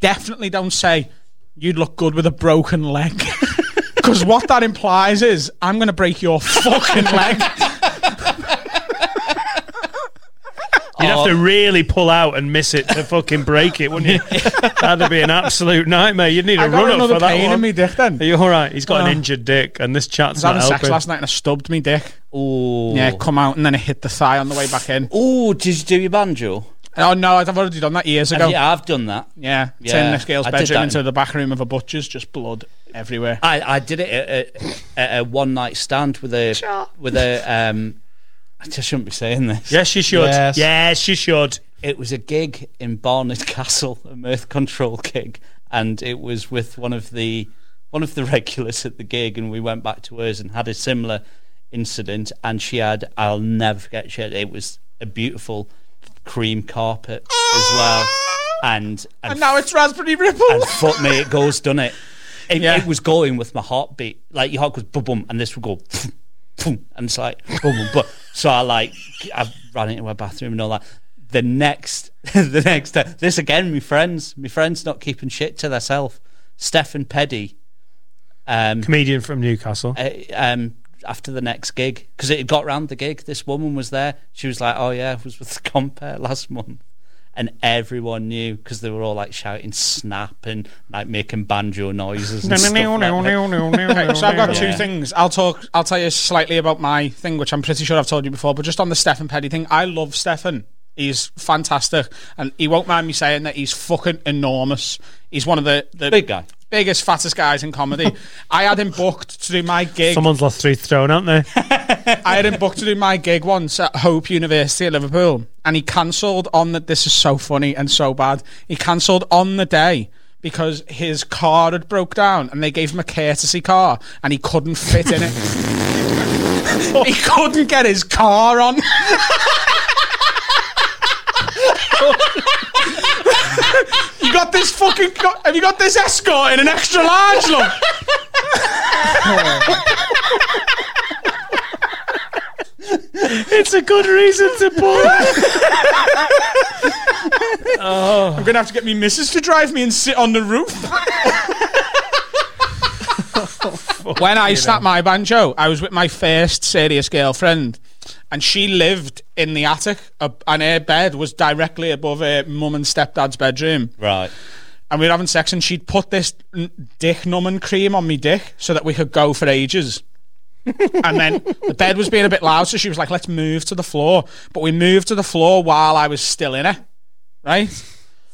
S9: Definitely don't say you'd look good with a broken leg. Because what that implies is I'm going to break your fucking leg.
S1: You'd have
S9: Oh.
S1: to really pull out and miss it to fucking break it, wouldn't you? That'd be an absolute nightmare. You'd need a
S9: I got
S1: run up
S9: another
S1: for that
S9: pain
S1: one.
S9: in me dick then.
S1: Are you all right? He's got
S9: Oh.
S1: an injured dick, and this
S9: I was
S1: chat's not
S9: having
S1: helping.
S9: sex last night and I stubbed me dick.
S4: Oh,
S9: Yeah, come out and then I hit the thigh on the way back in.
S4: Oh, did you do your banjo?
S9: Oh no, I've already done that years ago.
S4: Have you- I've done that.
S9: Yeah,
S4: Yeah,
S9: turning this girl's
S4: I did
S9: bedroom
S4: that.
S9: into the back room of a butcher's, just blood everywhere.
S4: I, I did it at, at, at a one night stand with a with a um. I just shouldn't be saying this.
S1: Yes, you should. Yes. you should.
S4: It was a gig in Barnard Castle, a mirth control gig, and it was with one of the one of the regulars at the gig, and we went back to hers and had a similar incident, and she had I'll never forget. She had it was a beautiful cream carpet as well, and and
S9: And now it's raspberry ripple.
S4: and fuck me, it goes, done it? It, it was going with my heartbeat. Like your heart goes boom, boom, and this would go boom, boom, and it's like boom, boom, boom. So I like I ran into my bathroom and all that. The next, the next day, this again, my friends, my friends not keeping shit to themselves. Stefan Peddy, um,
S1: Comedian from Newcastle.
S4: uh, um, after the next gig, because it had got round the gig, this woman was there. She was like, "Oh yeah, I was with the compare last month," and everyone knew because they were all like shouting "snap" and like making banjo noises. And stuff like that.
S9: Okay, so I've got two
S4: Yeah.
S9: things. I'll talk. I'll tell you slightly about my thing, which I'm pretty sure I've told you before. But just on the Stefan Petty thing, I love Stefan. He's fantastic, and he won't mind me saying that he's fucking enormous. He's one of the, the
S4: Big guy.
S9: biggest, fattest guys in comedy. I had him booked to do my gig.
S1: Someone's lost three thrown, aren't they?
S9: I had him booked to do my gig once at Hope University at Liverpool, and he cancelled on the. This is so funny and so bad. He cancelled on the day because his car had broke down, and they gave him a courtesy car, and he couldn't fit in it. he couldn't get his car on. you got this fucking. co- Have you got this escort in an extra large, love?
S1: it's a good reason to pull.
S9: I'm gonna have to get me missus to drive me and sit on the roof. when I snapped my banjo, I was with my first serious girlfriend, and she lived in the attic, uh, and her bed was directly above her mum and stepdad's bedroom.
S4: Right.
S9: And we were having sex, and she'd put this n- dick numbing cream on me dick so that we could go for ages. and then the bed was being a bit loud, so she was like, "Let's move to the floor." But we moved to the floor while I was still in it, right?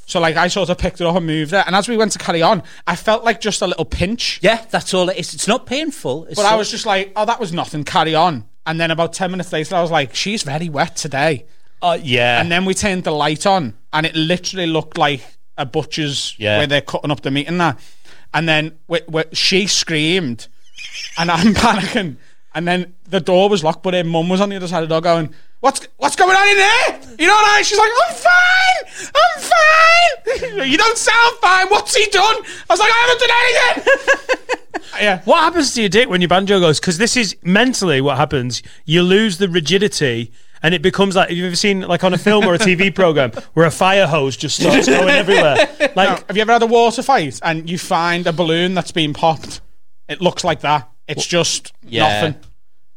S9: So like, I sort of picked it up and moved it. And as we went to carry on, I felt like just a little pinch.
S4: Yeah, that's all it is. It's not painful. It's
S9: But I
S4: so-
S9: was just like, oh, that was nothing. Carry on. And then about ten minutes later, I was like, she's very wet today.
S4: Oh, yeah.
S9: And then we turned the light on, and it literally looked like a butcher's
S4: Yeah.
S9: where they're cutting up the meat and that. And then we, we, she screamed, and I'm panicking. And then the door was locked, but her mum was on the other side of the door going, "What's what's going on in there? You know what? I?" She's like, "I'm fine, I'm fine. you don't sound fine. What's he done?" I was like, "I haven't done anything." yeah.
S1: What happens to your dick when your banjo goes? Because this is mentally what happens. You lose the rigidity. And it becomes like have you ever seen like on a film or a TV program where a fire hose just starts going everywhere? Like
S9: Have you ever had a water fight and you find a balloon that's been popped? It looks like that. It's just
S4: Yeah.
S9: nothing.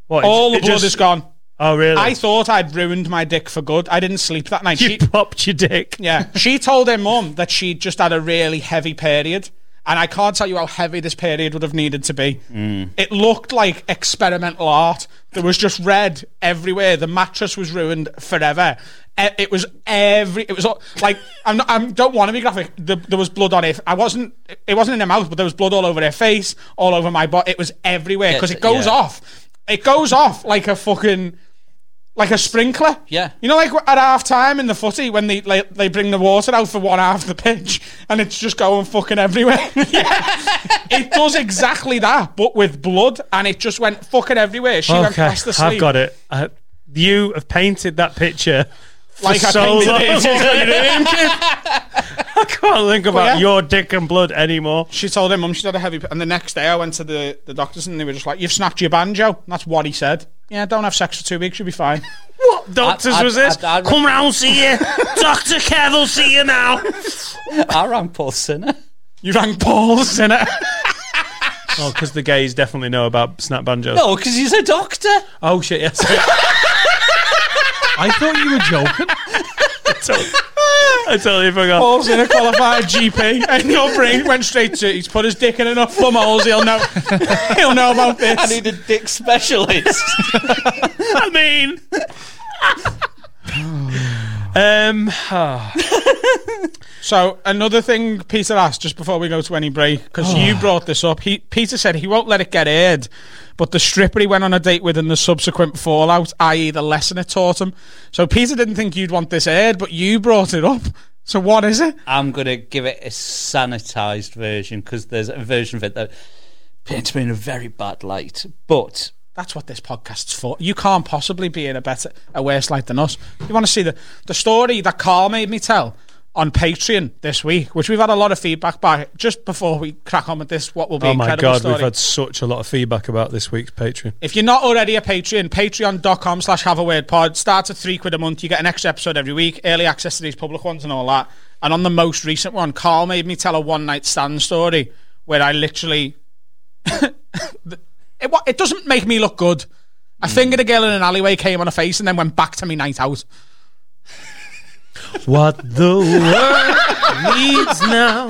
S1: what?
S9: All the
S1: it
S9: blood
S1: just-
S9: is gone.
S1: Oh really?
S9: I thought I'd ruined my dick for good. I didn't sleep that night.
S1: you
S9: She,
S1: popped your dick.
S9: yeah, she told her mum that she'd just had a really heavy period, And I can't tell you how heavy this period would have needed to be.
S4: Mm.
S9: It looked like experimental art. There was just red everywhere. The mattress was ruined forever. E- It was every. It was all- like I'm. Not, I'm don't want to be graphic. The, there was blood on it. I wasn't. It wasn't in her mouth, but there was blood all over her face, all over my body. It was everywhere because
S4: Yes,
S9: it goes
S4: yeah.
S9: off. It goes off like a fucking like a sprinkler.
S4: Yeah.
S9: You know, like at half time in the footy when they like, they bring the water out for one half the pitch and it's just going fucking everywhere. it does exactly that, but with blood, and it just went fucking everywhere. She went past the sleeve.
S1: I've got it. I, you have painted that picture for
S9: Like I
S1: so
S9: painted
S1: long.
S9: it.
S1: I can't think about
S9: yeah.
S1: your dick and blood anymore.
S9: She told her mum she'd had a heavy, p- and the next day I went to the, the doctors and they were just like, "You've snapped your banjo." And that's what he said. Yeah, don't have sex for two weeks, you'll be fine.
S1: what doctors was this? Come round, see you. Dr. Kev will see you now.
S4: I rang Paul Sinner.
S9: You rang Paul Sinner?
S1: Oh, because the gays definitely know about snap banjos.
S4: No, because he's a doctor.
S1: Oh shit! Yes.
S10: I thought you were joking.
S1: I totally forgot.
S9: Paul's in a qualified GP, and your brain went straight to. He's put his dick in enough plum holes. He'll know. He'll know about this.
S4: Oh, I need a dick specialist.
S1: I mean, um. ah.
S9: so another thing Peter asked just before we go to any break because you brought this up. He Peter said he won't let it get aired, but the stripper he went on a date with and the subsequent fallout, i.e., the lesson it taught him. So Peter didn't think you'd want this aired, but you brought it up. So what is it?
S4: I'm gonna give it a sanitized version because there's a version of it that paints me in a very bad light. But
S9: That's what this podcast's for. You can't possibly be in a better, a worse light than us. You want to see the the story that Carl made me tell on Patreon this week, which we've had a lot of feedback by. Just before we crack on with this, what will be
S1: Oh my
S9: incredible
S1: god,
S9: story.
S1: we've had such a lot of feedback about this week's Patreon.
S9: If you're not already a Patreon, patreon.com slash have a word pod. Starts at three quid a month. You get an extra episode every week, early access to these public ones and all that. And on the most recent one, Carl made me tell a one night stand story where I literally. it, wa- it doesn't make me look good. I fingered a girl in an alleyway, came on her face, and then went back to me night out.
S1: What the world needs now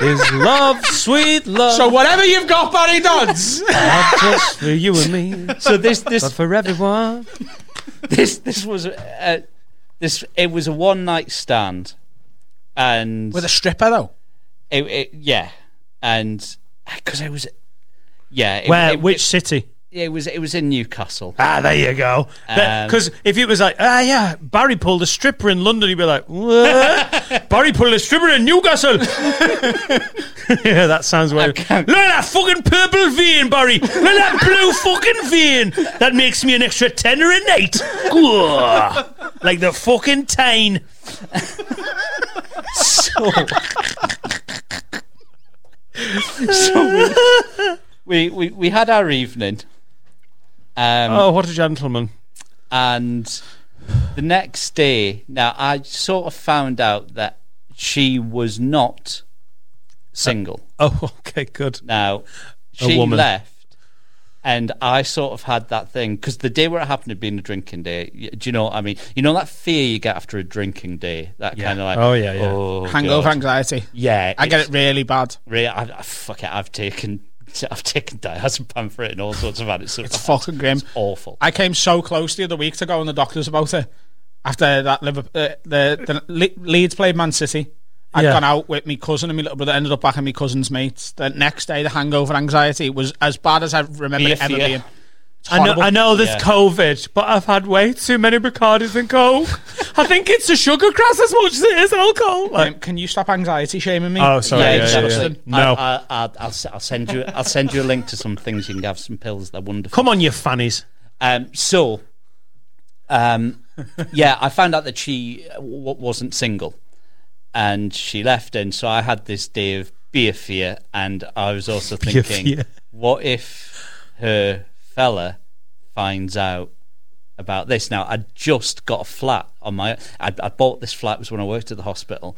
S1: is love, sweet love.
S9: So, whatever you've got, Barry Dodds.
S1: Not just for you and me.
S4: So this- this-
S1: but for everyone.
S4: this this was uh, this it was a one night stand, and
S9: With a stripper, though.
S4: it, it, yeah, and because I was yeah, it,
S1: Where?
S4: it-
S1: which
S4: it-
S1: city?
S4: it was it was in Newcastle.
S1: Ah, there you go.
S4: Um,
S1: Because if it was like, ah, yeah, Barry pulled a stripper in London, you'd be like, what? Barry pulled a stripper in Newcastle. yeah, that sounds weird. Look at that fucking purple vein, Barry. Look at that blue fucking vein. That makes me an extra tenner a night. Gah. like the fucking tine.
S4: so, so we, we, we we had our evening. Um,
S1: Oh, what a gentleman.
S4: and the next day, now I sort of found out that she was not single.
S1: Oh, okay, good.
S4: Now
S1: A
S4: she
S1: woman.
S4: left, and I sort of had that thing because the day where it happened had been a drinking day. Y- Do you know what I mean? You know that fear you get after a drinking day, that kind of like
S1: Oh, yeah, yeah.
S4: oh,
S9: Hangover
S4: God."
S9: anxiety.
S4: Yeah,
S9: I get
S4: it's-
S9: it really bad.
S4: Really, I, I, fuck it. I've taken, I've taken diazepam for it and all sorts of antics.
S9: It's fucking grim.
S4: awful.
S9: I came so close the other week to going to the doctors about it after that Liverpool, uh, the, the Le- Leeds played Man City. i had
S1: Yeah.
S9: gone out with my cousin and my little brother. Ended up back at my cousin's mates. The next day, the hangover anxiety was as bad as I remember it
S4: Fear,
S9: ever
S4: fear.
S9: being. It's
S1: I know,
S9: horrible.
S1: I know there's
S4: Yeah.
S1: COVID, but I've had way too many Bacardis and Coke. I think it's the sugar crash as much as it is alcohol. Like,
S9: Um, can you stop anxiety shaming me?
S1: Oh, sorry,
S4: yeah,
S1: yeah,
S4: exactly.
S1: yeah.
S4: I,
S1: No.
S4: I, I, I'll, s- I'll send you. I'll send you a link to some things. You can have some pills. They're wonderful.
S1: come on, you fannies.
S4: Um, so, um, yeah, I found out that she uh, w- w- wasn't single, and she left, and so I had this day of beer fear, and I was also
S1: Beer
S4: thinking,
S1: fear.
S4: what if her fella finds out about this? Now, I just got a flat on my. I, I bought this flat it was when I worked at the hospital,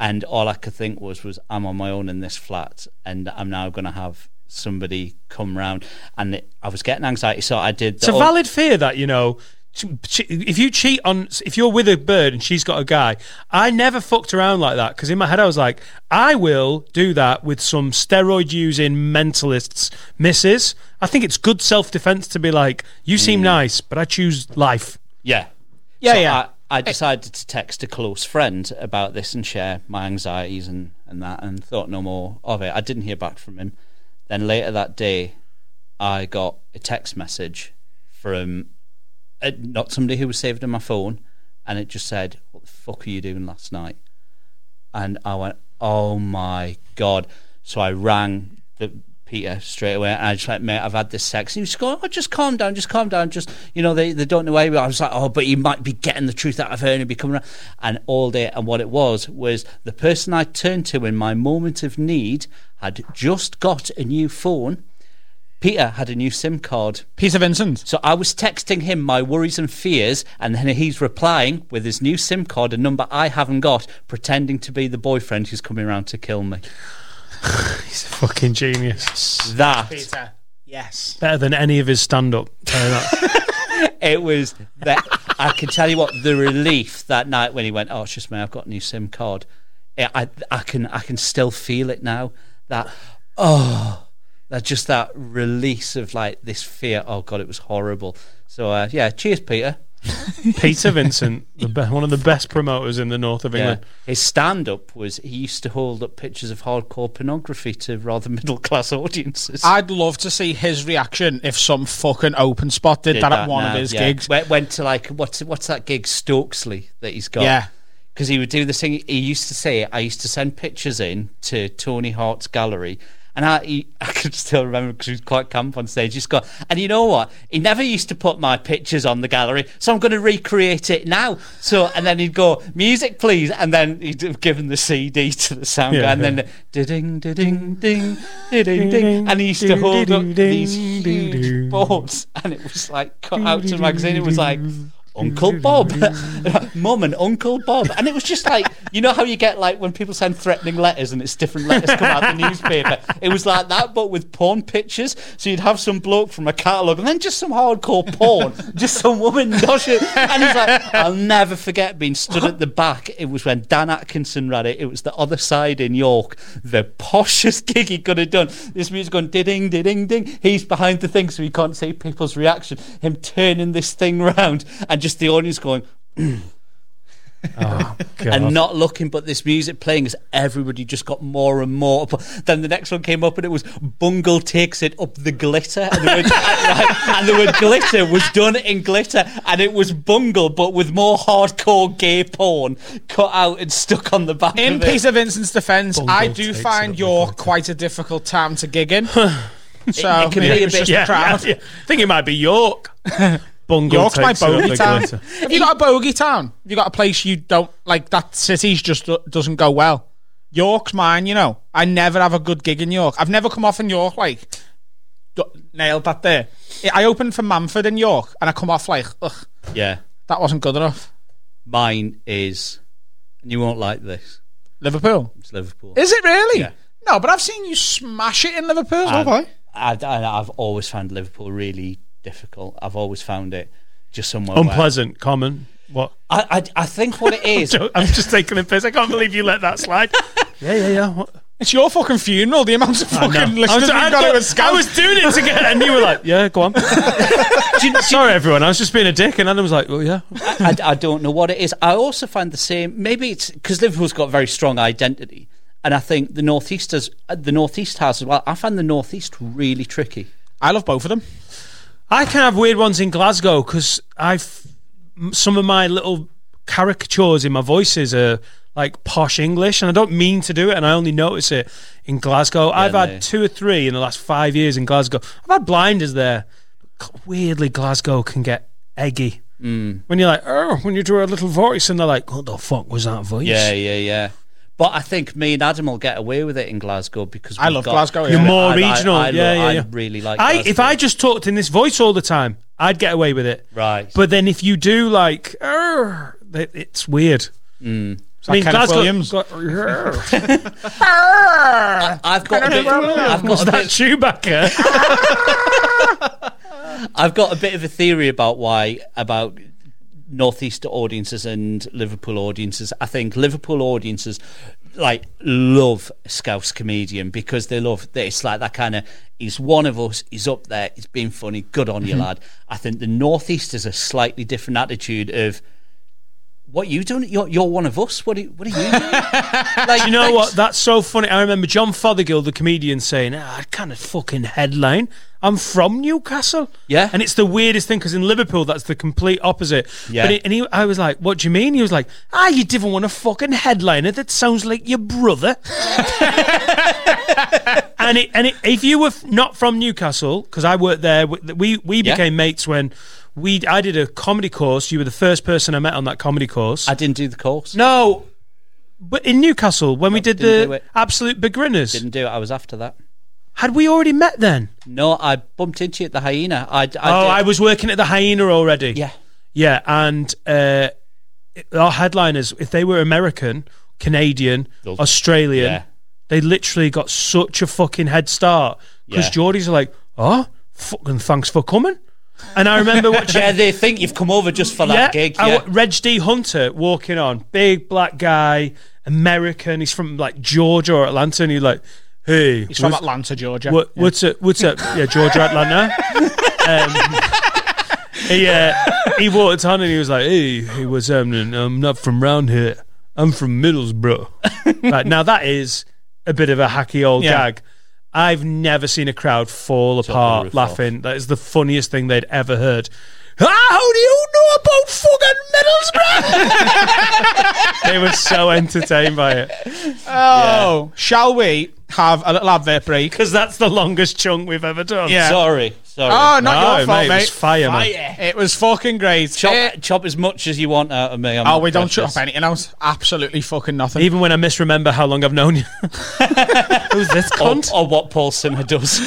S4: and all I could think was, was I'm on my own in this flat, and I'm now going to have somebody come round, and it, I was getting anxiety, so I did.
S9: Oh.
S1: It's a valid fear that, you know, che- if you cheat on if you're with a bird and she's got a guy i never fucked around like that because in my head i was like i will do that with some steroid using mentalists misses i think it's good self-defense to be like you seem
S9: Mm.
S1: nice but i choose life
S4: Yeah.
S1: Yeah,
S4: So
S1: yeah.
S4: I, I decided to text a close friend about this and share my anxieties and, and that and thought no more of it. I didn't hear back from him. Then later that day, I got a text message from uh, not somebody who was saved on my phone and it just said, What the fuck are you doing last night? And I went, Oh my God. So I rang the Peter straight away and I just like, mate, I've had this sex. And he was going, Oh, just calm down, just calm down, just you know, they, they don't know where we are. I was like, Oh, but you might be getting the truth out of her and it'd be coming around and all day and what it was was the person I turned to in my moment of need had just got a new phone. Peter had a new SIM card.
S9: Peter Vincent.
S4: So I was texting him my worries and fears, and then he's replying with his new SIM card, a number I haven't got, pretending to be the boyfriend who's coming around to kill me.
S1: fucking genius
S4: That
S9: Peter. Yes.
S1: better than any of his stand-up Tell you that.
S4: it was that I can tell you what the relief that night when he went, "Oh, it's just me. I've got a new SIM card." I, I, I can, I can still feel it now. That, oh, that just that release of like this fear. Oh God, it was horrible. So uh, yeah, cheers, Peter.
S1: peter vincent the be- one of the best promoters in the north of england
S4: His stand up was he used to hold up pictures of hardcore pornography to rather middle class audiences.
S9: I'd love to see his reaction if some fucking open spot did, that, at one
S4: now,
S9: of his
S4: yeah.
S9: gigs.
S4: Went, went to like what's what's that gig Stokesley that he's got?
S9: Yeah.
S4: because he would do this thing. He used to say, "I used to send pictures in to Tony Hart's gallery." And I, he, I can still remember because he was quite camp on stage. He's got, and you know what? He never used to put my pictures on the gallery, so I'm going to recreate it now. So, and then he'd go, "Music, please," and then he'd have given the CD to the sound
S11: Yeah,
S4: guy, and
S11: yeah.
S4: then the, ding, ding, ding, ding, ding, and he used to hold up these huge boards, and it was like cut out to the magazine. It was like Uncle Bob, Mum and Uncle Bob, and it was just like you know how you get like when people send threatening letters and it's different letters come out of the newspaper. It was like that, but with porn pictures. So you'd have some bloke from a catalogue, and then just some hardcore porn, just some woman does it, and he's like, I'll never forget being stood at the back. It was when Dan Atkinson ran it. It was the other side in York, the poshest gig he could have done. This music's going ding, ding, ding. He's behind the thing, so he can't see people's reaction. Him turning this thing round, and just the audience going. and not looking, but this music playing as everybody just got more and more. But then the next one came up, and it was Bungle takes it up the glitter, and the word, and, right, and the word glitter was done in glitter, and it was Bungle, but with more hardcore gay porn cut out and stuck on the back.
S9: In
S4: of it.
S9: Peter Vincent's defence,
S4: Bungle
S9: I do
S4: takes
S9: find York quite a difficult town to gig in. so
S1: it can be
S9: maybe
S1: a
S9: it's
S1: bit-
S9: just
S1: yeah,
S9: the crowd.
S1: yeah, yeah. I think it might be York. Bungle
S9: York's my
S1: takes it up
S9: bogey
S1: the
S9: town.
S1: glitter.
S9: Have you got a bogey town? Have you got a place you don't like? That city's just do- doesn't go well. York's mine, you know. I never have a good gig in York. I've never come off in York like d- nailed that there. I I opened for Manford in York, and I come off like, ugh,
S4: Yeah,
S9: that wasn't good enough.
S4: mine is, and you won't like this.
S9: Liverpool.
S4: It's Liverpool.
S9: Is it really? No, but I've seen you smash it in Liverpool. have I?
S4: And I, I, I've always found Liverpool really difficult. I've always found it just somewhere where-
S1: Unpleasant, common. What?
S4: I, I, I think what it is.
S1: I'm, jo- I'm just taking the piss. I can't believe you let that slide. yeah, yeah, yeah. What?
S9: It's your fucking funeral. The amount of
S1: I know.
S9: fucking
S1: I was-
S9: listeners we've
S1: I
S9: got
S1: thought-
S9: it with
S1: I was doing it to get, and you were like, "Yeah, go on." Sorry, everyone. I was just being a dick, and Adam was like, "Oh yeah."
S4: I, I don't know what it is. I also find the same. Maybe it's because Liverpool's got a very strong identity, and I think the northeast has the northeast has as well. I find the northeast really tricky.
S9: I love both of them.
S1: I can have weird ones in Glasgow because I've m- some of my little caricatures in my voices are like posh English, and I don't mean to do it, and I only notice it in Glasgow. I've
S4: no.
S1: had two or three in the last five years in Glasgow. I've had blinders there. But weirdly, Glasgow can get eggy
S4: Mm.
S1: when you're like, "Oh," when you do a little voice, and they're like, "What the fuck was that voice?"
S4: Yeah, yeah, yeah. But I think me and Adam will get away with it in Glasgow because
S1: I
S4: we've
S1: love
S4: got-
S1: Glasgow, You're yeah. more
S4: I- I-
S1: regional,
S4: I, lo-
S1: yeah, yeah,
S4: I
S1: yeah.
S4: really like.
S1: I,
S4: Glasgow.
S1: if I just talked in this voice all the time, I'd get away with it.
S4: Right.
S1: But then if you do like, "Arr," it- it's weird.
S4: Mm.
S1: I mean, Glasgow.
S9: I,
S4: I've got. A bit, I've got
S1: was
S4: a
S1: that
S4: bit,
S1: Chewbacca?
S4: I've got a bit of a theory about why about northeast audiences and Liverpool audiences. I think Liverpool audiences like love a Scouse comedian because they love that it's like that kind of he's one of us, he's up there, he's being funny, good on you,
S1: Mm-hmm.
S13: Mhm.
S4: lad. I think the northeast is a slightly different attitude of what you doing? You're, you're one of us. What are, you- what are you doing?
S1: Do you know what? That's so funny. I remember John Fothergill, the comedian, saying, ah, I kind of fucking headline. I'm from Newcastle.
S4: Yeah.
S1: And it's the weirdest thing because in Liverpool, that's the complete opposite.
S4: Yeah.
S1: But it- and he, I was like, what do you mean? He was like, ah, you didn't want a fucking headliner that sounds like your brother. and it, and it, if you were f- not from Newcastle, because I worked there, w- we, we
S4: Yeah.
S1: became mates when we I did a comedy course. You were the first person I met on that comedy course. I
S4: didn't do the course.
S1: No, but in Newcastle when we did
S4: didn't do
S1: the
S4: it.
S1: absolute begrinners,
S4: Didn't do it. I was after that.
S1: had we already met then?
S4: No, I bumped into you at the hyena. I, I
S1: oh,
S4: did-
S1: I was working at the Hyena already. Yeah, yeah, and uh, our headliners, if they were American, Canadian, Australian,
S4: Yeah.
S1: they literally got such a fucking head start because
S4: Yeah.
S1: Geordies are like, oh, fucking thanks for coming. And I remember watching.
S4: yeah, they think you've come over just for that gig.
S1: I
S4: yeah.
S1: wa- Reg D. Hunter walking on, big black guy, American. He's from like Georgia or Atlanta, and he's like, "Hey,
S9: He's from
S1: what's-
S9: Atlanta, Georgia.
S1: What,
S9: Yeah.
S1: What's up? What's up? Yeah, Georgia, Atlanta." um, he uh, he walked on and he was like, "Hey, hey what's happening? I'm not from round here. I'm from Middlesbrough." right now, that is a bit of a hacky old
S9: Yeah.
S1: gag. I've never seen a crowd fall apart
S9: roof
S1: laughing. That is the funniest thing they'd ever heard.
S11: How do you know about fucking Middlesbrough?
S1: they were so entertained by it.
S9: Oh, shall we have a little advert break?
S1: Because that's the longest chunk we've ever done.
S4: Sorry, sorry.
S9: Oh, not your fault, mate.
S4: It was fire, man.
S9: It was fucking great. Eh,
S4: Chop, chop as much as you want out of me. I'm
S9: oh,
S4: not
S9: we don't
S4: precious.
S9: chop anything else. Absolutely fucking nothing.
S1: Even when I misremember how long I've known you. Oh, Who's this cunt?
S4: Or, what Paul Simmer does.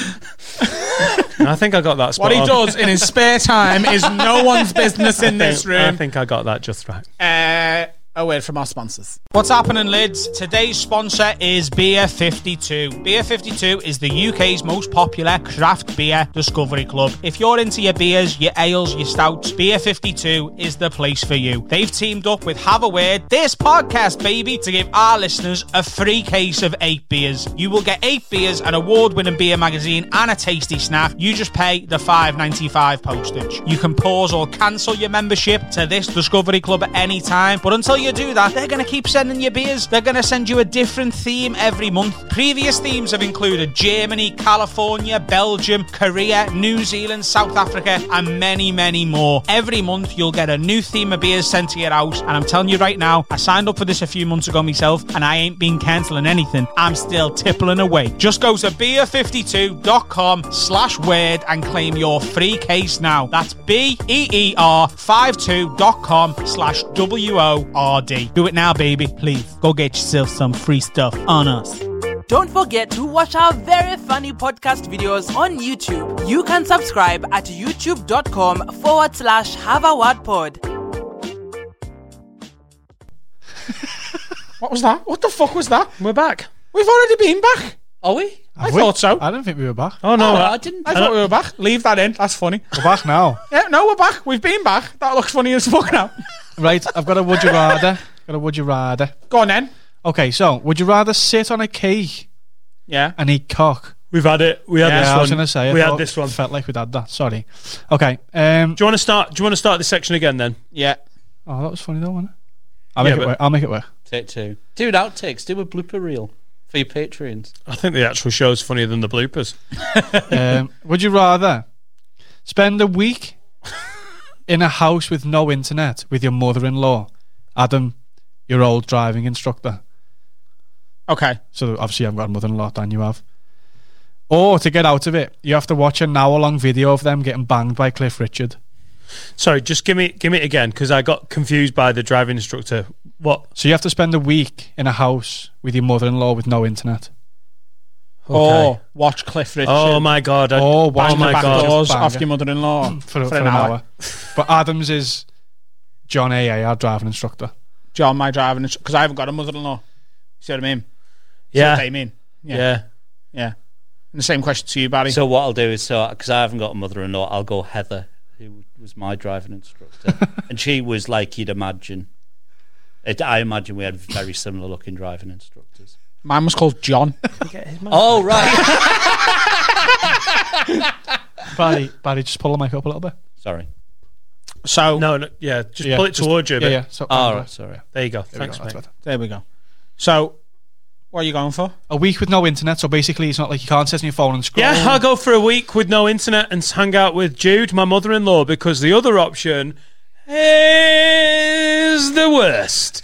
S1: oh, I think I got that spot
S9: What he
S1: on.
S9: does in his spare time is no one's business
S1: I
S9: in this
S1: think- I
S9: room.
S1: think I got that just right.
S9: Uh, a word from our sponsors. What's happening, lids? Today's sponsor is Beer 52. Beer 52 is the UK's most popular craft beer discovery club. If you're into your beers, your ales, your stouts, Beer 52 is the place for you. They've teamed up with Have a Word, this podcast, baby, to give our listeners a free case of eight beers. You will get eight beers, an award winning beer magazine, and a tasty snack. You just pay the $5.95 postage. You can pause or cancel your membership to this Discovery Club at any time, but until you do that, they're going to keep sending you beers. They're going to send you a different theme every month. Previous themes have included Germany, California, Belgium, Korea, New Zealand, South Africa, and many, many more. Every month, you'll get a new theme of beers sent to your house, and I'm telling you right now, I signed up for this a few months ago myself, and I ain't been cancelling anything. I'm still tippling away. Just go to beer52.com slash word and claim your free case now. That's B-E-E-R52.com slash W-O-R-D. Do it now, baby. Please, go get yourself some free stuff on us.
S8: Don't forget to watch our very funny podcast videos on YouTube. You can subscribe at youtube.com forward slash HavaWordPod.
S9: What was that? What the fuck was that?
S1: We're back.
S9: We've already been back.
S4: Are we?
S9: I thought so.
S10: I don't think we were back.
S1: Oh no,
S9: I thought we were back. Leave that in. That's funny.
S10: We're back now.
S9: Yeah, no, we're back. We've been back. That looks funny as fuck now.
S10: Right, I've got a would you rather. Got a would you rather.
S9: Go on then.
S10: Okay, so would you rather sit on a cake
S9: Yeah.
S10: and eat cock?
S1: We've had it. We had
S10: yeah,
S1: this
S10: I
S1: one.
S10: was gonna say. I
S1: we had
S10: thought-
S1: this one.
S10: Felt like we'd had that. Sorry. Okay. Um,
S1: do you want to start? Do you want to start this section again then?
S9: Yeah.
S10: Oh, that was funny though, wasn't it? I'll make
S1: Yeah,
S10: it
S1: but-
S10: work. I'll make it work.
S4: Take two. Do an outtakes. Do a blooper reel for your Patreons.
S1: I think the actual show's funnier than the bloopers.
S10: um, would you rather spend a week in a house with no internet with your mother-in-law, Adam, your old driving instructor?
S9: Okay.
S10: So obviously, I've got a mother-in-law, and you have. Or to get out of it, you have to watch an hour-long video of them getting banged by Cliff Richard.
S1: Sorry, just give me give me it again because I got confused by the driving instructor. What?
S10: So you have to spend a week in a house with your mother-in-law with no internet.
S9: Or Oh, watch Cliff Richard.
S1: Oh my god! I,
S10: Or watch
S1: oh my
S10: the back
S1: god!
S10: doors
S9: off your mother-in-law
S10: for, for an, hour. but Adams is John A.A., our driving instructor.
S9: John, my driving because I haven't got a mother-in-law. See what I mean? See
S10: Yeah.
S9: what they mean.
S1: Yeah.
S9: Yeah. And the same question to you, Barry.
S4: So what I'll do is, so because I haven't got a mother-in-law, I'll go Heather, who was my driving instructor, and she was like you'd imagine. It, I imagine we had very similar looking driving instructors.
S9: Mine was called John.
S4: Oh right,
S10: Barry, Barry, just pull the mic up a little bit.
S4: sorry.
S9: So
S1: no, no yeah, just pull it towards you. a
S10: Yeah,
S1: bit.
S10: yeah. So,
S4: All right, sorry.
S1: There you go.
S10: There we
S1: Thanks,
S10: go,
S1: mate.
S10: that's better.
S9: There we go. So, what are you going for?
S10: A week with no internet, so basically it's not like you can't sit on your phone and scroll.
S1: Yeah, I'll go for a week with no internet and hang out with Jude, my mother in law, because the other option is the worst.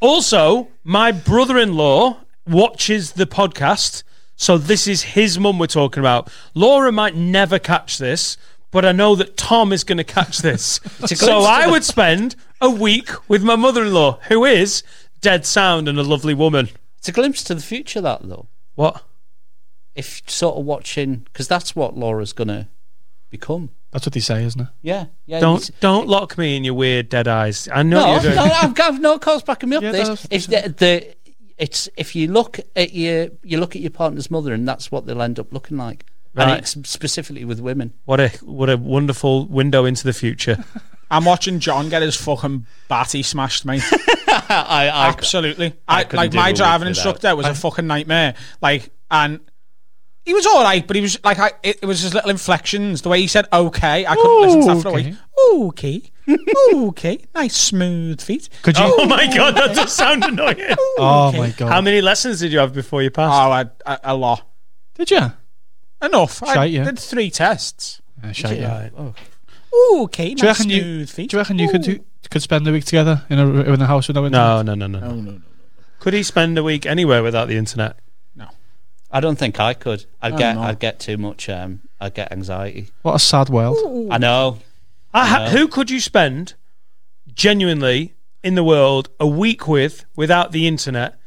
S1: Also, my brother in law watches the podcast, so this is his mum we're talking about. Laura might never catch this, but I know that Tom is going to catch this. so I would spend a week with my mother in law, who is dead sound and a lovely woman.
S4: It's a glimpse to the future, that though.
S1: What?
S4: If sort of watching, because that's what Laura's gonna become.
S10: That's what they say, isn't it?
S4: Yeah, yeah.
S1: Don't
S4: it's-
S1: don't lock me in your weird dead eyes. I know
S4: No,
S1: you're doing.
S4: no, I've got no cause backing me up.
S10: Yeah,
S4: this
S10: that's-
S4: if the, the it's if you look at your you look at your partner's mother, and that's what they'll end up looking like.
S1: Right.
S4: And it's specifically with women.
S1: What a what a wonderful window into the future.
S9: I'm watching John get his fucking batty smashed, mate.
S4: I, I,
S9: Absolutely.
S4: I
S9: I,
S4: couldn't
S9: like
S4: do a
S9: my
S4: week without.
S9: driving instructor was a fucking nightmare. Like and he was all right, but he was like I, it, it was his little inflections. The way he said "okay," I couldn't listen to that for a week. Okay, okay, nice smooth feet.
S10: Could you?
S1: oh my god, that does sound annoying.
S10: Oh, my god.
S1: How many lessons did you have before you passed?
S9: Oh, I, I, a lot.
S10: Did you?
S9: Enough. I
S10: Shite, yeah.
S9: did three tests.
S10: Yeah, Ah, shite, yeah.
S1: Right.
S9: Okay,
S10: Do you
S9: nice
S10: reckon
S9: smooth
S10: you?
S9: feet.
S10: Do you reckon you could do, could spend the week together in a in a house with no internet?
S1: No, no, no, no, no, Could he spend a week anywhere without the internet?
S4: I don't think I could. I'd get
S9: no.
S4: I'd get too much. Um, I'd get anxiety.
S10: What a sad world.
S4: I know.
S1: I ha- Uh, who could you spend genuinely in the world a week with without the internet?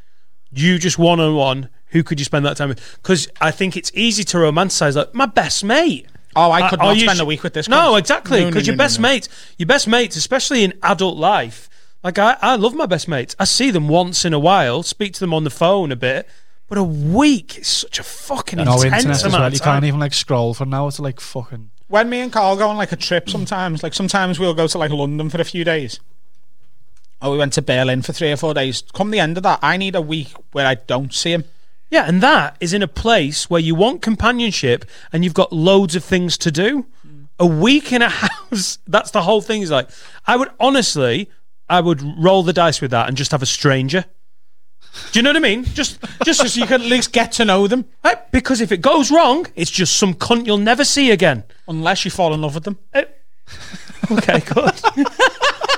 S1: You just one on one. Who could you spend that time with? Because I think it's easy to romanticize like my best mate.
S9: Oh, I could
S1: Are
S9: not
S1: you
S9: spend
S1: sh-
S9: a week with this.
S1: No,
S9: cunt.
S1: exactly.
S9: No, no,
S1: Because your
S9: no, no,
S1: best
S9: no.
S1: mate, your best mates, especially in adult life, like I, I love my best mates. I see them once in a while, speak to them on the phone a bit, but a week is such a fucking
S10: No
S1: intense
S10: internet as
S1: amount
S10: well.
S1: of
S10: You
S1: time.
S10: can't even like scroll for now. It's like fucking.
S9: when me and Carl go on like a trip sometimes, like sometimes we'll go to like London for a few days. Or Oh, we went to Berlin for three or four days. Come the end of that, I need a week where I don't see him.
S10: e-
S1: Yeah, and that is in a place where you want companionship and you've got loads of things to do. A week in a house, that's the whole thing. Is like, I would honestly, I would roll the dice with that and just have a stranger. Do you know what I mean? Just, just
S9: Just so you can at least get to know them.
S1: Right? Because if it goes wrong, it's just some cunt you'll never see again.
S9: Unless you fall in love with them.
S1: Okay, good.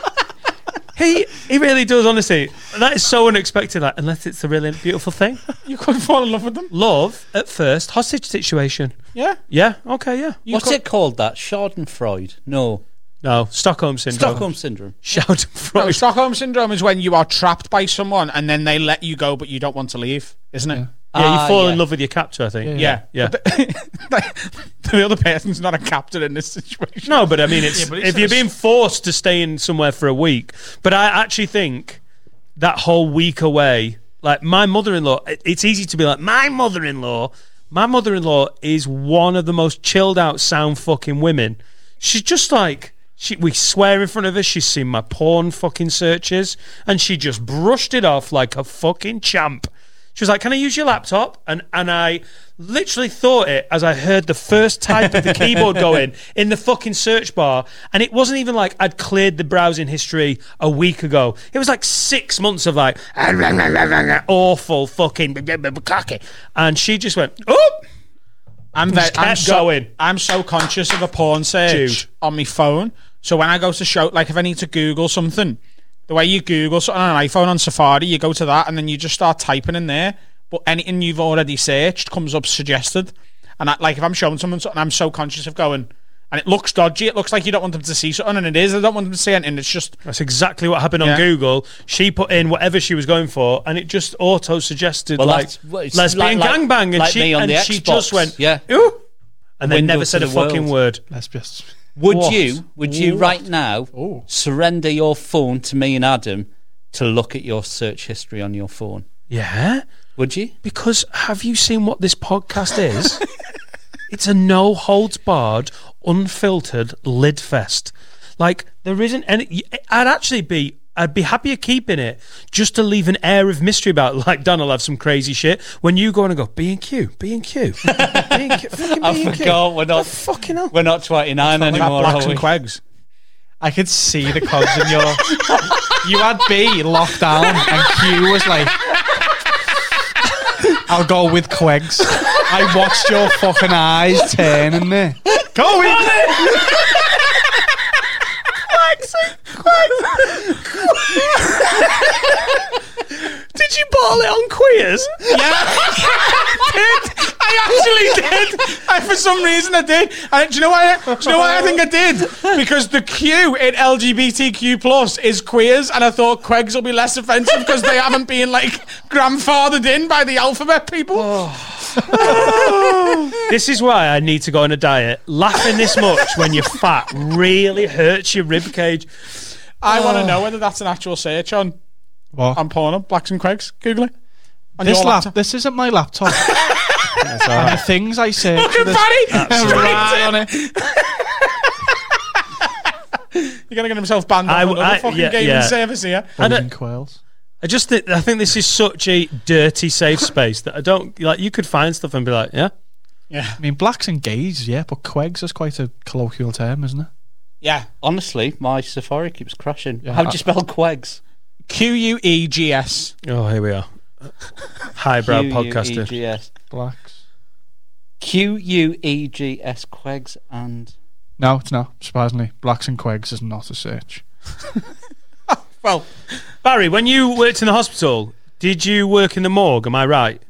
S1: he he really does, honestly. That is so unexpected. Like, unless it's a really beautiful thing,
S9: You could fall in love with them.
S1: love at first hostage situation.
S9: Yeah.
S1: Yeah. Okay. Yeah.
S4: What's it called? That Schadenfreude? No,
S1: No, Stockholm syndrome.
S4: Stockholm syndrome.
S1: Shout
S9: No,
S1: from
S9: Stockholm syndrome is when you are trapped by someone and then they let you go but you don't want to leave, isn't it?
S1: Yeah, you
S4: Ah,
S1: fall
S4: yeah.
S1: in love with your captor. I think.
S9: Yeah.
S1: Yeah.
S9: But The, the other person's not a captain in this situation.
S1: No, but I mean, it's,
S9: but it's-
S1: if you're being forced to stay in somewhere for a week. But I actually think that whole week away, like my mother-in-law, it- it's easy to be like my mother-in-law. My mother-in-law is one of the most chilled-out, sound fucking women. She's just like. She, we swear in front of her she's seen my porn fucking searches and she just brushed it off like a fucking champ. She was like, "Can I use your laptop?" And and I literally thought it as I heard the first type of the keyboard go in in the fucking search bar, and it wasn't even like I'd cleared the browsing history a week ago. It was like six months of like awful fucking cocky, and she just went, "Oh,
S9: I'm
S1: Just
S9: ve- I'm
S1: kept
S9: so,
S1: going.
S9: I'm so conscious of a porn search
S1: Dude.
S9: on my phone. So when I go to show, like if I need to Google something, the way you Google something on an iPhone on Safari, you go to that and then you just start typing in there. But anything you've already searched comes up suggested. And I, like if I'm showing someone something, I'm so conscious of going. And it looks dodgy. It looks like you don't want them to see something, and it is. I don't want them to see anything. It's just
S1: that's exactly what happened on
S9: Yeah.
S1: Google." She put in whatever she was going for, and it just auto suggested
S4: Well,
S1: like
S4: that's- well, it's
S1: lesbian
S4: like- like-
S1: gangbang, and
S4: like
S1: she
S4: me on
S1: and
S4: the
S1: she
S4: Xbox,
S1: just went,
S4: yeah.
S1: "Ooh," and then
S4: Window
S1: never
S4: to
S1: said a
S4: the
S1: fucking word.
S10: Let's just.
S4: Would
S1: What?
S4: you? Would you
S1: What? Oh.
S4: right now surrender your phone to me and Adam to look at your search history on your phone?
S1: Yeah.
S4: Would you?
S1: Because have you seen what this podcast is? it's a no holds barred, unfiltered lid fest. Like there isn't any. I'd actually be. I'd be happier keeping it just to leave an air of mystery about. it. Like Dan will have some crazy shit when you go on and go B and Q, B and Q, B and Q. fucking
S4: I
S1: B&Q.
S4: forgot we're not
S1: fucking hell.
S4: We're not twenty nine
S1: It's not like
S4: anymore.
S1: blacks
S4: are
S1: and
S4: we?
S9: quags.
S10: I could see the cogs in your. You had B locked down, and Q was like, "I'll go with Quegs." I watched your fucking eyes turn in there. Go with.
S11: Did you ball it on queers?
S9: did. I actually did. I, for some reason, I did. And do you know why? I- Do you know why I think I did? Because the Q in LGBTQ plus is queers, and I thought quegs will be less offensive because they haven't been like grandfathered in by the alphabet people.
S1: Oh. This is why I need to go on a diet. Laughing this much when you're fat really hurts your rib cage.
S9: I want
S1: Oh.
S9: to know whether that's an actual search on
S10: What?
S9: on Pornhub, blacks and quegs. Google it. On
S10: This
S9: your
S10: lap,
S9: laptop.
S10: this isn't my laptop. And The things I say.
S9: Look at Barry! Straight
S10: on it.
S9: You're gonna get himself banned
S1: I
S9: on
S1: w-
S9: another
S1: I-
S9: fucking
S1: yeah,
S9: gaming
S1: yeah.
S9: service here.
S1: I don't- I just think I think this is such a dirty safe space that I don't like. You could find stuff and be like, yeah,
S9: Yeah.
S10: I mean, blacks and gays, yeah, but Quegs is quite a colloquial term, isn't it?
S4: Yeah. Honestly, my Safari keeps crashing.
S10: Yeah.
S4: How do
S10: I-
S4: you spell quegs?
S9: Q U E G S.
S1: Oh, here we are. Highbrow
S4: Q U E
S1: podcaster.
S4: G S.
S10: Blacks.
S4: Q U E G S quegs and
S10: No, it's not. Surprisingly, blacks and Quegs is not a search.
S9: Well,
S1: Barry, when you worked in the hospital, did you work in the morgue? Am I right?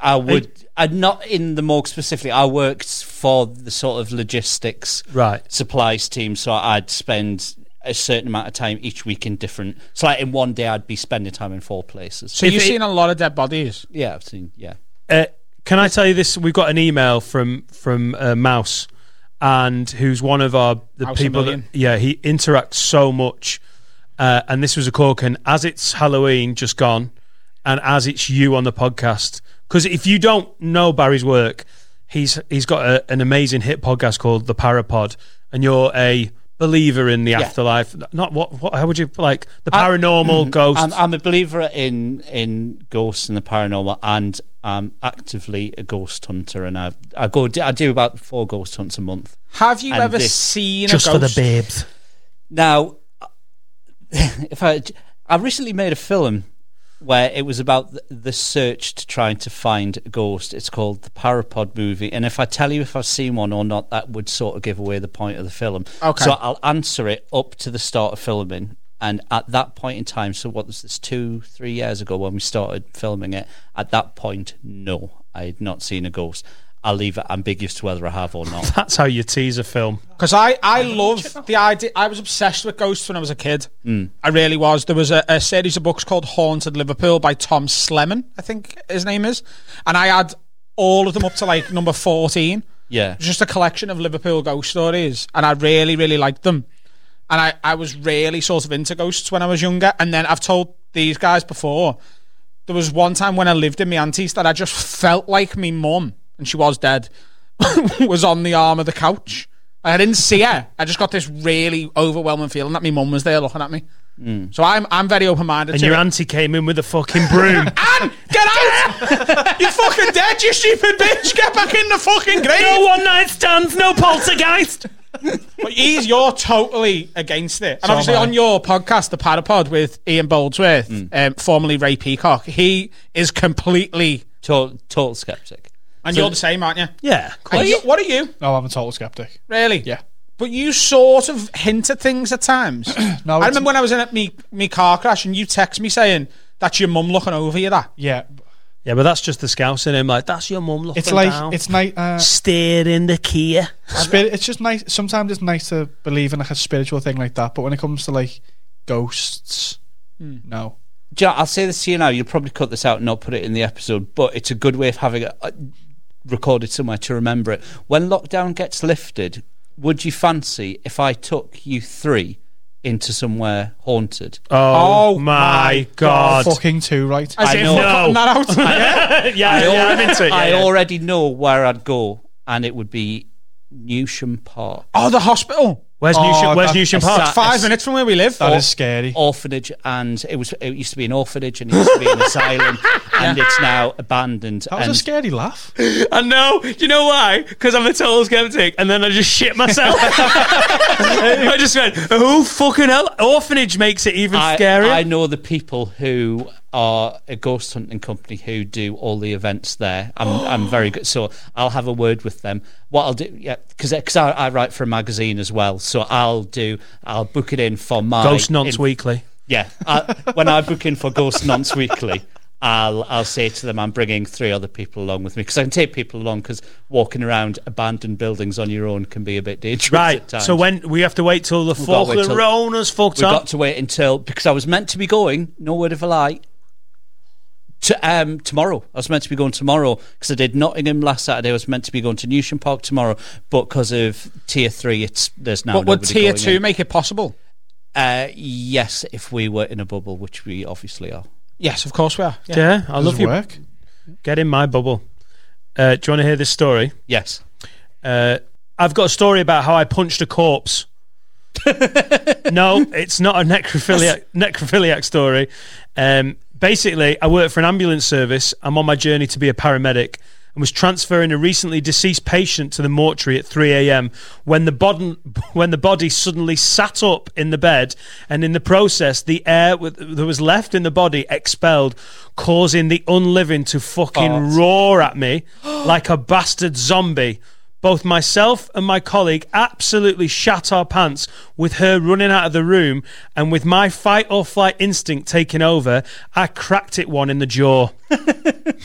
S4: I would I, not in the morgue specifically. I worked for the sort of logistics
S1: right
S4: supplies team, so I'd spend a certain amount of time each week in different. So like in one day, I'd be spending time in four places.
S9: So you've seen a lot of dead bodies.
S4: Yeah, I've seen. Yeah.
S1: Uh, can I tell you this? We got an email from from uh, Mouse, and who's one of our the
S9: Mouse a
S1: people that
S9: million.
S1: yeah he interacts so much. Uh, and this was a cork, and as it's Halloween just gone, and as it's you on the podcast, because if you don't know Barry's work, he's he's got a, an amazing hit podcast called The Parapod, and you're a believer in the afterlife. Not what what how would you like the paranormal
S9: Mm-hmm.
S4: Mm,
S1: ghosts?
S4: I'm, I'm a believer in in ghosts and the paranormal, and I'm actively a ghost hunter, and I I go I do about four ghost hunts a month.
S9: Have you
S4: And
S9: ever
S4: this-
S9: seen a ghost?
S1: babes.
S4: Now, if I I recently made a film where it was about the, the search to trying to find a ghost. It's called the Parapod movie, and if I tell you if I've seen one or not, that would sort of give away the point of the film.
S9: Okay.
S4: So I'll answer it up to the start of filming. And at that point in time, so what was this, two, three years ago when we started filming it? At that point, no, I had not seen a ghost. I'll leave it ambiguous to whether I have or not.
S1: That's how you tease a film.
S9: Because I, I love the idea. I was obsessed with ghosts when I was a kid.
S4: Mm.
S9: I really was. There was a, a series of books called Haunted Liverpool by Tom Slemon, I think his name is. And I had all of them up to like number 14.
S4: Yeah.
S9: It was just a collection of Liverpool ghost stories. And I really, really liked them. And I, I was really sort of into ghosts when I was younger. And then I've told these guys before, there was one time when I lived in my auntie's that I just felt like me mum, and she was dead, was on the arm of the couch. I didn't see her. I just got this really overwhelming feeling that my mum was there looking at me.
S1: Mm.
S9: So I'm I'm very open minded.
S1: And your auntie came in with a fucking broom.
S9: Get out! You're fucking dead, you stupid bitch! Get back in the fucking grave!
S11: No
S1: one night stands, no poltergeist!
S9: but he's, you're totally against it. And
S11: So
S9: obviously,
S11: am I.
S9: on your podcast, The Parapod, with Ian Boldsworth, um, formerly Ray Peacock, he is completely.
S4: Total, total skeptic.
S9: And
S4: So-
S9: you're the same, aren't you?
S1: Yeah.
S9: Are you, what are you?
S10: No, Oh, I'm a total skeptic.
S9: Really? Yeah. But you sort of hint at things at times.
S10: No,
S9: I
S10: it's-
S9: remember when I was in at me, me car crash and you text me saying, that's your mum looking over you, that.
S10: Yeah.
S1: Yeah, but that's just the scouse in him. Like that's your mum looking
S10: It's like
S1: down.
S10: it's nice. Uh,
S1: Steering the Kia.
S10: Spirit, it's just nice. Sometimes it's nice to believe in like a spiritual thing like that, but when it comes to like ghosts, no.
S4: Do you know, I'll say this to you now. You'll probably cut this out and not put it in the episode, but it's a good way of having it uh, recorded somewhere to remember it. When lockdown gets lifted, would you fancy if I took you three into somewhere haunted.
S1: Oh, Oh, my God. God.
S10: Fucking too right.
S4: I know.
S1: yeah, yeah,
S4: I,
S1: yeah,
S4: al-
S1: I'm into it. Yeah,
S4: I
S1: yeah.
S4: already know where I'd go, and it would be Newsham Park.
S9: Oh, the hospital.
S4: Where's
S9: oh,
S4: Newsham- where's
S9: that-
S4: Newsham
S9: it's
S4: Park?
S9: that- Five minutes from where we live.
S4: Or-
S9: Or-
S4: Orphanage, and it was it used to be an orphanage, and it used to be an asylum, and it's now abandoned.
S10: That was
S4: and
S10: a scary laugh.
S1: I know. Do you know why? Because I'm a total skeptic, and then I just shit myself. I just went, "Oh fucking hell!" Orphanage makes it even
S4: I,
S1: scarier.
S4: I know the people who are a ghost hunting company who do all the events there. I'm, I'm very good. So I'll have a word with them. What I'll do, yeah, because I, I write for a magazine as well. So I'll do, I'll book it in for my
S1: Ghost Nonce
S4: in-
S1: Weekly.
S4: Yeah, I, when I book in for Ghost Nonce Weekly. I'll I'll say to them I'm bringing three other people along with me because I can take people along because walking around abandoned buildings on your own can be a bit dangerous. At
S1: Right.
S4: times.
S1: So when we have to wait till the
S4: We've got to wait
S1: fucking
S4: till-
S1: Rona's fucked
S4: We've
S1: up.
S4: got to wait until because I was meant to be going. No word of a lie. To um tomorrow, I was meant to be going tomorrow because I did Nottingham last Saturday. I was meant to be going to Newsham Park tomorrow, but because of tier three, it's there's now.
S9: But would
S4: nobody
S9: tier
S4: going
S9: two
S4: in.
S9: make it possible?
S4: Uh, yes, if we were in a bubble, which we obviously are.
S9: Yes, of course we are.
S1: Yeah, I love you. Get in my bubble. Uh, do you want to hear this story?
S4: Yes.
S1: Uh, I've got a story about how I punched a corpse. no, it's not a necrophiliac, necrophiliac story. Um, basically, I work for an ambulance service. I'm on my journey to be a paramedic and was transferring a recently deceased patient to the mortuary at 3 a.m. when the bod- when the body suddenly sat up in the bed and in the process the air with- that was left in the body expelled causing the unliving to fucking
S4: Oh.
S1: roar at me like a bastard zombie. Both myself and my colleague absolutely shat our pants with her running out of the room and with my fight or flight instinct taking over, I cracked it one in the jaw.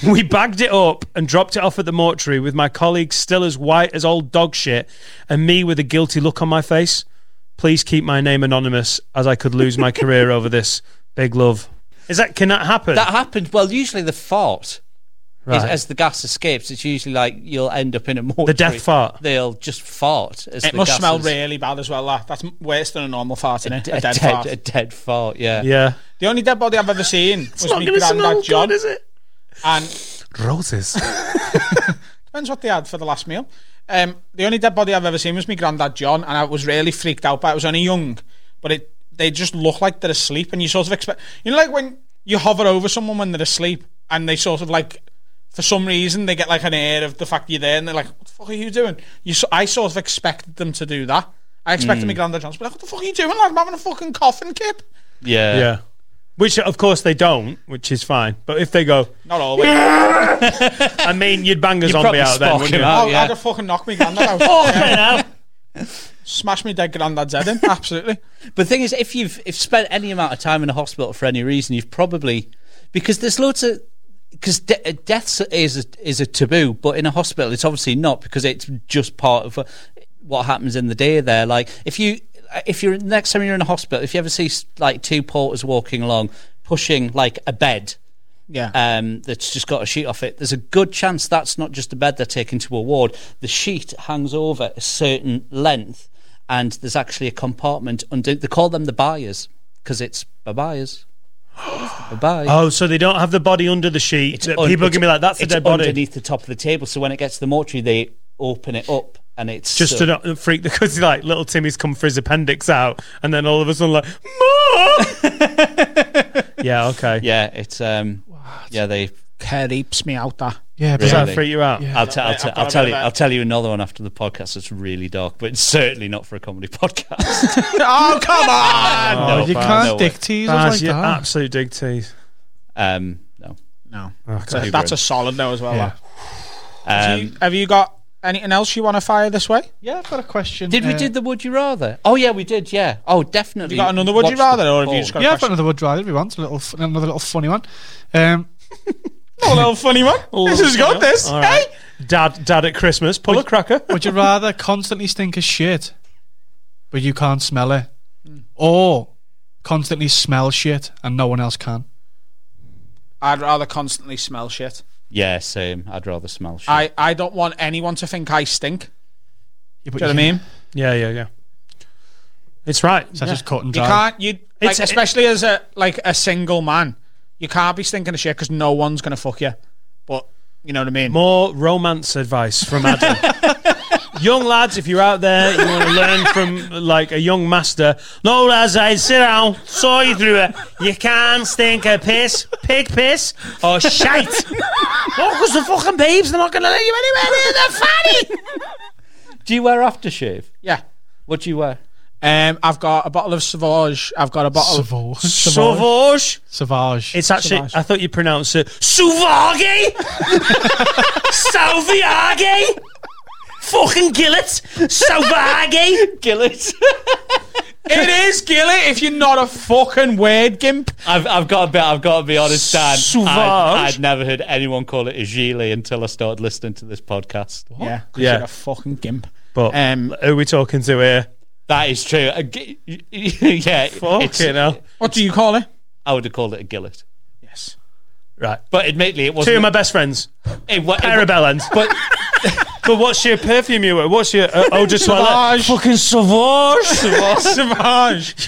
S1: we bagged it up and dropped it off at the mortuary with my colleague still as white as old dog shit and me with a guilty look on my face. Please keep my name anonymous as I could lose my career over this. Big love. Is that can that happen?
S4: That happened. Well, usually the fart. is-
S1: Right.
S4: as the gas escapes, it's usually like you'll end up in a mortuary.
S1: death fart.
S4: They'll just fart. As
S9: It
S4: the
S9: must
S4: gas
S9: smell
S4: is-
S9: really bad as well. That. That's m- worse than a normal fart, isn't it? A,
S4: a
S9: dead,
S4: dead-
S9: fart.
S4: a dead fart. Yeah.
S1: Yeah.
S9: The only dead body I've ever seen was
S1: not
S9: my
S1: gonna smell
S9: granddad
S1: good,
S9: John.
S1: is it?
S9: And
S1: Roses.
S9: Depends what they had for the last meal. Um, the only dead body I've ever seen was my granddad John, and I was really freaked out by it. I was only young, but it they just look like they're asleep, and you sort of expect. You know, like when you hover over someone when they're asleep, and they sort of like, for some reason, they get like an air of the fact you're there, and they're like, "What the fuck are you doing?" You, so, I sort of expected them to do that. I expected
S1: Mm.
S9: my granddad John to be like, "What the fuck are you doing? Like, I'm having a fucking coffin, kid."
S4: Yeah.
S1: Yeah. Which of course they don't, which is fine. But if they go,
S9: Not always.
S1: I mean, you'd bang a
S9: You'd
S1: zombie
S9: probably
S1: out then,
S9: spark
S1: wouldn't
S9: him
S1: you?
S9: out, Oh, yeah. I'd have fucking knocked me granddad out. Fucking hell. Smash me dead granddad's head in. Absolutely.
S4: But the thing is, if you've if spent any amount of time in a hospital for any reason, you've probably because there's loads of because de- uh, deaths is a, is a taboo, but in a hospital it's obviously not because it's just part of uh, what happens in the day there. Like if you uh, if you're next time you're in a hospital, if you ever see s- like two porters walking along pushing like a bed
S9: Yeah.
S4: um, that's just got a sheet off it. There's a good chance that's not just a bed they're taking to a ward. The sheet hangs over a certain length, and there's actually a compartment under. They call them the buyers because it's bye buyers. bye bye.
S1: Oh, so they don't have the body under the sheet. that people are gonna be like, "That's a dead body."
S4: underneath the top of the table. So when it gets to the mortuary, they open it up, and it's
S1: just to
S4: so-
S1: not freak the because like little Timmy's come for his appendix out, and then all of a sudden like, yeah, okay,
S4: yeah, it's um, yeah, they
S9: creeps me out there.
S4: Really?
S1: does that freak you out?
S4: I'll, t- I'll, t-
S1: I've got
S4: I'll
S1: a
S4: tell
S1: bit
S4: you.
S1: of that.
S4: I'll tell you another one after the podcast. It's really dark, but it's certainly not for a comedy podcast.
S9: oh come on!
S4: Oh, No, you can't dick tease us like
S1: you're
S4: that.
S1: Absolute dig tease.
S4: Um, no,
S9: no.
S1: Okay.
S9: That's, that's a solid though as well.
S1: Yeah.
S9: that.
S4: Um,
S9: Have you got anything else you want to fire this way?
S10: Yeah, I've got a question. uh,
S4: Did we do the Would You Rather? Oh yeah, we did. Yeah. Oh, definitely.
S9: Have you got another Would You
S4: watch
S9: Rather,
S4: the
S9: or have you
S4: poll.
S9: just got a
S10: yeah, I've
S9: question?
S10: got another would rather if you want. A little, f- another little funny one. Um,
S9: a little funny one. This is good. This.
S1: All right. Dad, dad at Christmas, pull a cracker.
S10: would you rather constantly stink of shit, but you can't smell it,
S1: Hmm.
S10: or constantly smell shit and no one else can?
S9: I'd rather constantly smell shit.
S4: Yeah, same. I'd rather smell shit.
S9: I, I don't want anyone to think I stink. Do you know what I mean?
S1: Yeah, yeah, yeah. It's right.
S10: So I just cut and
S9: You
S10: dry.
S9: can't. You like,
S1: It's-
S9: especially as a like a single man, you can't be stinking of shit because no one's gonna fuck you. But you know what I mean.
S1: More romance advice from Adam. young lads, if you're out there, you want to learn from like a young master. No, lads, I sit down, saw you through it. You can't stink a piss, pig piss, or shite. oh, because the fucking babes, they're not going to let you anywhere near the fanny.
S4: Do you wear aftershave?
S9: Yeah.
S4: What do you wear?
S9: Um, I've got a bottle of Sauvage. I've got a bottle
S10: Sauvage.
S9: of
S1: Sauvage.
S10: Savage.
S1: Oh, It's actually,
S9: Sauvage.
S1: I thought you pronounce it Suvagi, Salviagi, fucking Gillet, Sauvagi,
S4: Gillet.
S9: it is Gillet if you're not a fucking word gimp.
S4: I've, I've got to be, I've got to be honest, Dan.
S1: Sauvage.
S4: I'd, I'd never heard anyone call it a gilet until I started listening to this podcast.
S9: Yeah, 'cause
S1: Yeah.
S9: you're a fucking gimp.
S1: But
S9: Um,
S1: who are we talking to here?
S4: That is true. A gi- yeah, it's-
S1: Fucking hell.
S9: What do you call it?
S4: I would have called it a gillet.
S9: Yes.
S1: Right.
S4: But admittedly, it
S1: Two
S4: wasn't.
S1: of my best friends,
S4: it, wa- it, wa-
S1: Parabellans. But but what's your perfume you wear? What's your uh, eau de toilette?
S9: Sauvage.
S1: Fucking Sauvage.
S9: Sauvage.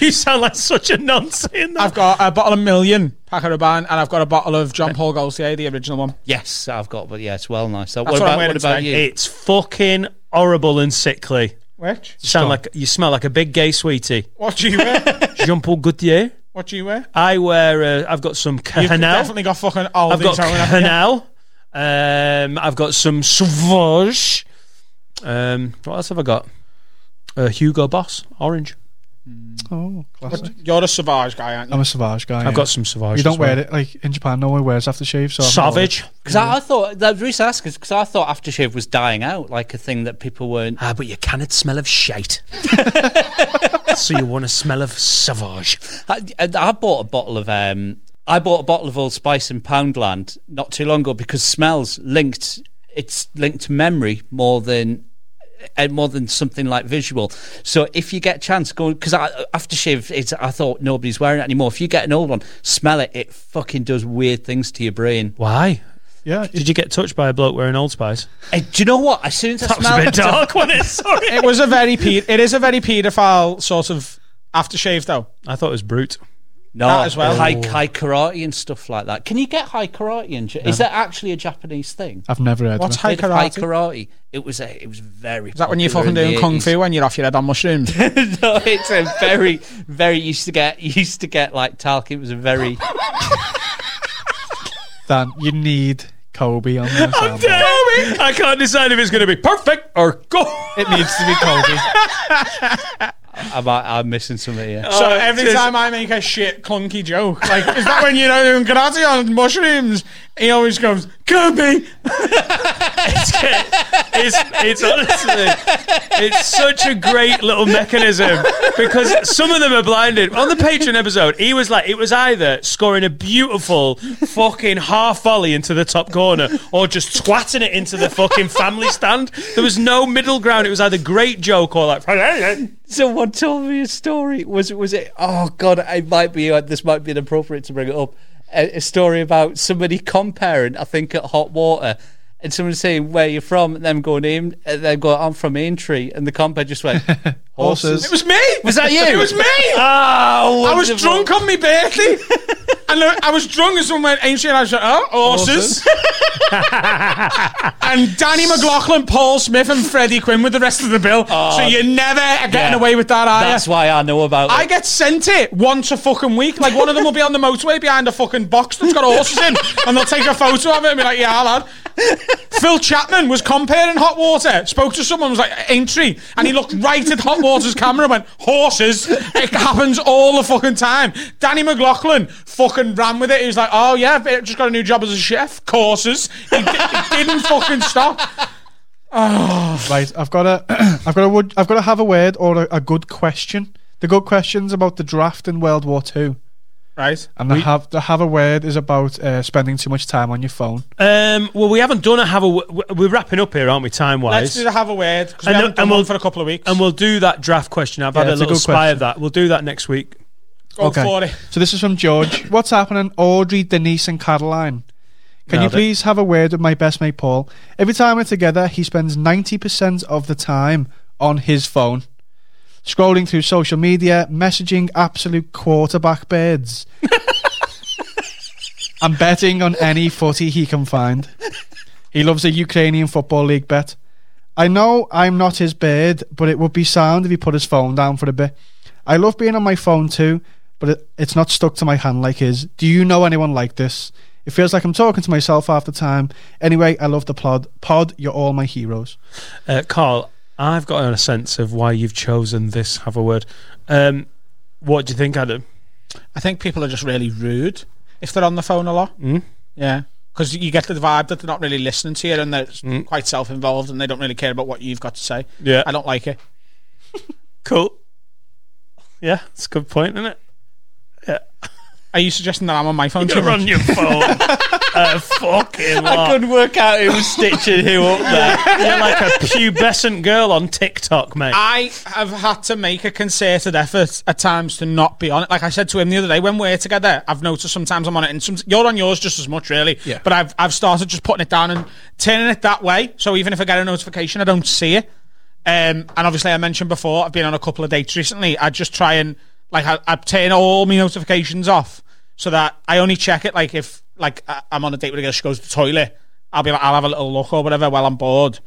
S1: you sound like such a nonce in that.
S9: I've got a bottle of Million Paco Rabanne, and I've got a bottle of John Paul Gaultier, the original one.
S4: yes, I've got, but yeah, it's well nice. So
S9: what
S4: what
S9: I'm
S4: about,
S9: wearing
S4: what about
S9: today.
S4: you?
S1: It's fucking horrible and sickly.
S9: Which?
S1: You sound like you smell like a big gay sweetie.
S9: What do you wear?
S1: Jean Paul Gaultier.
S9: what do you wear?
S1: I wear. Uh, I've got some
S9: You've
S1: Cahanel.
S9: definitely got fucking all
S1: I've
S9: these
S1: got
S9: hanging up here.
S1: Cahanel. Um, I've got some Sauvage. Um, what else have I got? Uh, Hugo Boss orange.
S10: Oh, classic.
S9: You're a Savage guy, aren't you?
S10: I'm a Savage guy.
S1: I've got some Sauvage.
S10: You
S1: as
S10: don't
S1: well.
S10: wear it like in Japan. No one wears aftershave. So I've not worn
S1: Savage.
S4: Because I, I thought the reason I ask is because I thought aftershave was dying out, like a thing that people weren't.
S1: Ah, but you cannot smell of shite. so you want a smell of Sauvage.
S4: I, I- I bought a bottle of um, I bought a bottle of Old Spice in Poundland not too long ago because smells linked it's linked to memory more than and more than something like visual. So if you get a chance, go because aftershave. It's I thought nobody's wearing it anymore. If you get an old one, smell it. It fucking does weird things to your brain.
S1: Why?
S10: it. Yeah.
S1: Did you get touched by a bloke wearing Old Spice?
S4: Eh, do you know what? As soon as I
S1: That was
S4: smell
S1: a
S4: it,
S1: bit dark, wasn't it? Sorry.
S9: It was a very pe- it is a very paedophile sort of aftershave though.
S1: I thought it was Brute.
S4: no,
S9: that as well.
S4: high, high karate and stuff like that. Can you get high karate? In, Ja- Is that actually a Japanese thing?
S10: I've never heard
S9: What's
S10: of
S9: high
S4: Bit of high
S9: karate?
S4: karate. It was a, it was very.
S9: Is that when you're fucking doing kung fu when you're off your head on mushrooms?
S4: no, it's a very, very used to get used to get like talc. It was a very.
S10: it. Dan, you need Kobe on this. album.
S1: I can't decide if it's going to be perfect or go.
S10: It needs to be Kobe.
S4: I'm, I'm missing something here. Oh.
S9: so eh, every time I make a shit clunky joke, like is that when you're doing karate on mushrooms? He always goes, Kirby
S1: it's, it's honestly, it's such a great little mechanism because some of them are blinded. On the Patreon episode, he was like, it was either scoring a beautiful fucking half volley into the top corner or just twatting it into the fucking family stand. There was no middle ground. It was either great joke or like,
S10: Oh.
S4: Someone told me a story. Was it? Was it? Oh God! It might be. uh, This might be inappropriate to bring it up. A, a story about somebody comparing. I think at hot water, and someone saying where you're from, and them going in, and them going, I'm from Aintree, and the compare just went horses.
S10: Horses.
S9: It was me!
S4: Was that you?
S9: It was me!
S4: Oh,
S9: I was drunk on my birthday. and I I was drunk as someone went ancient. I was like, oh, horses. and Danny McLaughlin, Paul Smith, and Freddie Quinn with the rest of the bill. so you're never getting
S4: Oh. yeah.
S9: away with that, are you?
S4: That's why I know about
S9: I
S4: it.
S9: get sent it once a fucking week. Like one of them will be on the motorway behind a fucking box that's got horses in, and they'll take a photo of it and be like, "Yeah, lad." Phil Chapman was comparing hot water. Spoke to someone was like, "Aintree," and he looked right at hot water's camera and went, "Horses." It happens all the fucking time. Danny McLaughlin fucking ran with it. He was like, "Oh yeah, I just got a new job as a chef. Courses." He, di- he didn't fucking stop.
S10: Right, I've got a, I've got a, would, I've got to have a word or a, a good question. The good question's about the draft in World War Two,
S9: Right.
S10: and the have the have a word is about uh, spending too much time on your phone.
S1: um, well, we haven't done a have a. We're wrapping up here, aren't we, time
S9: Let's
S1: wise?
S9: do the have a word because we
S1: And then-
S9: haven't done
S1: and
S9: one
S1: we'll-
S9: for a couple of weeks.
S1: And we'll do that draft question. I've
S10: Yeah,
S1: had a
S10: it's a
S1: little
S10: good
S1: spy
S10: question.
S1: of that. We'll do that next week.
S9: go for it.
S10: So this is from George. What's happening, Audrey, Denise, and Caroline? Can
S1: No,
S10: you
S1: they-
S10: please have a word with my best mate Paul? Every time we're together, he spends ninety percent of the time on his phone. Scrolling through social media, messaging absolute quarterback birds. I'm betting on any footy he can find. He loves a Ukrainian Football League bet. I know I'm not his bird, but it would be sound if he put his phone down for a bit. I love being on my phone too, but it, it's not stuck to my hand like his. Do you know anyone like this? It feels like I'm talking to myself half the time. Anyway, I love the pod. Pod, you're all my heroes.
S1: Uh, Carl, I've got a sense of why you've chosen this. Have a word. Um, what do you think, Adam?
S9: I think people are just really rude if they're on the phone a lot.
S1: Mm?
S9: Yeah. Because you get the vibe that they're not really listening to you and they're quite self involved and they don't really care about what you've got to say.
S1: Mm. Yeah.
S9: I don't like it.
S1: cool. Yeah, it's a good point, isn't it? Yeah.
S9: Are you suggesting that I'm on my phone
S1: You're
S9: too much?
S1: on your phone. uh, fucking
S4: I
S1: lot.
S4: couldn't work out who was stitching who up there.
S1: You're like a pubescent girl on TikTok, mate.
S9: I have had to make a concerted effort at times to not be on it. Like I said to him the other day, when we're together, I've noticed sometimes I'm on it, and some, you're on yours just as much, really.
S1: Yeah.
S9: But I've I've started just putting it down and turning it that way. So even if I get a notification, I don't see it. Um, and obviously, I mentioned before, I've been on a couple of dates recently. I just try and like I, I turn all my notifications off so that I only check it like if like I, I'm on a date with a girl, she goes to the toilet. I'll be like, I'll have a little look or whatever while I'm bored.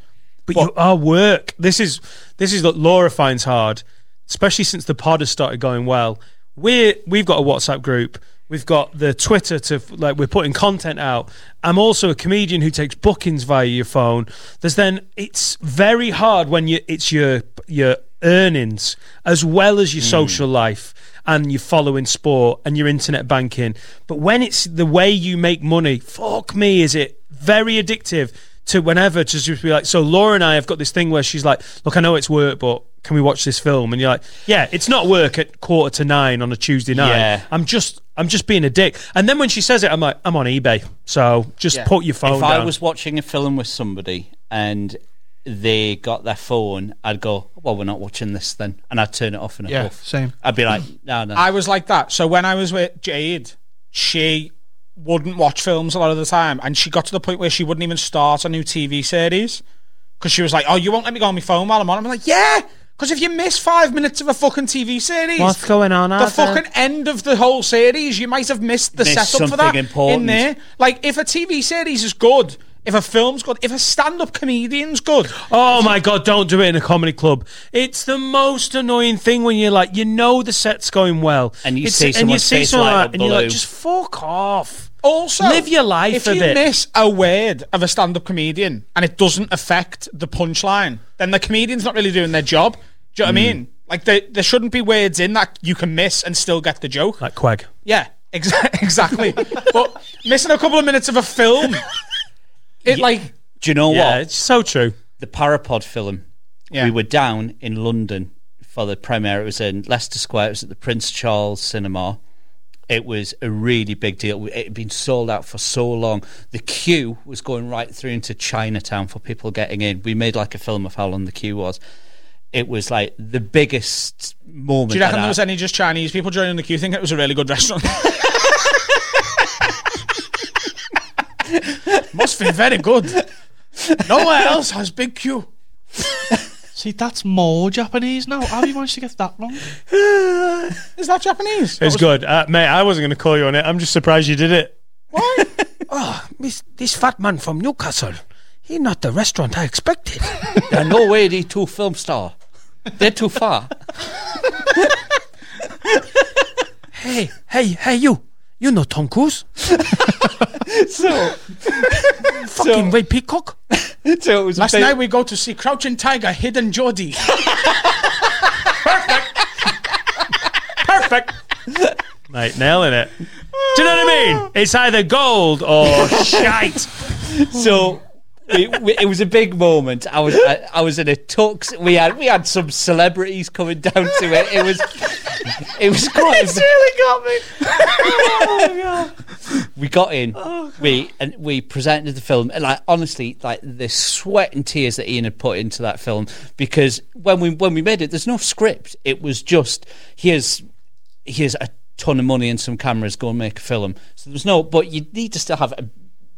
S1: But, you are work. This is this is what Laura finds hard, especially since the pod has started going well. We're we've got a WhatsApp group. We've got the Twitter to like we're putting content out. I'm also a comedian who takes bookings via your phone. There's then it's very hard when you it's your your earnings as well as your social life and you're following sport and your internet banking. But when it's the way you make money, fuck me, is it very addictive to whenever to just be like, so Laura and I have got this thing where she's like, look, I know it's work, but can we watch this film? And you're like, yeah, it's not work at quarter to nine on a Tuesday night.
S4: Yeah.
S1: I'm just, I'm just being a dick. And then when she says it, I'm like, I'm on eBay, so just
S4: Yeah.
S1: put your phone
S4: If
S1: down.
S4: I was watching a film with somebody and they got their phone, I'd go, "Well, we're not watching this then," and I'd turn it off in a
S10: Yeah,
S4: huff.
S10: same.
S4: I'd be like, "No, no."
S9: I was like that. So when I was with Jade, she wouldn't watch films a lot of the time, and she got to the point where she wouldn't even start a new TV series because she was like, "Oh, you won't let me go on my phone while I'm on." I'm like, "Yeah." Because if you miss five minutes of a fucking TV series,
S1: What's going on
S9: The
S1: out there?
S9: fucking end of the whole series, you might have missed the
S4: Missed
S9: setup for
S4: something
S9: that in
S4: important.
S9: there. Like if a TV series is good, if a film's good, if a stand-up comedian's good,
S1: Oh my god, don't do it in a comedy club. It's the most annoying thing when you're like, you know the set's going well.
S4: And you
S1: It's-
S4: see someone's face light
S1: like
S4: up
S1: that and you're like,
S4: blue.
S1: just fuck off.
S9: Also,
S1: Live your life
S9: If
S1: a
S9: you
S1: bit.
S9: miss a word of a stand-up comedian and it doesn't affect the punchline, then the comedian's not really doing their job. Do you
S1: Mm.
S9: know what I mean? Like there, there shouldn't be words in that you can miss and still get the joke.
S1: Like quag.
S9: Yeah, exa- exactly. but missing a couple of minutes of a film, it like
S4: Do you know
S1: Yeah,
S4: what?
S1: it's so true.
S4: The Parapod film.
S9: Yeah.
S4: We were down in London for the premiere. It was in Leicester Square. It was at the Prince Charles Cinema. It was a really big deal. It had been sold out for so long. The queue was going right through into Chinatown for people getting in. We made like a film of how long the queue was. It was like the biggest moment.
S9: Do you
S4: that
S9: reckon
S4: I-
S9: there was any just Chinese people joining the queue thinking it was a really good restaurant? Must be very good. Nowhere else has big queue.
S10: See, that's more Japanese now. How have you managed to get that wrong?
S9: Is that Japanese?
S1: It's good. Uh, mate, I wasn't going to call you on it. I'm just surprised you did it.
S11: This, this fat man from Newcastle. He not the restaurant I expected.
S4: There are no way they two film star. They're too far.
S11: hey, hey, hey, you. You know Tom Cruise?
S4: so,
S11: Fucking Ray Peacock?
S4: so it was
S9: Last
S4: ba-
S9: night we go to see Crouching Tiger, Hidden Geordie.
S1: Perfect. Mate, nailing it. Do you know what I mean? It's either gold or shite.
S4: so we, we, it was a big moment. I was I, I was in a tux. We had we had some celebrities coming down to it. It was it was quite. a-
S9: really got me.
S4: we got in. we and we presented the film, and like honestly, like the sweat and tears that Ian had put into that film because when we when we made it, there's no script. It was just here's here's a ton of money and some cameras. Go and make a film. So there's no, but you need to still have a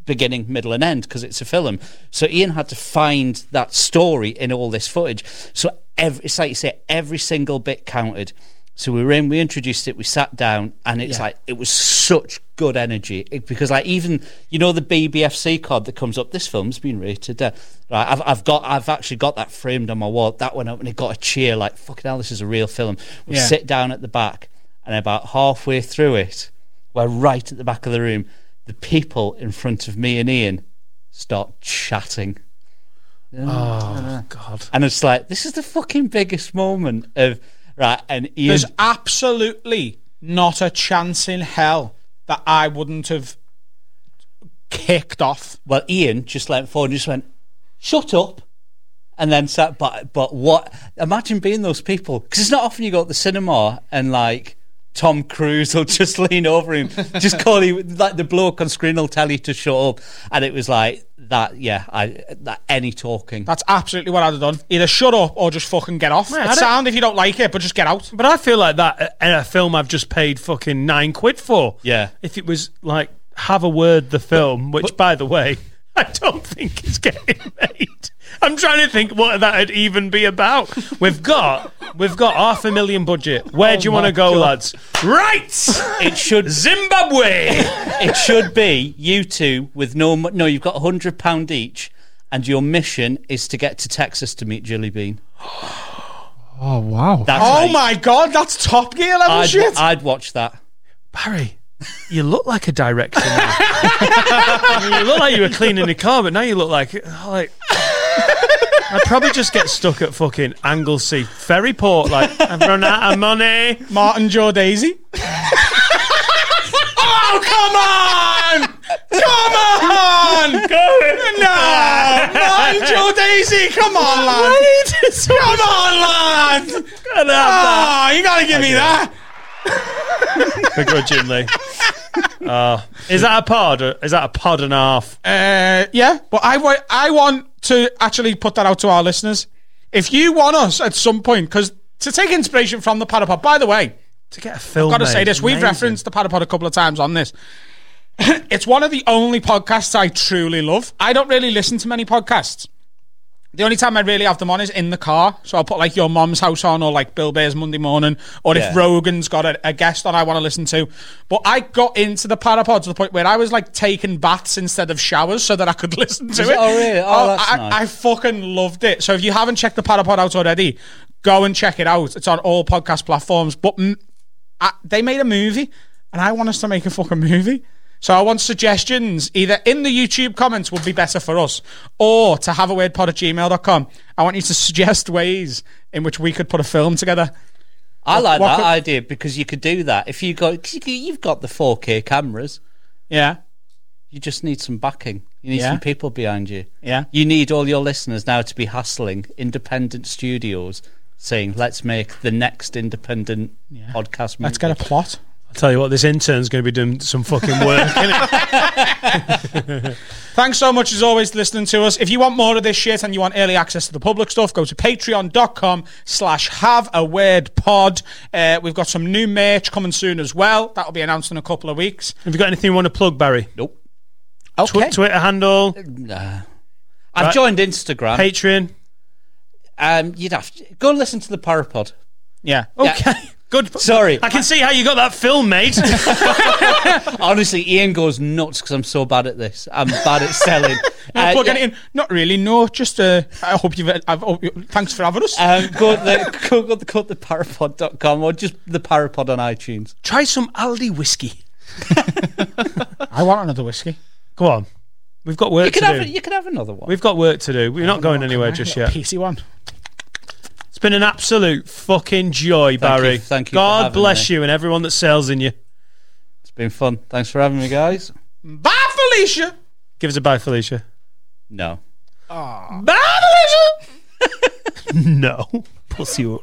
S4: beginning, middle, and end because it's a film. So Ian had to find that story in all this footage. So every, it's like you say, every single bit counted. So we were in, we introduced it, we sat down, and it's
S13: Yeah.
S4: like it was such good energy It- because like even you know the BBFC card that comes up. This film's been rated. Uh, right, I've, I've got I've actually got that framed on my wall. That went up and it got a cheer like fucking hell. This is a real film. We
S13: Yeah.
S4: sit down at the back, and about halfway through it, we're right at the back of the room. The people in front of me and Ian start chatting.
S1: Oh, God.
S4: And it's like, this is the fucking biggest moment of right. And Ian,
S9: There's absolutely not a chance in hell that I wouldn't have kicked off.
S4: well, Ian just leant forward and just went, "Shut up," and then sat. But but what? Imagine being those people because it's not often you go to the cinema and like. Tom Cruise will just lean over him, just call him like the bloke on screen will tell you to shut up, and it was like that. Yeah, I that any talking.
S9: That's absolutely what I'd have done. Either shut up or just fucking get off.
S4: Right, I
S9: it's
S4: don't-
S9: sound if you don't like it, but just get out.
S1: But I feel like that uh, in a film I've just paid fucking nine quid for.
S4: Yeah.
S1: If it was like Have a Word, the film, which by the way, I don't think is getting made. I'm trying to think what that'd even be about. We've got we've got half a million budget. Where
S4: Oh
S1: do you want
S4: my
S1: to go,
S4: God.
S1: lads? Right.
S4: It should
S1: Zimbabwe.
S4: it should be you two with no mo- no. You've got a hundred pound each, and your mission is to get to Texas to meet Jilly Bean.
S10: Oh wow!
S4: That's
S9: oh
S4: like-
S9: my god, that's Top Gear level
S4: I'd,
S9: shit.
S4: I'd watch that.
S1: Barry, you look like a director. now. you look like you were cleaning the car, but now you look like like. I'd probably just get stuck at fucking Anglesey Ferry Port. Like I've run out of money.
S9: Martin Joe Daisy. oh come on, come on, no, Martin Joe Daisy, come on, lad, come on, lad. Oh, you gotta give me that.
S1: Begrudgingly. Uh, is that a pod? or- Is that a pod and a half?
S9: Uh, yeah, but I wa- I want to actually put that out to our listeners. If you want us at some point, because to take inspiration from the Parapod, by the way,
S1: to get a film
S9: I've got to
S1: made,
S9: say this. We've
S1: amazing.
S9: referenced the Parapod a couple of times on this. it's one of the only podcasts I truly love. I don't really listen to many podcasts. The only time I really have them on is in the car. So I'll put like your mom's house on or like Bill Bears Monday morning. Or
S13: Yeah.
S9: if Rogan's got a, a guest on I want to listen to. But I got into the Parapod to the point where I was like taking baths instead of showers so that I could listen to
S4: Is
S9: it.
S4: it- oh, really? Oh, that's
S9: I,
S4: nice.
S9: I fucking loved it. So if you haven't checked the Parapod out already, go and check it out. It's on all podcast platforms. But m I they made a movie, and I want us to make a fucking movie. So I want suggestions either in the YouTube comments would be better for us, or to have a word pod at gmail.com. I want you to suggest ways in which we could put a film together.
S4: I
S9: What-
S4: like
S9: what
S4: that
S9: could-
S4: idea because you could do that if you got cause you, could- you've got the 4K cameras.
S9: Yeah.
S4: You just need some backing. You need
S9: Yeah.
S4: some people behind you.
S9: Yeah.
S4: You need all your listeners now to be hustling independent studios saying, "Let's make the next independent podcast." Movie.
S9: Let's get a plot.
S1: I'll tell you what, this intern's going to be doing some fucking work.
S9: Thanks so much as always for listening to us. If you want more of this shit and you want early access to the public stuff, go to patreon.com slash have a word pod. Uh, we've got some new merch coming soon as well. That'll be announced in a couple of weeks.
S1: Have you got anything you want to plug, Barry?
S4: Nope.
S9: Okay.
S1: Twitter handle.
S9: Uh,
S4: Nah. I've joined Instagram.
S1: Patreon.
S4: Um, you'd have to go and listen to the Parapod.
S9: Yeah.
S4: Okay.
S1: Good.
S4: Sorry.
S1: I can see how you got that film made.
S4: Honestly, Ian goes nuts because I'm so bad at this. I'm bad at selling.
S9: No,
S4: Uh,
S9: plugging
S4: yeah.
S9: it in. Not really. No, just uh, I hope you've. I've, hope you- thanks for having us.
S1: Uh,
S4: Um, go to the, go, go, to- go to theparapod.com or just the Parapod on iTunes.
S1: Try some Aldi whiskey.
S9: I want another whiskey.
S1: Go on. We've got work
S4: You can
S1: to
S4: have Oh,
S1: do.
S4: a- you can have another one.
S1: We've got work to do. We're not going anywhere just yet.
S9: Easy one.
S1: It's been an absolute fucking joy,
S4: Thank you-
S1: Barry.
S4: thank you for
S1: God
S4: having
S1: bless
S4: me.
S1: you and everyone that sells in you.
S4: It's been fun. Thanks for having me, guys.
S9: Bye, Felicia.
S1: Give us a bye, Felicia.
S4: No.
S9: Bye, Felicia.
S1: no. Pussy.